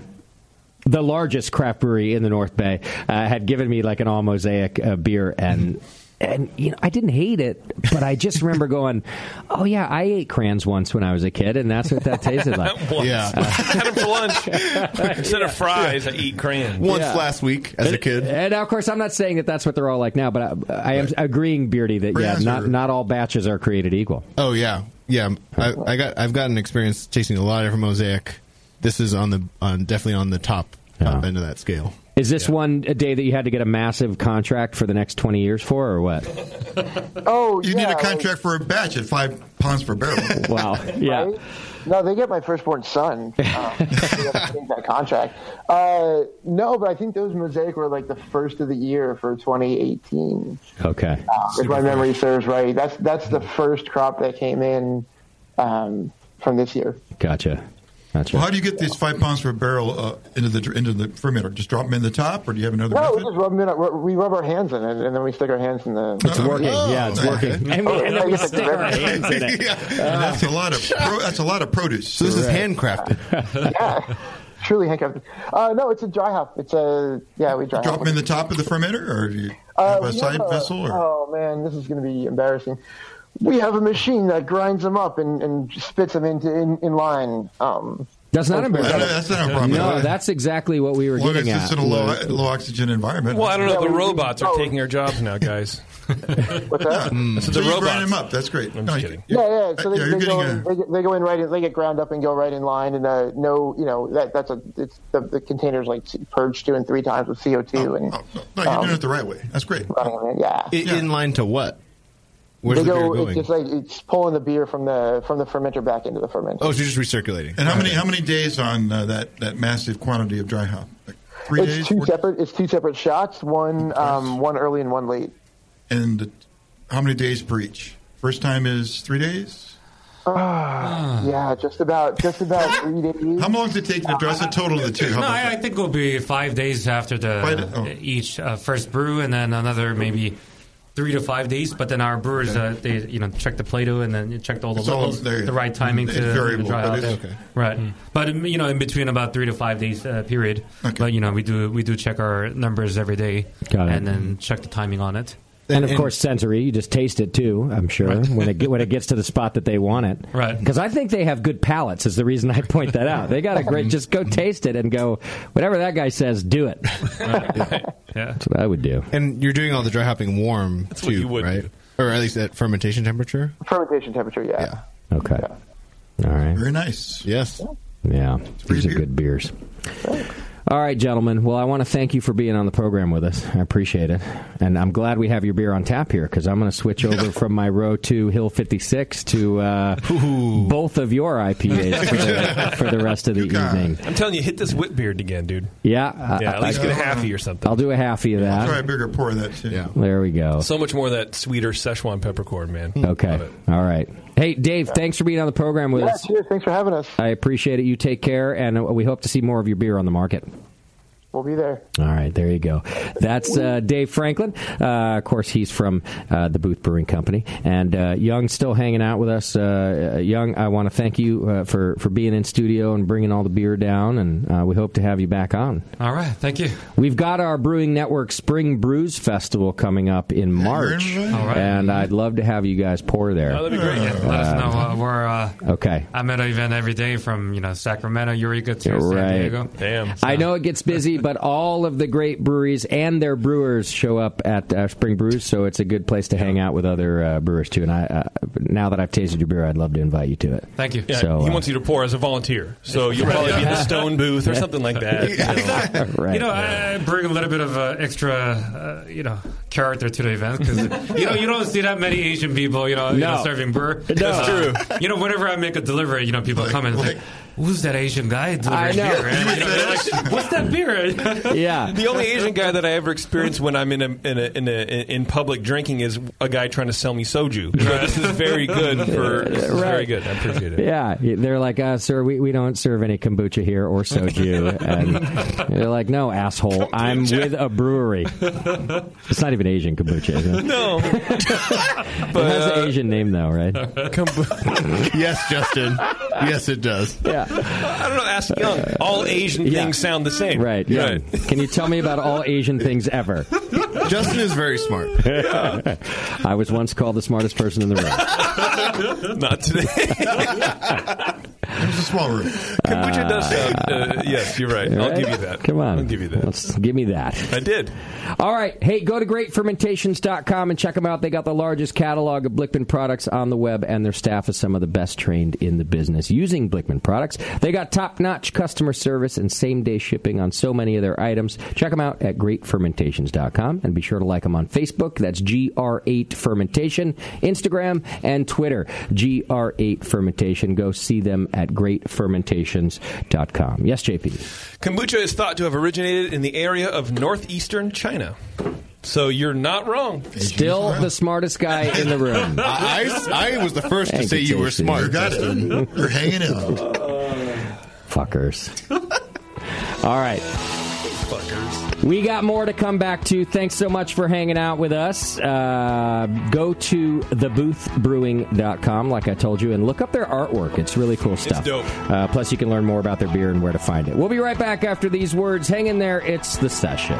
Speaker 1: the largest craft brewery in the North Bay uh, had given me like an all mosaic uh, beer and. And you know, I didn't hate it, but I just remember [LAUGHS] going, "Oh yeah, I ate crayons once when I was a kid, and that's what that tasted like."
Speaker 4: [LAUGHS]
Speaker 5: [LAUGHS] Once. Had 'em
Speaker 1: [LAUGHS]
Speaker 5: for lunch. Instead of fries, I eat crayons.
Speaker 1: Yeah.
Speaker 4: week as a kid.
Speaker 1: And now, of course, I'm not saying that that's what they're all like now, but I, I am agreeing, Beardy, that yeah,
Speaker 4: Crayons
Speaker 1: not
Speaker 4: are-
Speaker 1: not all batches are created equal.
Speaker 4: Oh yeah, yeah. I, I got I've gotten experience tasting a lot of different mosaic. This is on the on definitely on the top top end of that scale.
Speaker 1: Is this one a day that you had to get a massive contract for the next 20 years for, or what?
Speaker 13: Oh,
Speaker 2: you
Speaker 13: yeah,
Speaker 2: need a contract for a batch at five pounds per barrel.
Speaker 1: [LAUGHS] wow. Yeah.
Speaker 13: No, they get my
Speaker 1: [LAUGHS]
Speaker 13: firstborn son. Um, they have to change that contract. Uh, no, but I think those mosaic were like the first of the year for 2018.
Speaker 1: Okay.
Speaker 13: Uh, if my memory serves right, that's that's the first crop that came in um, from this year.
Speaker 1: Gotcha. Gotcha.
Speaker 2: Well, how do you get these five pounds per barrel uh, into the into the fermenter? Just drop them in the top, or do you have another?
Speaker 13: No,
Speaker 2: method?
Speaker 13: we just rub 'em in. our- We rub our hands in it, and then we stick our hands in the.
Speaker 2: Oh,
Speaker 1: It's working. Yeah, it's working.
Speaker 2: [LAUGHS]
Speaker 1: And we- and then we stick our hands in it.
Speaker 2: Yeah. And that's a lot of pro, that's a lot of produce. [LAUGHS] So
Speaker 4: this is Right.
Speaker 2: handcrafted.
Speaker 13: [LAUGHS] yeah, truly handcuffed. Uh, no, it's a dry hop. It's a yeah, we dry
Speaker 2: Drop
Speaker 13: hop.
Speaker 2: them in the top of the fermenter, or do you
Speaker 13: Uh,
Speaker 2: have a
Speaker 13: we
Speaker 2: side
Speaker 13: have
Speaker 2: vessel? Or?
Speaker 13: Oh man, this is going to be embarrassing. We have a machine that grinds them up and, and spits them into in, in line. Um,
Speaker 1: That's not embarrassing.
Speaker 2: That's not a problem.
Speaker 1: No, that's exactly what we were
Speaker 2: Well, it's
Speaker 1: getting
Speaker 2: just
Speaker 1: at.
Speaker 2: in a low,
Speaker 1: was-
Speaker 2: low oxygen environment.
Speaker 5: Well, I don't know.
Speaker 13: Yeah,
Speaker 5: the
Speaker 13: we-
Speaker 5: robots are
Speaker 13: oh.
Speaker 5: taking our jobs
Speaker 2: [LAUGHS]
Speaker 5: now, guys.
Speaker 13: What's that?
Speaker 5: So
Speaker 2: So
Speaker 5: the
Speaker 2: you grind
Speaker 5: robots.
Speaker 2: them up. That's great. No, you-
Speaker 13: Yeah, yeah. So they,
Speaker 2: yeah, you're
Speaker 13: they,
Speaker 2: getting
Speaker 13: go, in- they, get- they go in right in. They get ground up and go right in line. And uh, no, you know that that's a it's the, the containers like purged two and three times with CO
Speaker 2: Oh,
Speaker 13: two and
Speaker 2: No, you're doing it the right way. That's great.
Speaker 13: running them in. Yeah.
Speaker 4: I- In line to what? Where's
Speaker 13: they
Speaker 4: the
Speaker 13: go.
Speaker 4: beer
Speaker 13: It's
Speaker 4: going?
Speaker 13: just like it's pulling the beer from the from the fermenter back into the fermenter.
Speaker 4: oh, so you're just recirculating.
Speaker 2: And how many how many days on uh, that that massive quantity of dry hop? Like three
Speaker 13: it's
Speaker 2: days.
Speaker 13: two
Speaker 2: Four-
Speaker 13: separate. It's two separate shots. One um, one early and one late.
Speaker 2: and the- how many days per each? First time is three [SIGHS] days.
Speaker 13: Ah, yeah, just about just about three days.
Speaker 2: How long does it take to dress a total of the two? How
Speaker 9: No,
Speaker 2: about
Speaker 9: I, I think it'll be five days after the
Speaker 2: oh.
Speaker 9: each uh, first brew, and then another maybe three to five days. But then our brewers, uh, they you know check the Play-Doh and then check all the
Speaker 2: It's all
Speaker 9: levels,
Speaker 2: there.
Speaker 9: the right timing
Speaker 2: It's
Speaker 9: to,
Speaker 2: variable,
Speaker 9: to dry
Speaker 2: but
Speaker 9: out.
Speaker 2: it's- Okay.
Speaker 9: Right,
Speaker 1: Hmm.
Speaker 9: but um, you know in between about three to five days uh, period. But you know we do we do check our numbers every day,
Speaker 1: Got it.
Speaker 9: and then check the timing on it.
Speaker 1: And of course, sensory. You just taste it too. I'm sure when it get, when it gets to the spot that they want it,
Speaker 9: Right.
Speaker 1: Because I think they have good palates. Is the reason I point that out. They got a great. Just go taste it and go. Whatever that guy says, do it.
Speaker 9: [LAUGHS] Yeah.
Speaker 1: That's what I would do.
Speaker 4: And you're doing all the dry hopping warm too, right? Or at least at fermentation temperature.
Speaker 13: Fermentation temperature. Yeah.
Speaker 1: Okay. All right.
Speaker 2: Very nice.
Speaker 4: Yes.
Speaker 1: Yeah. These are good beers. All right, gentlemen. Well, I want to thank you for being on the program with us. I appreciate it. And I'm glad we have your beer on tap here because I'm going to switch
Speaker 5: [LAUGHS]
Speaker 1: over from my row two Hill 56 to uh, both of your IPAs
Speaker 5: [LAUGHS]
Speaker 1: for the, for the rest of the evening.
Speaker 5: I'm telling you, hit this whip beard again, dude.
Speaker 1: Yeah.
Speaker 5: Yeah, at least get a halfie or something.
Speaker 1: I'll do a halfie of that.
Speaker 2: Try a bigger pour of that too.
Speaker 1: There we go.
Speaker 5: So much more of that sweeter Szechuan peppercorn, man.
Speaker 1: Oh. Hmm. Okay.
Speaker 5: hmm. Love it.
Speaker 1: All right. Hey, Dave, thanks for being on the program with
Speaker 13: Yeah,
Speaker 1: us.
Speaker 13: cheers. Thanks for having us.
Speaker 1: I appreciate it. You take care, and uh, we hope to see more of your beer on the market.
Speaker 13: We'll be there.
Speaker 1: All right, there you go. That's uh, Dave Franklin. Uh, of course, he's from uh, the Booth Brewing Company, and uh, Young still hanging out with us. Uh, uh, Young, I want to thank you uh, for for being in studio and bringing all the beer down, and uh, we hope to have you back on.
Speaker 9: All right, thank you.
Speaker 1: We've got our Brewing Network Spring Brews Festival coming up in March,
Speaker 9: All right. Oh,
Speaker 1: and I'd love to have you guys pour
Speaker 2: Oh,
Speaker 1: there.
Speaker 9: that'd be great. Yeah, let us know. Uh, we're uh,
Speaker 1: Okay.
Speaker 9: I'm at an event every day from you know Sacramento, Eureka to San
Speaker 1: Right.
Speaker 9: Diego. Damn.
Speaker 1: I know it gets
Speaker 9: [LAUGHS]
Speaker 1: busy, but all of the great breweries and their brewers show up at uh, Spring Brews, so it's a good place to hang out with other uh, brewers too. And I, uh, now that I've tasted your beer, I'd love to invite you to it.
Speaker 9: Thank you.
Speaker 5: Yeah,
Speaker 1: So,
Speaker 5: he
Speaker 1: uh,
Speaker 5: wants you to pour as a volunteer, so you'll probably be
Speaker 1: [LAUGHS]
Speaker 5: in the stone booth or something
Speaker 4: [LAUGHS]
Speaker 5: like that.
Speaker 9: You know, I I bring a little bit of uh, extra, uh, you know, character to the
Speaker 1: [LAUGHS]
Speaker 9: event because you know you don't see that many Asian people, you know, you
Speaker 1: No.
Speaker 9: know serving beer.
Speaker 1: No. [LAUGHS] That's
Speaker 9: Uh,
Speaker 1: true.
Speaker 9: You know, whenever I make a delivery, you know, people come in and say, "Who's that Asian guy?"
Speaker 1: I
Speaker 9: delivering
Speaker 1: know.
Speaker 9: Beer? And, you know, they're
Speaker 1: [LAUGHS]
Speaker 9: like, "What's that beer?" [LAUGHS]
Speaker 1: yeah.
Speaker 5: The only Asian guy that I ever experienced when I'm in a, in, a, in, a, in public drinking is a guy trying to sell me soju. So this is very good for this is
Speaker 1: [LAUGHS]
Speaker 5: very
Speaker 1: Right.
Speaker 5: good. I appreciate it.
Speaker 1: Yeah, they're like, uh, "Sir, we, we don't serve any kombucha here or
Speaker 9: [LAUGHS]
Speaker 1: soju," and they're like, "No, asshole, I'm with a brewery. It's not even Asian kombucha, is [LAUGHS] it?
Speaker 5: [LAUGHS] No,
Speaker 1: it has an Asian name though, right?
Speaker 4: yes, Justin. Yes, it does.
Speaker 1: Yeah.
Speaker 5: I don't know. Ask Young. All Asian things sound the same,
Speaker 1: Right. Yeah. Can you tell me about all Asian things ever?
Speaker 4: Justin is very smart.
Speaker 1: I was once called the smartest person in the room.
Speaker 5: [LAUGHS] Not today.
Speaker 2: It was a small room.
Speaker 5: Kombucha does sound. Uh, yes, you're right. I'll
Speaker 1: Right?
Speaker 5: give you that.
Speaker 1: Come on.
Speaker 5: I'll give you that.
Speaker 1: Let's give me that.
Speaker 5: I did.
Speaker 1: All right. Hey, go to greatfermentations.com and check them out. They got the largest catalog of Blickman products on the web, and their staff is some of the best trained in the business using Blickman products. They got top notch customer service and same day shipping on so many of their items. Check them out at greatfermentations.com and be sure to like them on Facebook. That's GR8 Fermentation, Instagram, and Twitter. GR8 Fermentation. Go see them at greatfermentations.com. Yes, JP.
Speaker 5: Kombucha is thought to have originated in the area of northeastern China. So you're not wrong.
Speaker 1: Still the smartest guy in the room.
Speaker 4: [LAUGHS] I, I was the first to
Speaker 1: Thank
Speaker 4: say you were
Speaker 1: Jason.
Speaker 4: smart.
Speaker 1: You got it.
Speaker 4: Justin.
Speaker 2: You're hanging out.
Speaker 1: Fuckers. All right. [LAUGHS] We got more to come back to. Thanks so much for hanging out with us. Uh, go to theboothbrewing.com, like I told you, and look up their artwork. It's really cool stuff.
Speaker 5: dope.
Speaker 1: Uh, plus, you can learn more about their beer and where to find it. We'll be right back after these words. Hang in there. It's the session.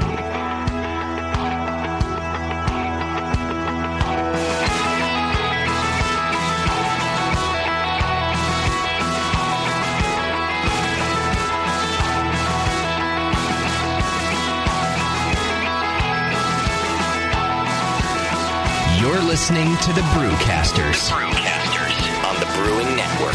Speaker 7: You're listening to the Brewcasters, Brewcasters. on the Brewing Network.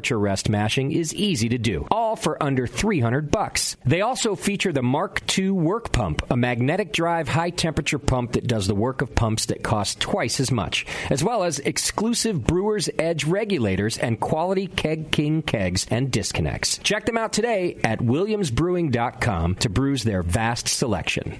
Speaker 1: rest mashing is easy to do, all for under 300 bucks. They also feature the Mark II work pump, a magnetic drive high temperature pump that does the work of pumps that cost twice as much, as well as exclusive Brewer's Edge regulators and quality Keg King kegs and disconnects. Check them out today at williamsbrewing.com to bruise their vast selection.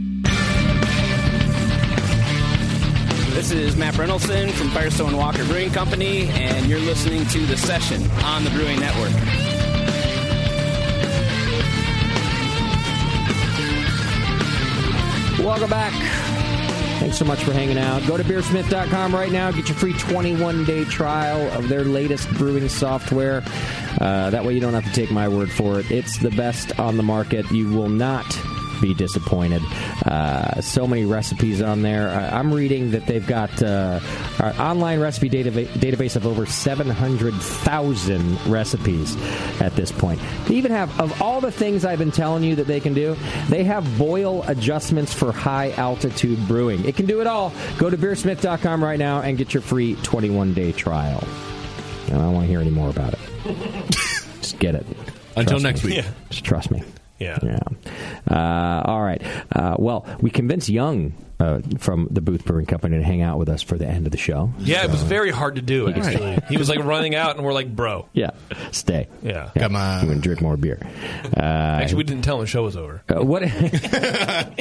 Speaker 12: This is Matt Reynoldson from Firestone Walker Brewing Company, and you're listening to The Session on the Brewing Network.
Speaker 1: Welcome back. Thanks so much for hanging out. Go to beersmith.com right now. Get your free 21 day trial of their latest brewing software. Uh, that way, you don't have to take my word for it. It's the best on the market. You will not be disappointed. Uh, so many recipes on there. I, I'm reading that they've got uh, an online recipe database, database of over 700,000 recipes at this point. They even have, of all the things I've been telling you that they can do, they have boil adjustments for high altitude brewing. It can do it all. Go to beersmith.com right now and get your free 21 day trial. And I don't want to hear any more about it. Just get it.
Speaker 4: Until
Speaker 1: Trust
Speaker 4: next
Speaker 1: me.
Speaker 4: week. Yeah.
Speaker 1: Just trust me.
Speaker 5: Yeah.
Speaker 1: Uh, all right. Uh, well, we convinced Young uh, from the Booth Brewing Company to hang out with us for the end of the show.
Speaker 5: Yeah, it was very hard to do, actually. He was like running out, and we're like, bro.
Speaker 1: Yeah. Stay.
Speaker 5: Yeah.
Speaker 1: Come on. You want to drink more beer. Uh,
Speaker 5: Actually, we didn't tell him the show was over.
Speaker 1: uh, what,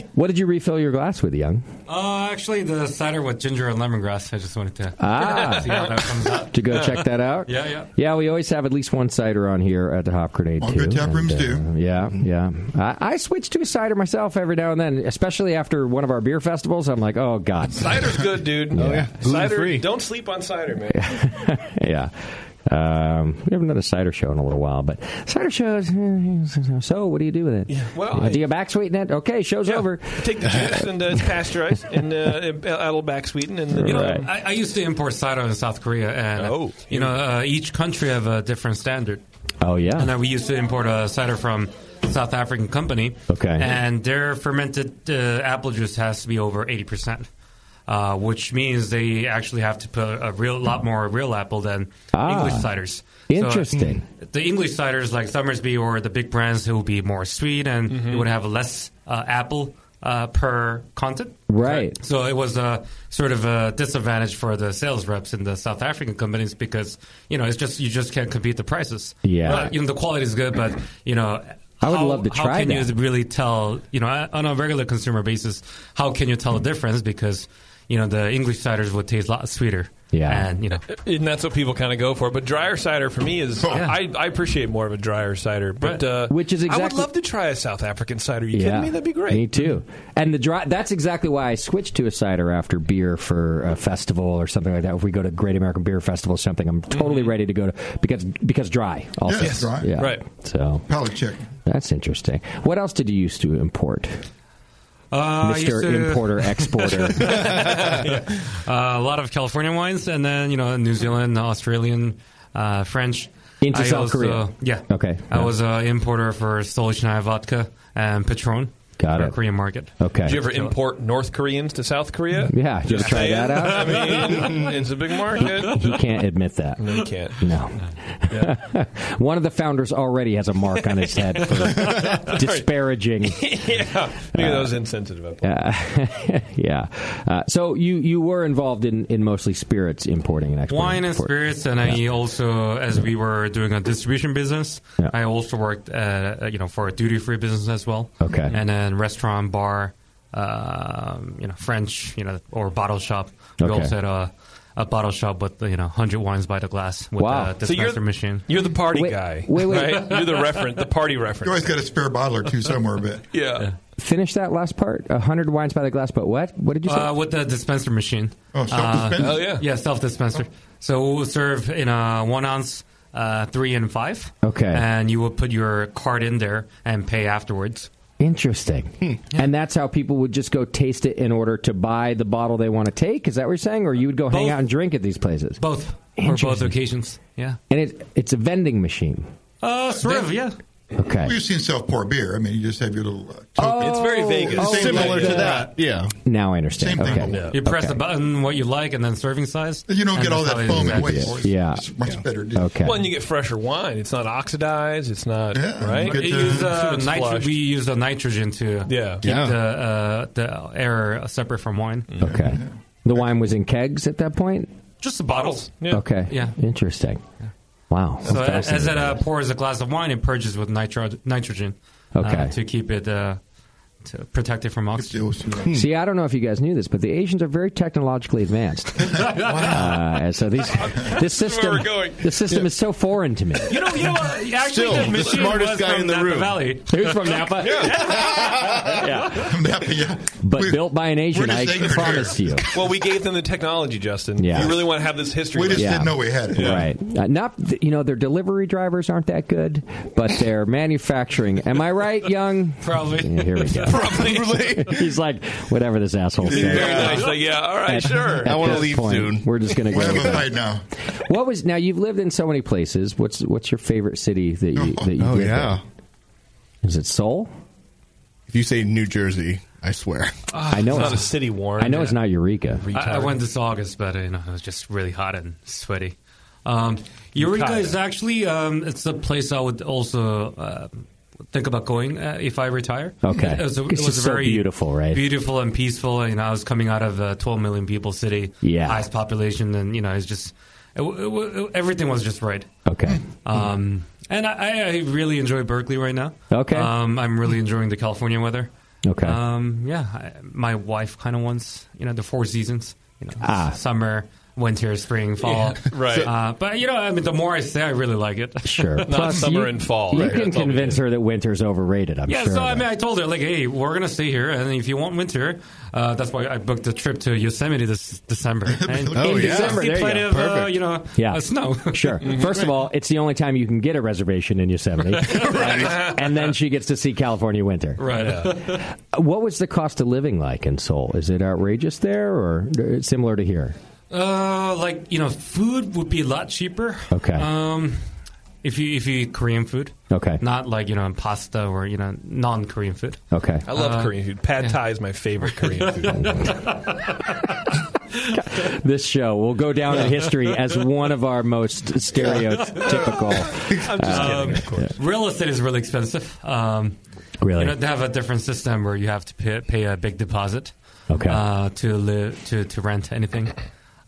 Speaker 1: [LAUGHS] what did you refill your glass with, Young?
Speaker 9: Uh, actually, the cider with ginger and lemongrass. I just wanted to
Speaker 1: Ah.
Speaker 9: see how that comes out.
Speaker 1: To go check that
Speaker 5: [LAUGHS]
Speaker 1: out?
Speaker 9: Yeah, yeah.
Speaker 1: Yeah, we always have at least one cider on here at the Hop Grenade,
Speaker 2: All
Speaker 1: too.
Speaker 2: good tap rooms
Speaker 1: uh,
Speaker 2: do.
Speaker 1: Yeah, yeah. I, I switch to a cider myself every now and then, especially after one of our beer festivals. I'm like, oh, God.
Speaker 5: Cider's good, dude.
Speaker 1: Oh, yeah.
Speaker 5: Cider,
Speaker 1: Gluten-free.
Speaker 5: don't sleep on cider, man.
Speaker 1: [LAUGHS] yeah. Um, we haven't done a cider show in a little while, but cider shows. eh, So, what do you do with it?
Speaker 5: well,
Speaker 1: Uh, do you back sweeten it? Okay, show's over.
Speaker 5: Take the juice and uh, it's pasteurized and uh, it'll back sweeten and then, you know,
Speaker 9: I, I used to import cider in South Korea, and you know, uh, each country have a different standard.
Speaker 1: Oh yeah.
Speaker 9: And then we used to import a cider from South African company.
Speaker 1: Okay.
Speaker 9: And their fermented uh, apple juice has to be over eighty percent, uh, which means they actually have to put a real lot more real apple than
Speaker 1: Ah.
Speaker 9: English ciders.
Speaker 1: Interesting.
Speaker 9: So, uh, the English ciders like Summersby or the big brands, it will be more sweet and
Speaker 1: Mm-hmm.
Speaker 9: it would have less uh, apple uh, per content.
Speaker 1: Right.
Speaker 9: So it was a sort of a disadvantage for the sales reps in the South African companies because you know it's just you just can't compete the prices.
Speaker 1: Yeah.
Speaker 9: But, you know the quality is good, but you know.
Speaker 1: I would
Speaker 9: how-
Speaker 1: love to
Speaker 9: How
Speaker 1: try
Speaker 9: can
Speaker 1: that.
Speaker 9: you really tell? You know, on a regular consumer basis, how can you tell the difference? Because you know the English ciders would taste a lot sweeter.
Speaker 1: Yeah.
Speaker 9: And you know,
Speaker 5: and that's what people kind of go for. But drier cider for me is, I, I appreciate more of a drier cider. But uh,
Speaker 1: Which is
Speaker 5: I would
Speaker 1: exactly-
Speaker 5: love to try a South African cider. you kidding me? That'd be great.
Speaker 1: Me too. And the dry, that's exactly why I switched to a cider after beer for a festival or something like that. If we go to Great American Beer Festival or something, I'm totally ready to go to because because dry also.
Speaker 2: Yes, dry.
Speaker 1: Yeah.
Speaker 2: Right.
Speaker 1: So
Speaker 2: Palate check.
Speaker 1: That's interesting. What else did you used to import?
Speaker 9: Uh, I
Speaker 1: Mr.
Speaker 9: used to-
Speaker 1: Importer
Speaker 9: [LAUGHS]
Speaker 1: Exporter.
Speaker 9: Uh, a lot of California wines, and then you know New Zealand, Australian, uh, French.
Speaker 1: Into
Speaker 9: I
Speaker 1: South
Speaker 9: also-
Speaker 1: Korea.
Speaker 9: Yeah.
Speaker 1: Okay.
Speaker 9: I was an importer for Solochnaya vodka and Patron.
Speaker 1: Got
Speaker 9: for
Speaker 1: it.
Speaker 9: Korean market.
Speaker 1: Okay.
Speaker 5: Did you ever import North Koreans to South Korea?
Speaker 1: Yeah, did you ever try
Speaker 5: saying.
Speaker 1: that out?
Speaker 5: I mean, [LAUGHS] it's a big market.
Speaker 1: He can't admit that.
Speaker 5: No, he can't.
Speaker 1: No. [LAUGHS] One of the founders already has a mark on his head
Speaker 5: [LAUGHS]
Speaker 1: for disparaging.
Speaker 5: [LAUGHS] yeah, maybe that was insensitive. of
Speaker 1: Uh, yeah. [LAUGHS] Uh, so you, you were involved in, in mostly spirits importing and exporting.
Speaker 9: Wine and spirits, and I also, as we were doing a distribution business, I also worked, uh, you know, for a duty free business as well.
Speaker 1: Okay.
Speaker 9: and then restaurant, bar, um, you know, French, you know, or bottle shop. We
Speaker 1: Okay.
Speaker 9: also had a, a bottle shop with you know hundred wines by the glass with
Speaker 1: Wow.
Speaker 9: a
Speaker 1: So you're-
Speaker 9: dispenser machine.
Speaker 5: You're the party guy.
Speaker 1: wait, wait.
Speaker 5: Right? You're the reference, the party reference.
Speaker 2: You always got a spare bottle or two somewhere, but
Speaker 5: yeah.
Speaker 1: Finish that last part. A hundred wines by the glass, but what? What did you say?
Speaker 9: Uh, with the dispenser machine.
Speaker 1: Oh, self-dispenser.
Speaker 9: Uh,
Speaker 1: Oh, yeah.
Speaker 9: Yeah, self dispenser. So we'll serve in a one ounce, uh, three and five.
Speaker 1: Okay.
Speaker 9: And you will put your card in there and pay afterwards.
Speaker 1: Interesting.
Speaker 9: hmm,
Speaker 1: And that's how people would just go taste it in order to buy the bottle they want to take. Is that what you're saying? Or you would go hang
Speaker 9: Both.
Speaker 1: out and drink at these places?
Speaker 9: Both. For both occasions. Yeah.
Speaker 1: And it, it's a vending machine.
Speaker 9: Uh, sort of, yeah.
Speaker 1: Okay.
Speaker 2: We've seen self-pour beer. I mean, you just have your little. Uh, Oh, token.
Speaker 5: Oh. it's very Vegas.
Speaker 2: Same
Speaker 4: Similar
Speaker 2: thing.
Speaker 4: to that. Yeah.
Speaker 1: Now I understand.
Speaker 2: Same thing.
Speaker 1: okay.
Speaker 2: Yeah.
Speaker 9: You press
Speaker 1: Okay.
Speaker 9: the button, what you like, and then serving size.
Speaker 2: You don't
Speaker 9: and
Speaker 2: get all
Speaker 9: that's
Speaker 2: that
Speaker 9: how it is.
Speaker 2: foam and
Speaker 9: Exactly.
Speaker 2: waste.
Speaker 1: Yeah.
Speaker 2: It's much better. dude.
Speaker 1: Okay.
Speaker 5: Well, and you get fresher wine. It's not oxidized. It's not right.
Speaker 9: It use, uh,
Speaker 5: It's
Speaker 9: nitro-
Speaker 5: flushed.
Speaker 9: we use the nitrogen to
Speaker 5: Yeah.
Speaker 9: keep
Speaker 5: Yeah.
Speaker 9: The, uh, the air separate from wine.
Speaker 1: Okay. The wine was in kegs at that point?
Speaker 9: Just the bottles.
Speaker 1: Okay.
Speaker 9: Yeah.
Speaker 1: Interesting. Wow.
Speaker 9: So as
Speaker 1: Fascinating.
Speaker 9: as it uh, pours a glass of wine, it purges with nitro- nitrogen uh,
Speaker 1: Okay.
Speaker 9: to keep it uh, to protect it from oxygen.
Speaker 1: Hmm. See, I don't know if you guys knew this, but the Asians are very technologically
Speaker 5: [LAUGHS]
Speaker 1: advanced. Uh, and so these, this
Speaker 5: This is where
Speaker 1: system,
Speaker 5: we're going.
Speaker 1: this system is so foreign
Speaker 5: [LAUGHS]
Speaker 1: to me.
Speaker 9: You know, you know, uh, actually,
Speaker 5: Still,
Speaker 9: the
Speaker 5: the
Speaker 9: machine
Speaker 5: smartest
Speaker 9: was
Speaker 5: guy
Speaker 9: from
Speaker 5: in the
Speaker 9: Napa
Speaker 5: room.
Speaker 9: Valley.
Speaker 1: He was from
Speaker 5: [LAUGHS]
Speaker 1: Napa.
Speaker 2: [LAUGHS]
Speaker 1: But built by an Asian, I promise you.
Speaker 5: Well, we gave them the technology, Justin.
Speaker 1: Yeah.
Speaker 5: You really want to have this history?
Speaker 1: Yeah. Right. Uh, not th- you know their delivery drivers aren't that good, but their manufacturing. Am I right, Young?
Speaker 5: Probably.
Speaker 1: Yeah, here we go.
Speaker 5: Probably.
Speaker 1: [LAUGHS] He's like whatever this asshole Uh, says.
Speaker 5: Very nice. Like, yeah. All right.
Speaker 1: At-
Speaker 5: sure.
Speaker 1: at this point, We're just going to go. with that.
Speaker 2: now.
Speaker 1: What was now? You've lived in so many places. What's what's your favorite city that you that you
Speaker 4: Oh,
Speaker 1: lived
Speaker 4: yeah.
Speaker 1: in? Is it Seoul?
Speaker 4: If you say New Jersey, I swear.
Speaker 1: I know
Speaker 9: it's not a city, Warren.
Speaker 1: I know it's not Eureka.
Speaker 9: I, I went this August, but you know it was just really hot and sweaty. Um, Eureka
Speaker 5: Ukiah.
Speaker 9: is actually um, it's a place I would also uh, think about going uh, if I retire.
Speaker 1: Okay.
Speaker 9: it was, a- it
Speaker 1: It's
Speaker 9: was
Speaker 1: just
Speaker 9: a
Speaker 1: so
Speaker 9: very
Speaker 1: beautiful, right?
Speaker 9: Beautiful and peaceful. You know, I was coming out of a 12 million people city,
Speaker 1: Yeah.
Speaker 9: highest population, and you know, it's just it, w- it, w- it- everything was just right.
Speaker 1: Okay.
Speaker 9: Um, and I, I really enjoy Berkeley right now.
Speaker 1: Okay.
Speaker 9: Um, I'm really enjoying the California weather.
Speaker 1: Okay.
Speaker 9: Um, yeah, I, my wife kind of wants you know the four seasons. You know,
Speaker 1: Ah.
Speaker 9: summer, winter, spring,
Speaker 1: [LAUGHS]
Speaker 5: Yeah,
Speaker 9: fall.
Speaker 5: right.
Speaker 9: Uh, but you know, I mean, the more I say, I really like it.
Speaker 1: Sure.
Speaker 9: [LAUGHS] Not
Speaker 1: Plus,
Speaker 9: summer
Speaker 1: you-
Speaker 9: and fall,
Speaker 1: You
Speaker 9: right?
Speaker 1: can
Speaker 9: That's all we
Speaker 1: convince her that winter's overrated. I'm
Speaker 9: yeah,
Speaker 1: sure.
Speaker 9: so I mean, I told her like, hey, we're gonna stay here, and if you want winter, uh, that's why I booked a trip to Yosemite this
Speaker 1: [LAUGHS]
Speaker 9: December. And
Speaker 1: Oh,
Speaker 9: in
Speaker 1: yeah. December,
Speaker 9: December,
Speaker 1: there
Speaker 9: see
Speaker 1: you
Speaker 9: plenty
Speaker 1: go.
Speaker 9: of uh,
Speaker 1: Perfect.
Speaker 9: you know
Speaker 1: yeah.
Speaker 9: uh, snow.
Speaker 1: [LAUGHS] sure. First of all, it's the only time you can get a reservation in Yosemite,
Speaker 9: [LAUGHS]
Speaker 1: and, and then she gets to see California winter.
Speaker 9: Right. [LAUGHS]
Speaker 1: Uh, What was the cost of living like in Seoul? Is it outrageous there, or uh, similar to here?
Speaker 9: Uh, like you know, food would be a lot cheaper.
Speaker 1: Okay.
Speaker 9: Um, if you if you eat Korean food.
Speaker 1: Okay.
Speaker 9: Not like you know pasta or you know non-Korean food.
Speaker 1: Okay.
Speaker 5: I love
Speaker 9: Uh,
Speaker 5: Korean food. Pad Thai is my favorite Korean
Speaker 1: [LAUGHS]
Speaker 9: [LAUGHS]
Speaker 5: food.
Speaker 1: This show will go down in history as one of our most [LAUGHS] stereotypical.
Speaker 9: I'm just
Speaker 5: Um,
Speaker 9: kidding, of course. Real estate is really expensive. Um,
Speaker 1: Really?
Speaker 9: you know, they have a different system where you have to pay, pay a big deposit.
Speaker 1: Okay.
Speaker 9: Uh, to live to to rent anything.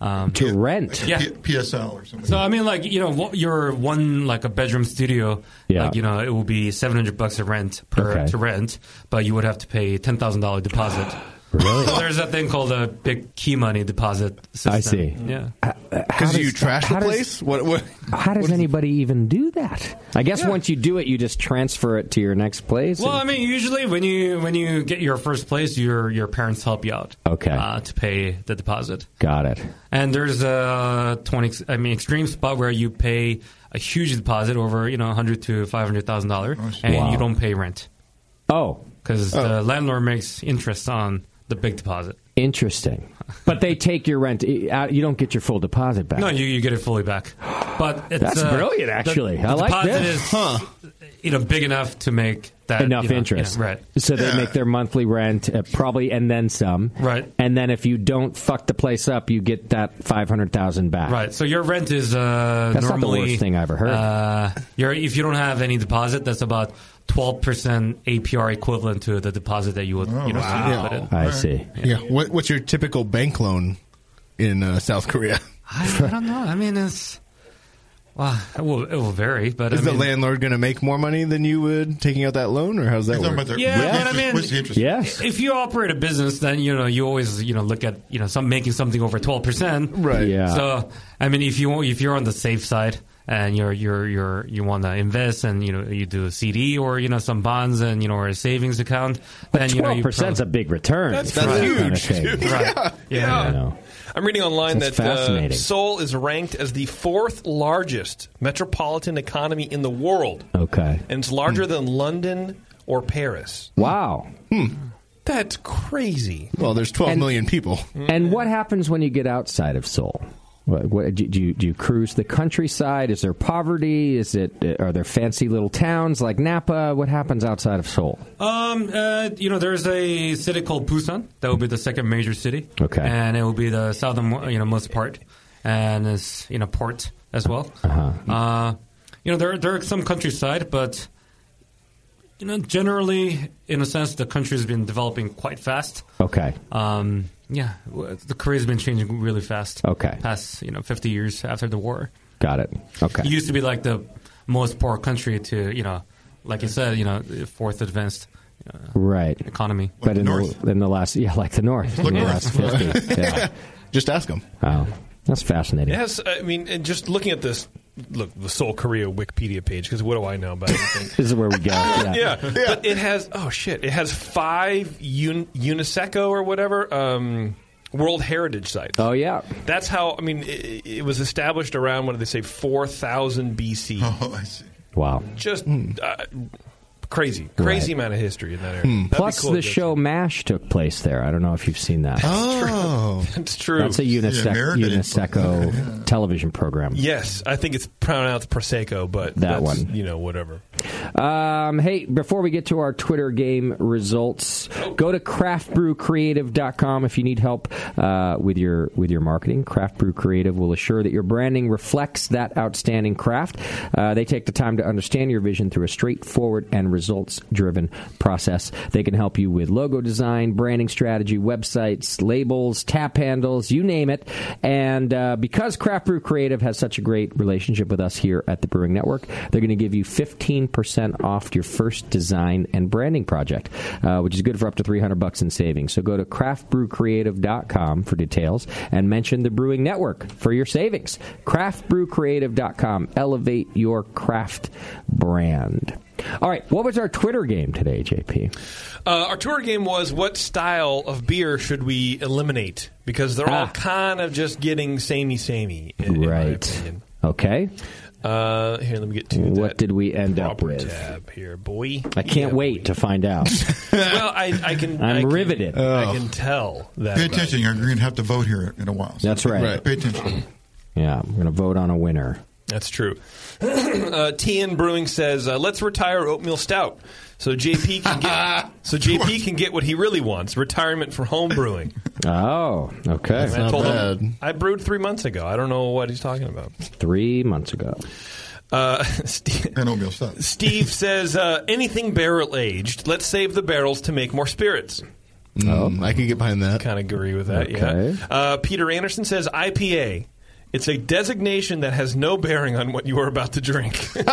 Speaker 9: Um,
Speaker 1: to rent.
Speaker 9: Yeah.
Speaker 2: P- PSL or something.
Speaker 9: So I mean, like you know, what, your one like a bedroom studio,
Speaker 1: Yeah.
Speaker 9: like you know, it will be seven hundred bucks a rent per
Speaker 1: Okay.
Speaker 9: to rent, but you would have to pay ten thousand dollar deposit.
Speaker 1: [GASPS] Really?
Speaker 9: So there's a thing called a big key money deposit system.
Speaker 1: I see.
Speaker 9: Yeah.
Speaker 1: Because you trash the place?
Speaker 4: What, what,
Speaker 1: how does anybody even do that? I guess once you do it, you just transfer it to your next place.
Speaker 9: Well, I mean, usually when you when you get your first place, your your parents help you out.
Speaker 1: Okay.
Speaker 9: Uh, to pay the deposit.
Speaker 1: Got it.
Speaker 9: And there's a twenty, I mean, extreme spot where you pay a huge deposit over you know hundred to five hundred thousand dollar, and
Speaker 1: Wow.
Speaker 9: you don't pay rent.
Speaker 1: Oh,
Speaker 9: because the landlord makes interest on the big deposit.
Speaker 1: Interesting. But they take your rent i- out. You don't get your full deposit back.
Speaker 9: No, you, you get it fully back. But it's,
Speaker 1: That's
Speaker 9: uh,
Speaker 1: brilliant,
Speaker 9: the-
Speaker 1: actually.
Speaker 9: the
Speaker 1: I like
Speaker 9: deposit
Speaker 1: this.
Speaker 9: is you know big enough to make that
Speaker 1: Enough
Speaker 9: you know,
Speaker 1: interest,
Speaker 9: yeah, right?
Speaker 1: So they make their monthly rent, uh, probably, and then some,
Speaker 9: Right.
Speaker 1: And then if you don't fuck the place up, you get that five hundred thousand back.
Speaker 9: Right. So your rent is uh,
Speaker 1: That's not the
Speaker 9: normally
Speaker 1: worst thing I ever heard.
Speaker 9: Uh, your if you don't have any deposit, that's about twelve percent APR equivalent to the deposit that you would you know
Speaker 4: Wow.
Speaker 9: put in.
Speaker 1: I see.
Speaker 4: Yeah. What, what's your typical bank loan in uh, South Korea?
Speaker 9: I, I don't know. I mean, it's well, it will, it will vary, but
Speaker 4: Is
Speaker 9: I
Speaker 4: the
Speaker 9: mean,
Speaker 4: landlord going to make more money than you would taking out that loan, or how's that work?
Speaker 9: yeah, but I mean,
Speaker 1: Yes.
Speaker 9: If you operate a business, then you know you always you know look at you know some making something over twelve percent,
Speaker 4: Right.
Speaker 1: Yeah.
Speaker 9: So I mean, if you want- if you're on the safe side and you're you're you're you want to invest and you know you do a CD or you know some bonds and you know or a savings account, then you know
Speaker 1: Twelve
Speaker 9: you
Speaker 1: percent's a big return.
Speaker 5: That's
Speaker 1: for that
Speaker 5: huge,
Speaker 1: kind of thing.
Speaker 5: dude. Right.
Speaker 2: [LAUGHS]
Speaker 5: Yeah.
Speaker 1: I know.
Speaker 5: I'm reading online
Speaker 1: That's
Speaker 5: that uh,
Speaker 1: fascinating.
Speaker 5: Seoul is ranked as the fourth largest metropolitan economy in the world,
Speaker 1: Okay.
Speaker 5: and it's
Speaker 1: Hmm.
Speaker 5: larger than London or Paris.
Speaker 1: Wow.
Speaker 5: That's crazy.
Speaker 4: Well, there's 12
Speaker 1: And-
Speaker 4: million people.
Speaker 1: And what happens when you get outside of Seoul? What, what, do, you, do you cruise the countryside? Is there poverty? Is it uh, are there fancy little towns like Napa? What happens outside of Seoul?
Speaker 9: Um, uh, you know, there's a city called Busan. That will be the second major city.
Speaker 1: Okay.
Speaker 9: And it will be the southern, you know, most part, and it's you know port as well.
Speaker 1: Uh-huh.
Speaker 9: Uh, you know, there there are some countryside, but you know, generally, in a sense, the country has been developing quite fast.
Speaker 1: Okay.
Speaker 9: Um, yeah, w- the Korea's been changing really fast.
Speaker 1: Okay.
Speaker 9: Past you know 50 years after the war.
Speaker 1: Got it. Okay.
Speaker 9: It used to be like the most poor country to you know, like you said, you know, the fourth advanced uh,
Speaker 1: right
Speaker 9: economy.
Speaker 1: but in the, in the last yeah, like the north.
Speaker 9: Look
Speaker 1: in the last
Speaker 9: north.
Speaker 1: 50. Yeah.
Speaker 4: [LAUGHS] Just ask them.
Speaker 1: Wow, that's fascinating.
Speaker 5: It has, I mean, and just looking at this, look, the Seoul Korea Wikipedia page, because what do I know about anything?
Speaker 1: This is where
Speaker 4: [LAUGHS]
Speaker 1: we go. [LAUGHS] Yeah.
Speaker 5: yeah. But it has oh shit! It has five un- UNESCO or whatever um, World Heritage sites.
Speaker 1: Oh yeah,
Speaker 5: that's how. I mean, it, it was established around what do they say, four thousand BC.
Speaker 2: [LAUGHS] Oh, I see.
Speaker 1: Wow.
Speaker 5: Just uh, crazy, crazy
Speaker 1: Right.
Speaker 5: amount of history in that area.
Speaker 1: Hmm.
Speaker 5: That'd be
Speaker 1: Plus,
Speaker 5: cool
Speaker 1: the
Speaker 5: to go
Speaker 1: show MASH took place there. I don't know if you've seen that.
Speaker 5: Oh. [LAUGHS] That's true.
Speaker 1: That's a
Speaker 5: It's
Speaker 1: UNISEC,
Speaker 5: an American
Speaker 1: UNESCO television program.
Speaker 5: Yes, I think it's pronounced Prosecco, but
Speaker 1: That
Speaker 5: that's,
Speaker 1: one.
Speaker 5: you know, whatever.
Speaker 1: Um, hey, before we get to our Twitter game results, go to craftbrewcreative.com if you need help uh, with your with your marketing. Craft Brew Creative will assure that your branding reflects that outstanding craft. Uh, they take the time to understand your vision through a straightforward and results driven process. They can help you with logo design, branding strategy, websites, labels, tap handles, you name it. And uh, because Craft Brew Creative has such a great relationship with us here at the Brewing Network, they're going to give you 15% off your first design and branding project, uh, which is good for up to 300 bucks in savings. So go to craftbrewcreative.com for details and mention the Brewing Network for your savings. craftbrewcreative.com. Elevate your craft brand. All right, what was our Twitter game today, JP?
Speaker 5: Uh, our tour game was what style of beer should we eliminate? Because they're
Speaker 1: Ah.
Speaker 5: all kind of just getting
Speaker 1: [LAUGHS]
Speaker 5: samey, samey.
Speaker 1: right. Okay.
Speaker 5: Uh, here, let me get to
Speaker 1: What did we end up
Speaker 5: proper
Speaker 1: with?
Speaker 5: tab here, boy.
Speaker 1: I can't
Speaker 5: Yeah.
Speaker 1: wait to find
Speaker 5: [LAUGHS]
Speaker 1: out.
Speaker 5: well, I, I can.
Speaker 1: I'm
Speaker 5: I can-
Speaker 1: riveted.
Speaker 5: I can tell that.
Speaker 2: Pay
Speaker 5: about
Speaker 2: attention. You're going to have to vote here in a while.
Speaker 1: That's right. Right.
Speaker 2: Pay attention.
Speaker 1: Yeah, I'm going to vote on a winner.
Speaker 5: That's true. [CLEARS THROAT] uh, TN Brewing says, uh, "Let's retire oatmeal stout, so JP
Speaker 1: [LAUGHS]
Speaker 5: can get so JP can get what he really wants: retirement for home brewing."
Speaker 1: Oh, okay.
Speaker 5: And I told him I brewed three months ago. I don't know what he's talking about.
Speaker 1: Three months ago.
Speaker 5: Uh, [LAUGHS] Steve,
Speaker 2: and oatmeal stout.
Speaker 5: Steve says uh, anything barrel aged. Let's save the barrels to make more spirits.
Speaker 1: Oh.
Speaker 4: Mm, I can get behind that.
Speaker 5: Kind of agree with that.
Speaker 4: Okay.
Speaker 5: Yeah. Uh, Peter Anderson says IPA. It's a designation that has no bearing on what you are about to drink. [LAUGHS]
Speaker 2: That's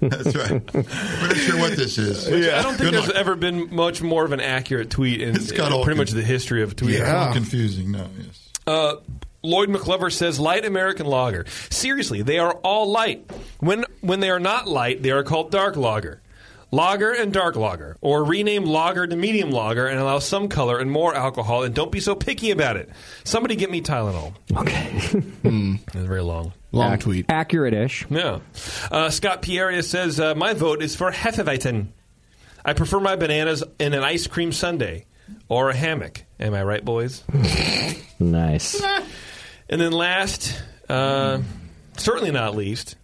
Speaker 2: right. We're not [LAUGHS] sure what this is.
Speaker 5: Which I don't think there's ever been much more of an accurate tweet in,
Speaker 2: It's got
Speaker 5: in
Speaker 2: all
Speaker 5: pretty
Speaker 2: con-
Speaker 5: much the history of tweeting.
Speaker 2: Yeah. All confusing. No. Yes.
Speaker 5: Uh, Lloyd McClever says light American lager. Seriously, they are all light. When when they are not light, they are called dark lager. Lager and dark lager, or rename lager to medium lager and allow some color and more alcohol, and don't be so picky about it. Somebody get me Tylenol. That's very long.
Speaker 4: Long tweet.
Speaker 1: Accurate-ish.
Speaker 5: Yeah. Uh, Scott Pieria says, uh, My vote is for Hefeweizen. I prefer my bananas in an ice cream sundae or a hammock. Am I right, [LAUGHS] boys?
Speaker 1: Nice.
Speaker 5: and then last, uh, certainly not least,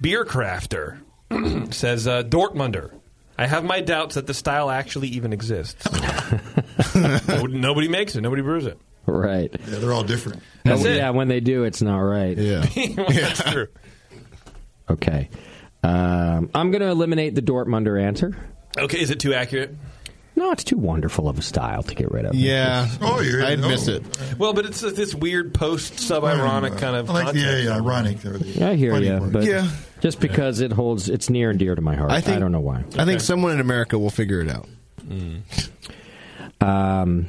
Speaker 5: Beer Crafter [CLEARS THROAT] says, uh, Dortmunder. I have my doubts that the style actually
Speaker 2: [LAUGHS]
Speaker 5: even exists. No- Nobody makes it. Nobody brews it.
Speaker 1: Right. Oh,
Speaker 2: Yeah, they're all different.
Speaker 5: That's it.
Speaker 1: Yeah, when they do, it's not right.
Speaker 4: Yeah.
Speaker 5: Well, [LAUGHS] that's true.
Speaker 1: [LAUGHS] Okay. Um, I'm going to eliminate the Dortmunder answer.
Speaker 5: Okay, is it too accurate?
Speaker 1: No, it's too wonderful of a style to get rid of.
Speaker 2: Oh, you're
Speaker 1: I'd miss it.
Speaker 5: Well, but it's this weird post sub ironic kind of.
Speaker 2: I like the
Speaker 5: context.
Speaker 2: uh, ironic there. The
Speaker 1: I hear
Speaker 2: funny
Speaker 1: you,
Speaker 2: part.
Speaker 1: but just because it holds, it's near and dear to my heart. I,
Speaker 4: I think-
Speaker 1: don't know why.
Speaker 4: I think someone in America will figure it out.
Speaker 5: Mm.
Speaker 1: Um,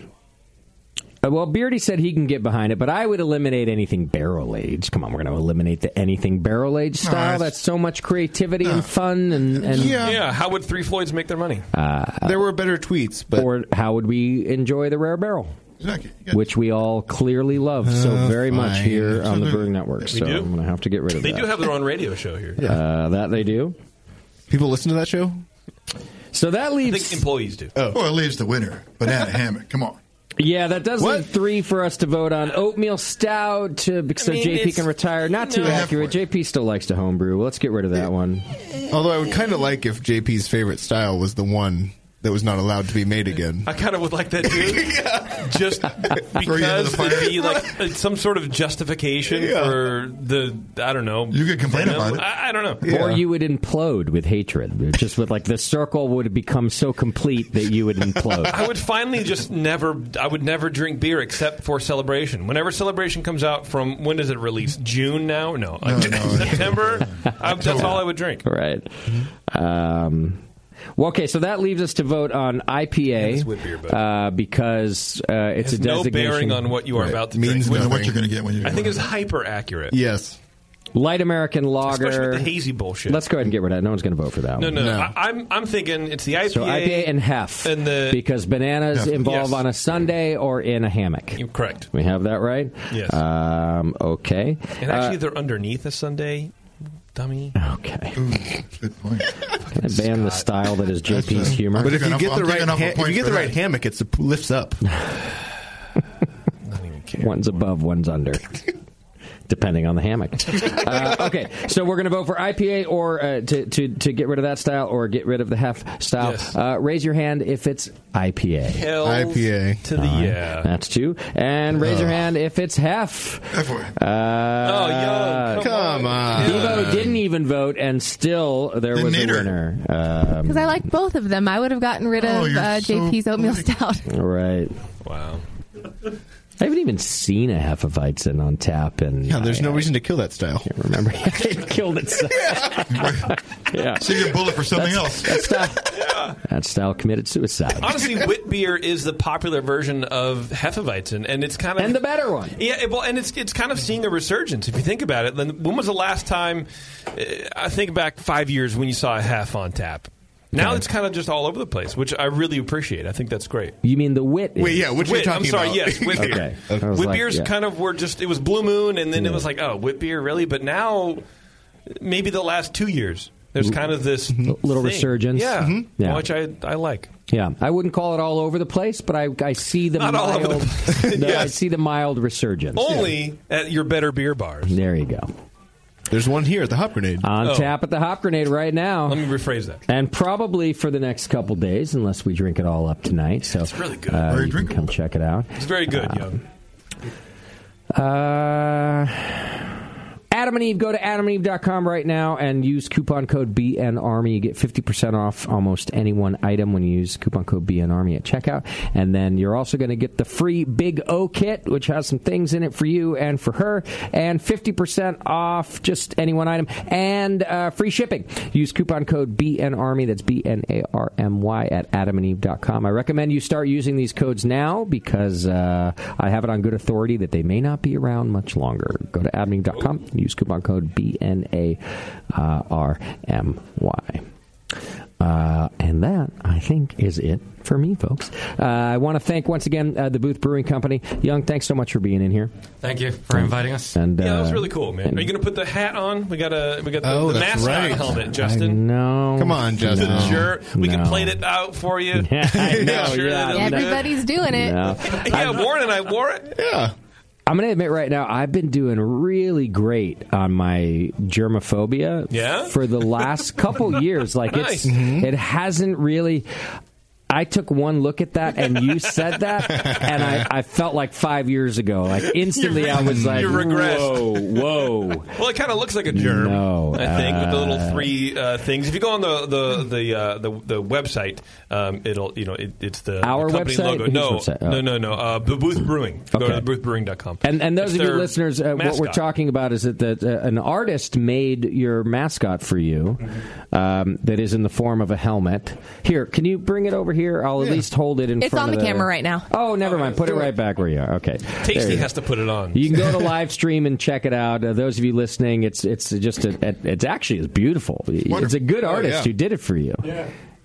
Speaker 1: uh, well, Beardy said he can get behind it, but I would eliminate anything barrel aged. Come on, we're going to eliminate the anything barrel aged
Speaker 5: No,
Speaker 1: style.
Speaker 5: it's-
Speaker 1: That's so much creativity and fun, and, and
Speaker 5: How would Three Floyds make their money?
Speaker 1: Uh,
Speaker 4: there were better tweets,
Speaker 1: but or how would we enjoy the rare barrel?
Speaker 2: Exactly.
Speaker 1: Which we all clearly love so
Speaker 4: Uh,
Speaker 1: very much
Speaker 4: fine.
Speaker 1: here on the
Speaker 4: Absolutely.
Speaker 1: Brewing Network.
Speaker 4: We
Speaker 1: so
Speaker 4: do.
Speaker 1: I'm going to have to get rid of
Speaker 5: They
Speaker 1: that.
Speaker 5: do have their own radio show here.
Speaker 1: Uh, that they do.
Speaker 4: People listen to that show.
Speaker 1: So that leaves
Speaker 5: employees do.
Speaker 2: Oh, it leaves the winner. Banana hammock. Come on.
Speaker 1: Yeah, that does leave three for us to vote on. Oatmeal stout, to, so
Speaker 4: I mean,
Speaker 1: JP
Speaker 4: it's-
Speaker 1: can retire. Not too
Speaker 4: No.
Speaker 1: accurate. JP still likes to homebrew. Well, Let's get rid of that one.
Speaker 4: Although I would kind of like if JP's favorite style was the one that was not allowed to be made again.
Speaker 5: I kind of would like that [LAUGHS] too, just because there'd be like uh, some sort of justification for the I don't know. You
Speaker 2: could
Speaker 5: complain about it. I, I don't know.
Speaker 1: Or you would implode with hatred. Just with like the circle would become so complete that you would implode.
Speaker 5: I would finally just never. I would never drink beer except for celebration. Whenever celebration comes out, from when does it release? June now? No, [LAUGHS] September. I, [LAUGHS] that's all I would drink.
Speaker 1: Right. Um, well, okay, so that leaves us to vote on IPA uh, because uh, it's
Speaker 5: Has
Speaker 1: a
Speaker 5: no
Speaker 1: designation.
Speaker 5: bearing on what you are about to drink. I think it's hyper accurate.
Speaker 4: Yes.
Speaker 1: Light American Lager.
Speaker 5: Especially with the hazy bullshit.
Speaker 1: Let's go ahead and get rid of that. No one's going to vote for that
Speaker 5: No,
Speaker 1: one.
Speaker 5: no, I, I'm I'm thinking it's the IPA,
Speaker 1: So IPA and hef,
Speaker 5: and the
Speaker 1: because bananas
Speaker 5: Hef,
Speaker 1: involve
Speaker 5: yes.
Speaker 1: on a Sunday or in a hammock.
Speaker 5: correct.
Speaker 1: We have that right.
Speaker 5: Yes.
Speaker 1: Um, okay.
Speaker 5: And actually, they're underneath a Sunday, dummy.
Speaker 1: Uh, Okay.
Speaker 2: good point.
Speaker 1: Uh, can I ban the style that is JP's humor.
Speaker 4: But if you get the right, ha- if you get the right hammock, it's it lifts up.
Speaker 1: [LAUGHS] one's above,
Speaker 4: [LAUGHS]
Speaker 1: one's under. Depending on the hammock. uh, okay, so we're going to vote for IPA or uh, to, to to get rid of that style or get rid of the hef style. Uh, raise your hand if it's IPA.
Speaker 5: Hells IPA. to the
Speaker 1: All right,
Speaker 5: yeah.
Speaker 1: That's two. And raise your
Speaker 5: Ugh.
Speaker 1: hand if it's hef. Uh,
Speaker 5: Oh, yo, come Come
Speaker 4: on. on.
Speaker 1: Devo didn't even vote, and still there was a winner. Um,
Speaker 6: Because I like both of them. I would have gotten rid of
Speaker 2: Oh, you're
Speaker 6: uh,
Speaker 2: so
Speaker 6: JP's oatmeal stout.
Speaker 1: All right.
Speaker 5: Wow.
Speaker 1: I haven't even seen a Hefeweizen on tap, and
Speaker 4: Yeah, there's no reason to kill that style.
Speaker 1: I remember [LAUGHS] it killed itself.
Speaker 4: [LAUGHS]
Speaker 1: yeah.
Speaker 2: Save your bullet for something else.
Speaker 1: That style committed suicide.
Speaker 2: [LAUGHS]
Speaker 5: Honestly, wit beer is the popular version of Hefeweizen, and it's kind of and the
Speaker 1: better one.
Speaker 5: Yeah, it- well, and it's it's kind of seeing a resurgence if you think about it. Then when was the last time? uh, I think back five years when you saw a half on tap. Now it's kind of just all over the place, which I really appreciate. I think that's great.
Speaker 1: You mean the wit?
Speaker 4: Wait, yeah,
Speaker 5: Which
Speaker 4: what you're
Speaker 5: I'm
Speaker 4: talking
Speaker 5: sorry,
Speaker 4: about.
Speaker 5: yes, whip beer.
Speaker 4: Okay. [LAUGHS] Okay. I was
Speaker 5: Whip
Speaker 4: like,
Speaker 5: beers
Speaker 4: yeah.
Speaker 5: kind of were just it was Blue Moon, and then it was like, oh, whip beer, really? But now, maybe the last two years, there's kind of this
Speaker 1: Mm-hmm. little
Speaker 5: thing.
Speaker 1: resurgence.
Speaker 5: yeah,
Speaker 1: Mhm.
Speaker 4: Mm-hmm.
Speaker 1: Yeah.
Speaker 5: which I I like.
Speaker 1: Yeah, I wouldn't call it all over the place, but I, I see the
Speaker 5: Not all
Speaker 1: mild,
Speaker 5: over the
Speaker 1: no, [LAUGHS] I
Speaker 5: Yes.
Speaker 1: see the mild resurgence.
Speaker 5: Only at your better beer bars.
Speaker 1: There you go.
Speaker 4: There's one here at the Hop Grenade.
Speaker 1: On
Speaker 5: Oh.
Speaker 1: tap at the Hop Grenade right now. Let
Speaker 5: me rephrase that.
Speaker 1: And probably for the next couple days, unless we drink it all up tonight. So it's
Speaker 5: really good.
Speaker 1: Uh,
Speaker 5: Very
Speaker 1: you can come check it out.
Speaker 5: It's very good. yo.
Speaker 1: Uh, Adam and Eve, go to adamandeve.com right now and use coupon code BNARMY. You get 50% off almost any one item when you use coupon code BNARMY at checkout. And then you're also going to get the free Big O kit, which has some things in it for you and for her, and 50% off just any one item and uh, free shipping. Use coupon code BNARMY, that's B N A R M Y, at adamandeve.com. I recommend you start using these codes now because uh, I have it on good authority that they may not be around much longer. Go to adamandeve.com, use coupon code BNARMY. Uh, and that, I think, is it for me, folks. Uh, I want to thank once again uh, the Booth Brewing Company. Young, thanks so much for being in here.
Speaker 9: Thank you for inviting us.
Speaker 1: And
Speaker 5: Yeah, that was
Speaker 1: uh,
Speaker 5: really cool, man.
Speaker 1: and-
Speaker 5: Are you going to put the hat on? We got a we got the,
Speaker 1: Oh,
Speaker 5: the
Speaker 1: that's
Speaker 5: mascot
Speaker 1: right.
Speaker 5: helmet, Justin.
Speaker 1: No,
Speaker 4: Come on, Justin.
Speaker 5: The shirt. We
Speaker 4: No.
Speaker 5: can plate it out for you.
Speaker 1: [LAUGHS] Yeah, I know,
Speaker 5: [LAUGHS] Make sure
Speaker 6: [LAUGHS]
Speaker 1: yeah,
Speaker 5: that it'll be good.
Speaker 6: Everybody's doing it.
Speaker 1: No.
Speaker 5: [LAUGHS] Yeah, Warren and I wore it.
Speaker 4: Yeah.
Speaker 1: I'm going to admit right now, I've been doing really great on my germophobia
Speaker 5: Yeah? Mm-hmm.
Speaker 1: for the
Speaker 5: [LAUGHS]
Speaker 1: last couple years. Like, it's, it hasn't really. I took one look at that, and you said that, and I, I felt like five years ago.
Speaker 5: [LAUGHS]
Speaker 1: Like instantly, I was like,
Speaker 5: You regressed.
Speaker 1: "Whoa, whoa!"
Speaker 5: Well, it kind of looks like a germ.
Speaker 1: No,
Speaker 5: I think with the
Speaker 1: uh,
Speaker 5: little three uh, things. If you go on the the the uh, the, the website, um, it'll you know it, it's the
Speaker 1: Our
Speaker 5: the company
Speaker 1: website?
Speaker 5: logo.
Speaker 1: Whose
Speaker 5: No,
Speaker 1: website? Oh.
Speaker 5: no, no, no. Uh, the Booth Brewing. Go
Speaker 1: Okay.
Speaker 5: to boothbrewing.com.
Speaker 1: And and those
Speaker 5: It's
Speaker 1: of you
Speaker 5: their
Speaker 1: listeners, uh, what we're
Speaker 5: mascot.
Speaker 1: talking about is that that uh, an artist made your mascot for you,
Speaker 5: Mm-hmm.
Speaker 1: um, that is in the form of a helmet. Here, can you bring it over here? I'll at least hold it in
Speaker 6: It's
Speaker 1: front
Speaker 6: on
Speaker 1: of
Speaker 6: the camera right now.
Speaker 1: Oh, never mind. Put it right back where you are. Okay. There
Speaker 5: Tasty
Speaker 1: you go.
Speaker 5: has to put it on.
Speaker 1: You can go to live stream and check it out. Uh, those of you listening, it's it's just a, it's actually it's beautiful. It's a good
Speaker 5: Oh,
Speaker 1: artist
Speaker 5: yeah.
Speaker 1: who did it for you.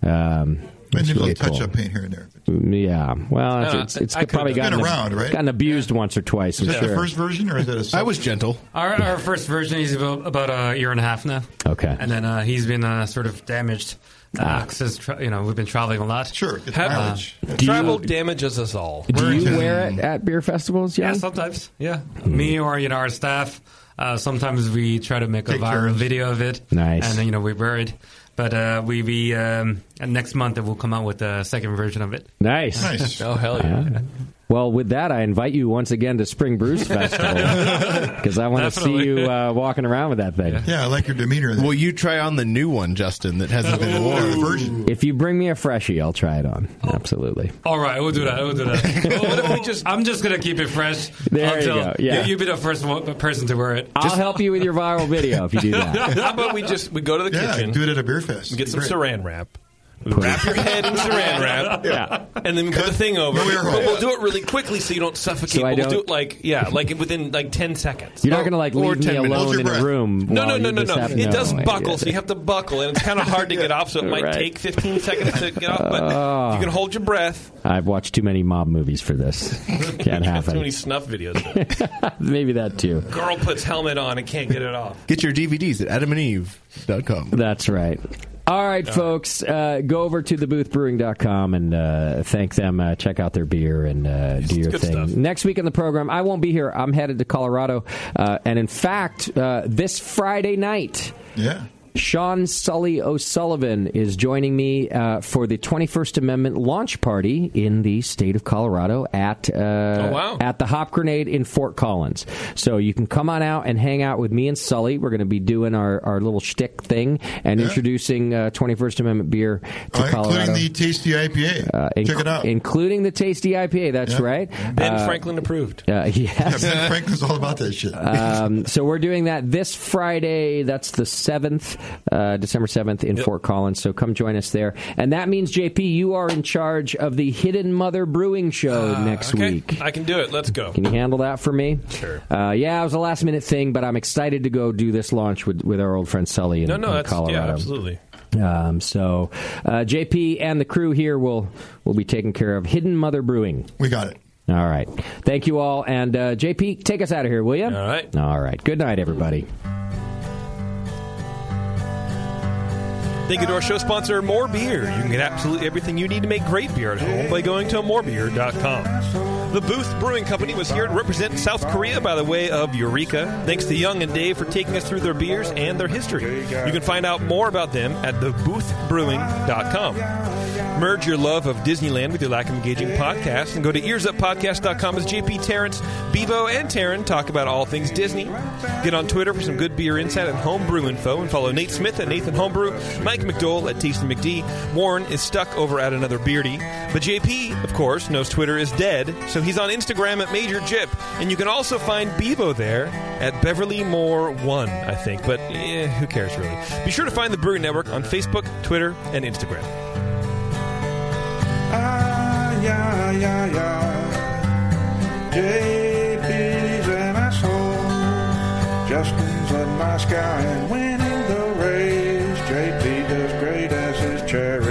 Speaker 1: Um, It's
Speaker 2: And there's a
Speaker 1: really
Speaker 2: little touch-up
Speaker 1: cool. Mm,
Speaker 2: paint here and there.
Speaker 1: Yeah, well,
Speaker 2: I
Speaker 1: it's,
Speaker 9: Uh,
Speaker 2: don't know.
Speaker 1: it's, it's
Speaker 2: I could-
Speaker 1: probably
Speaker 2: It's been
Speaker 1: gotten
Speaker 2: around, right?
Speaker 1: Gotten abused once or twice. I'm
Speaker 2: Is that
Speaker 1: sure.
Speaker 2: the first version, or is that a second? I was
Speaker 4: gentle.
Speaker 9: Our, our first version is about, about a year and a half now.
Speaker 1: Okay. Ah.
Speaker 9: And then uh, he's been uh, sort of damaged. Uh, 'cause, tra- you know, we've been traveling a lot. Uh, Sure.
Speaker 5: mileage. Travel damages us all.
Speaker 1: Do you wear it at beer festivals?
Speaker 9: Yeah,
Speaker 1: Young?
Speaker 9: sometimes. Yeah,
Speaker 1: Mm-hmm.
Speaker 9: me or you know our staff. Uh, sometimes we try to make a viral video of it.
Speaker 1: Nice.
Speaker 9: and then, you know we wear it. But uh, we we um, and next month we'll come out with a second version of it.
Speaker 1: Nice.
Speaker 9: Nice.
Speaker 1: [LAUGHS]
Speaker 9: Oh, hell [LAUGHS] yeah.
Speaker 1: Well, with that, I invite you once again to Spring
Speaker 9: [LAUGHS]
Speaker 1: Brews Festival because I want to see
Speaker 4: Definitely.
Speaker 1: you uh, walking around with that thing.
Speaker 2: Yeah, I like your demeanor.
Speaker 4: Will you try on the new one, Justin, that hasn't
Speaker 2: Oh,
Speaker 4: been worn?
Speaker 1: If you bring me a freshie, I'll try it on. Absolutely.
Speaker 9: All right, we'll do that. We'll do that.
Speaker 1: [LAUGHS]
Speaker 9: Well, what if we just, I'm just gonna keep it fresh
Speaker 1: There you
Speaker 9: until
Speaker 1: go, yeah.
Speaker 9: you, you be the first one, person to wear it.
Speaker 1: I'll help you with your viral video if you do
Speaker 4: [LAUGHS]
Speaker 1: that.
Speaker 5: How about we just we go to the
Speaker 2: Yeah,
Speaker 5: kitchen?
Speaker 2: do it at a beer fest.
Speaker 5: Get some
Speaker 2: Great.
Speaker 5: saran wrap. We wrap your head in saran wrap.
Speaker 1: Yeah.
Speaker 5: And then we put the thing over.
Speaker 1: No air
Speaker 5: but
Speaker 1: hole.
Speaker 5: we'll do it really quickly so you don't suffocate.
Speaker 1: So I
Speaker 5: but we'll do
Speaker 1: don't-
Speaker 5: it like yeah, like within like ten seconds.
Speaker 1: You're not gonna, like,
Speaker 5: Or
Speaker 1: leave me
Speaker 5: 10 minutes.
Speaker 1: alone
Speaker 5: Hold your
Speaker 1: in a
Speaker 5: breath.
Speaker 1: room
Speaker 5: No,
Speaker 1: while
Speaker 5: no, no,
Speaker 1: you
Speaker 5: no,
Speaker 1: just
Speaker 5: no.
Speaker 1: have-
Speaker 5: It does
Speaker 1: No, I-
Speaker 5: buckle, so you have to buckle, and it's kind of hard to get off. So it might
Speaker 1: Right.
Speaker 5: take 15 seconds to get off, but if you can hold your breath.
Speaker 1: I've watched too many mob movies for
Speaker 5: [LAUGHS]
Speaker 1: this. Can't
Speaker 5: Too
Speaker 1: happen.
Speaker 5: many snuff videos.
Speaker 1: [LAUGHS] Maybe that too.
Speaker 5: Girl puts helmet on and can't get it off.
Speaker 4: Get your DVDs at adamandeve.com.
Speaker 1: That's right. All right, folks, uh, go over to theboothbrewing.com and uh, thank them. Uh, check out their beer and uh, do your
Speaker 17: good
Speaker 1: thing.
Speaker 17: stuff.
Speaker 1: Next week on the program, I won't be here. I'm headed to Colorado. Uh, and in fact, uh, this Friday night.
Speaker 2: Yeah.
Speaker 1: Sean Sully O'Sullivan is joining me uh, for the 21st Amendment launch party in the state of Colorado at uh,
Speaker 2: Oh,
Speaker 1: at the Hop Grenade in Fort Collins. So you can come on out and hang out with me and Sully. We're going to be doing our, our little shtick thing and introducing uh, 21st Amendment beer to Colorado.
Speaker 2: Oh, Including the tasty IPA.
Speaker 1: Uh, inc-
Speaker 2: Check it out.
Speaker 1: Including the tasty IPA, that's
Speaker 2: Yeah.
Speaker 1: right.
Speaker 2: Ben
Speaker 1: Uh,
Speaker 2: Franklin approved.
Speaker 1: Uh, [LAUGHS] yes.
Speaker 2: [LAUGHS] Yeah, Ben Franklin's all about that shit.
Speaker 1: um, so we're doing that this Friday. That's the seventh, uh, December seventh in Fort Collins. So come join us there. And that means JP, you are in charge of the Hidden Mother Brewing Show next
Speaker 5: Ah, okay,
Speaker 1: week.
Speaker 5: I can do it. Let's go.
Speaker 1: Can you handle that for me?
Speaker 5: Sure.
Speaker 1: Uh, yeah, it was a last minute thing, but I'm excited to go do this launch with, with our old friend Sully in,
Speaker 5: No, no,
Speaker 1: in
Speaker 5: that's
Speaker 1: Colorado.
Speaker 5: yeah, absolutely.
Speaker 1: Um, so uh, JP and the crew here will will be taking care of Hidden Mother Brewing.
Speaker 2: We got it.
Speaker 1: All right. Thank you all. And uh, JP, take us out of here, will you? All
Speaker 5: right.
Speaker 1: All right. Good night, everybody.
Speaker 5: Thank you to our show sponsor, More Beer. You can get absolutely everything you need to make great beer at home by going to morebeer.com. The Booth Brewing Company was here to represent South Korea by the way of Eureka. Thanks to Young and Dave for taking us through their beers and their history. You can find out more about them at theboothbrewing.com. Merge your love of Disneyland with your lack of engaging podcasts and go to earsuppodcast.com as JP Terrence, Bevo, and Taryn talk about all things Disney. Get on Twitter for some good beer insight and homebrew info and follow Nate Smith at Nathan Homebrew, Mike McDowell at Tasty McD. Warren is stuck over at another beardy. But JP, of course, knows Twitter is dead, so he's on Instagram at Major Jip. And you can also find Bevo there at Beverly Moore 1, I think. But eh, who cares, really? Be sure to find the Brewing Network on Facebook, Twitter, and Instagram.
Speaker 18: Ah, yeah, yeah, yeah. JP's an asshole. Justin's a nice guy and winning the race. JP does great as his charity.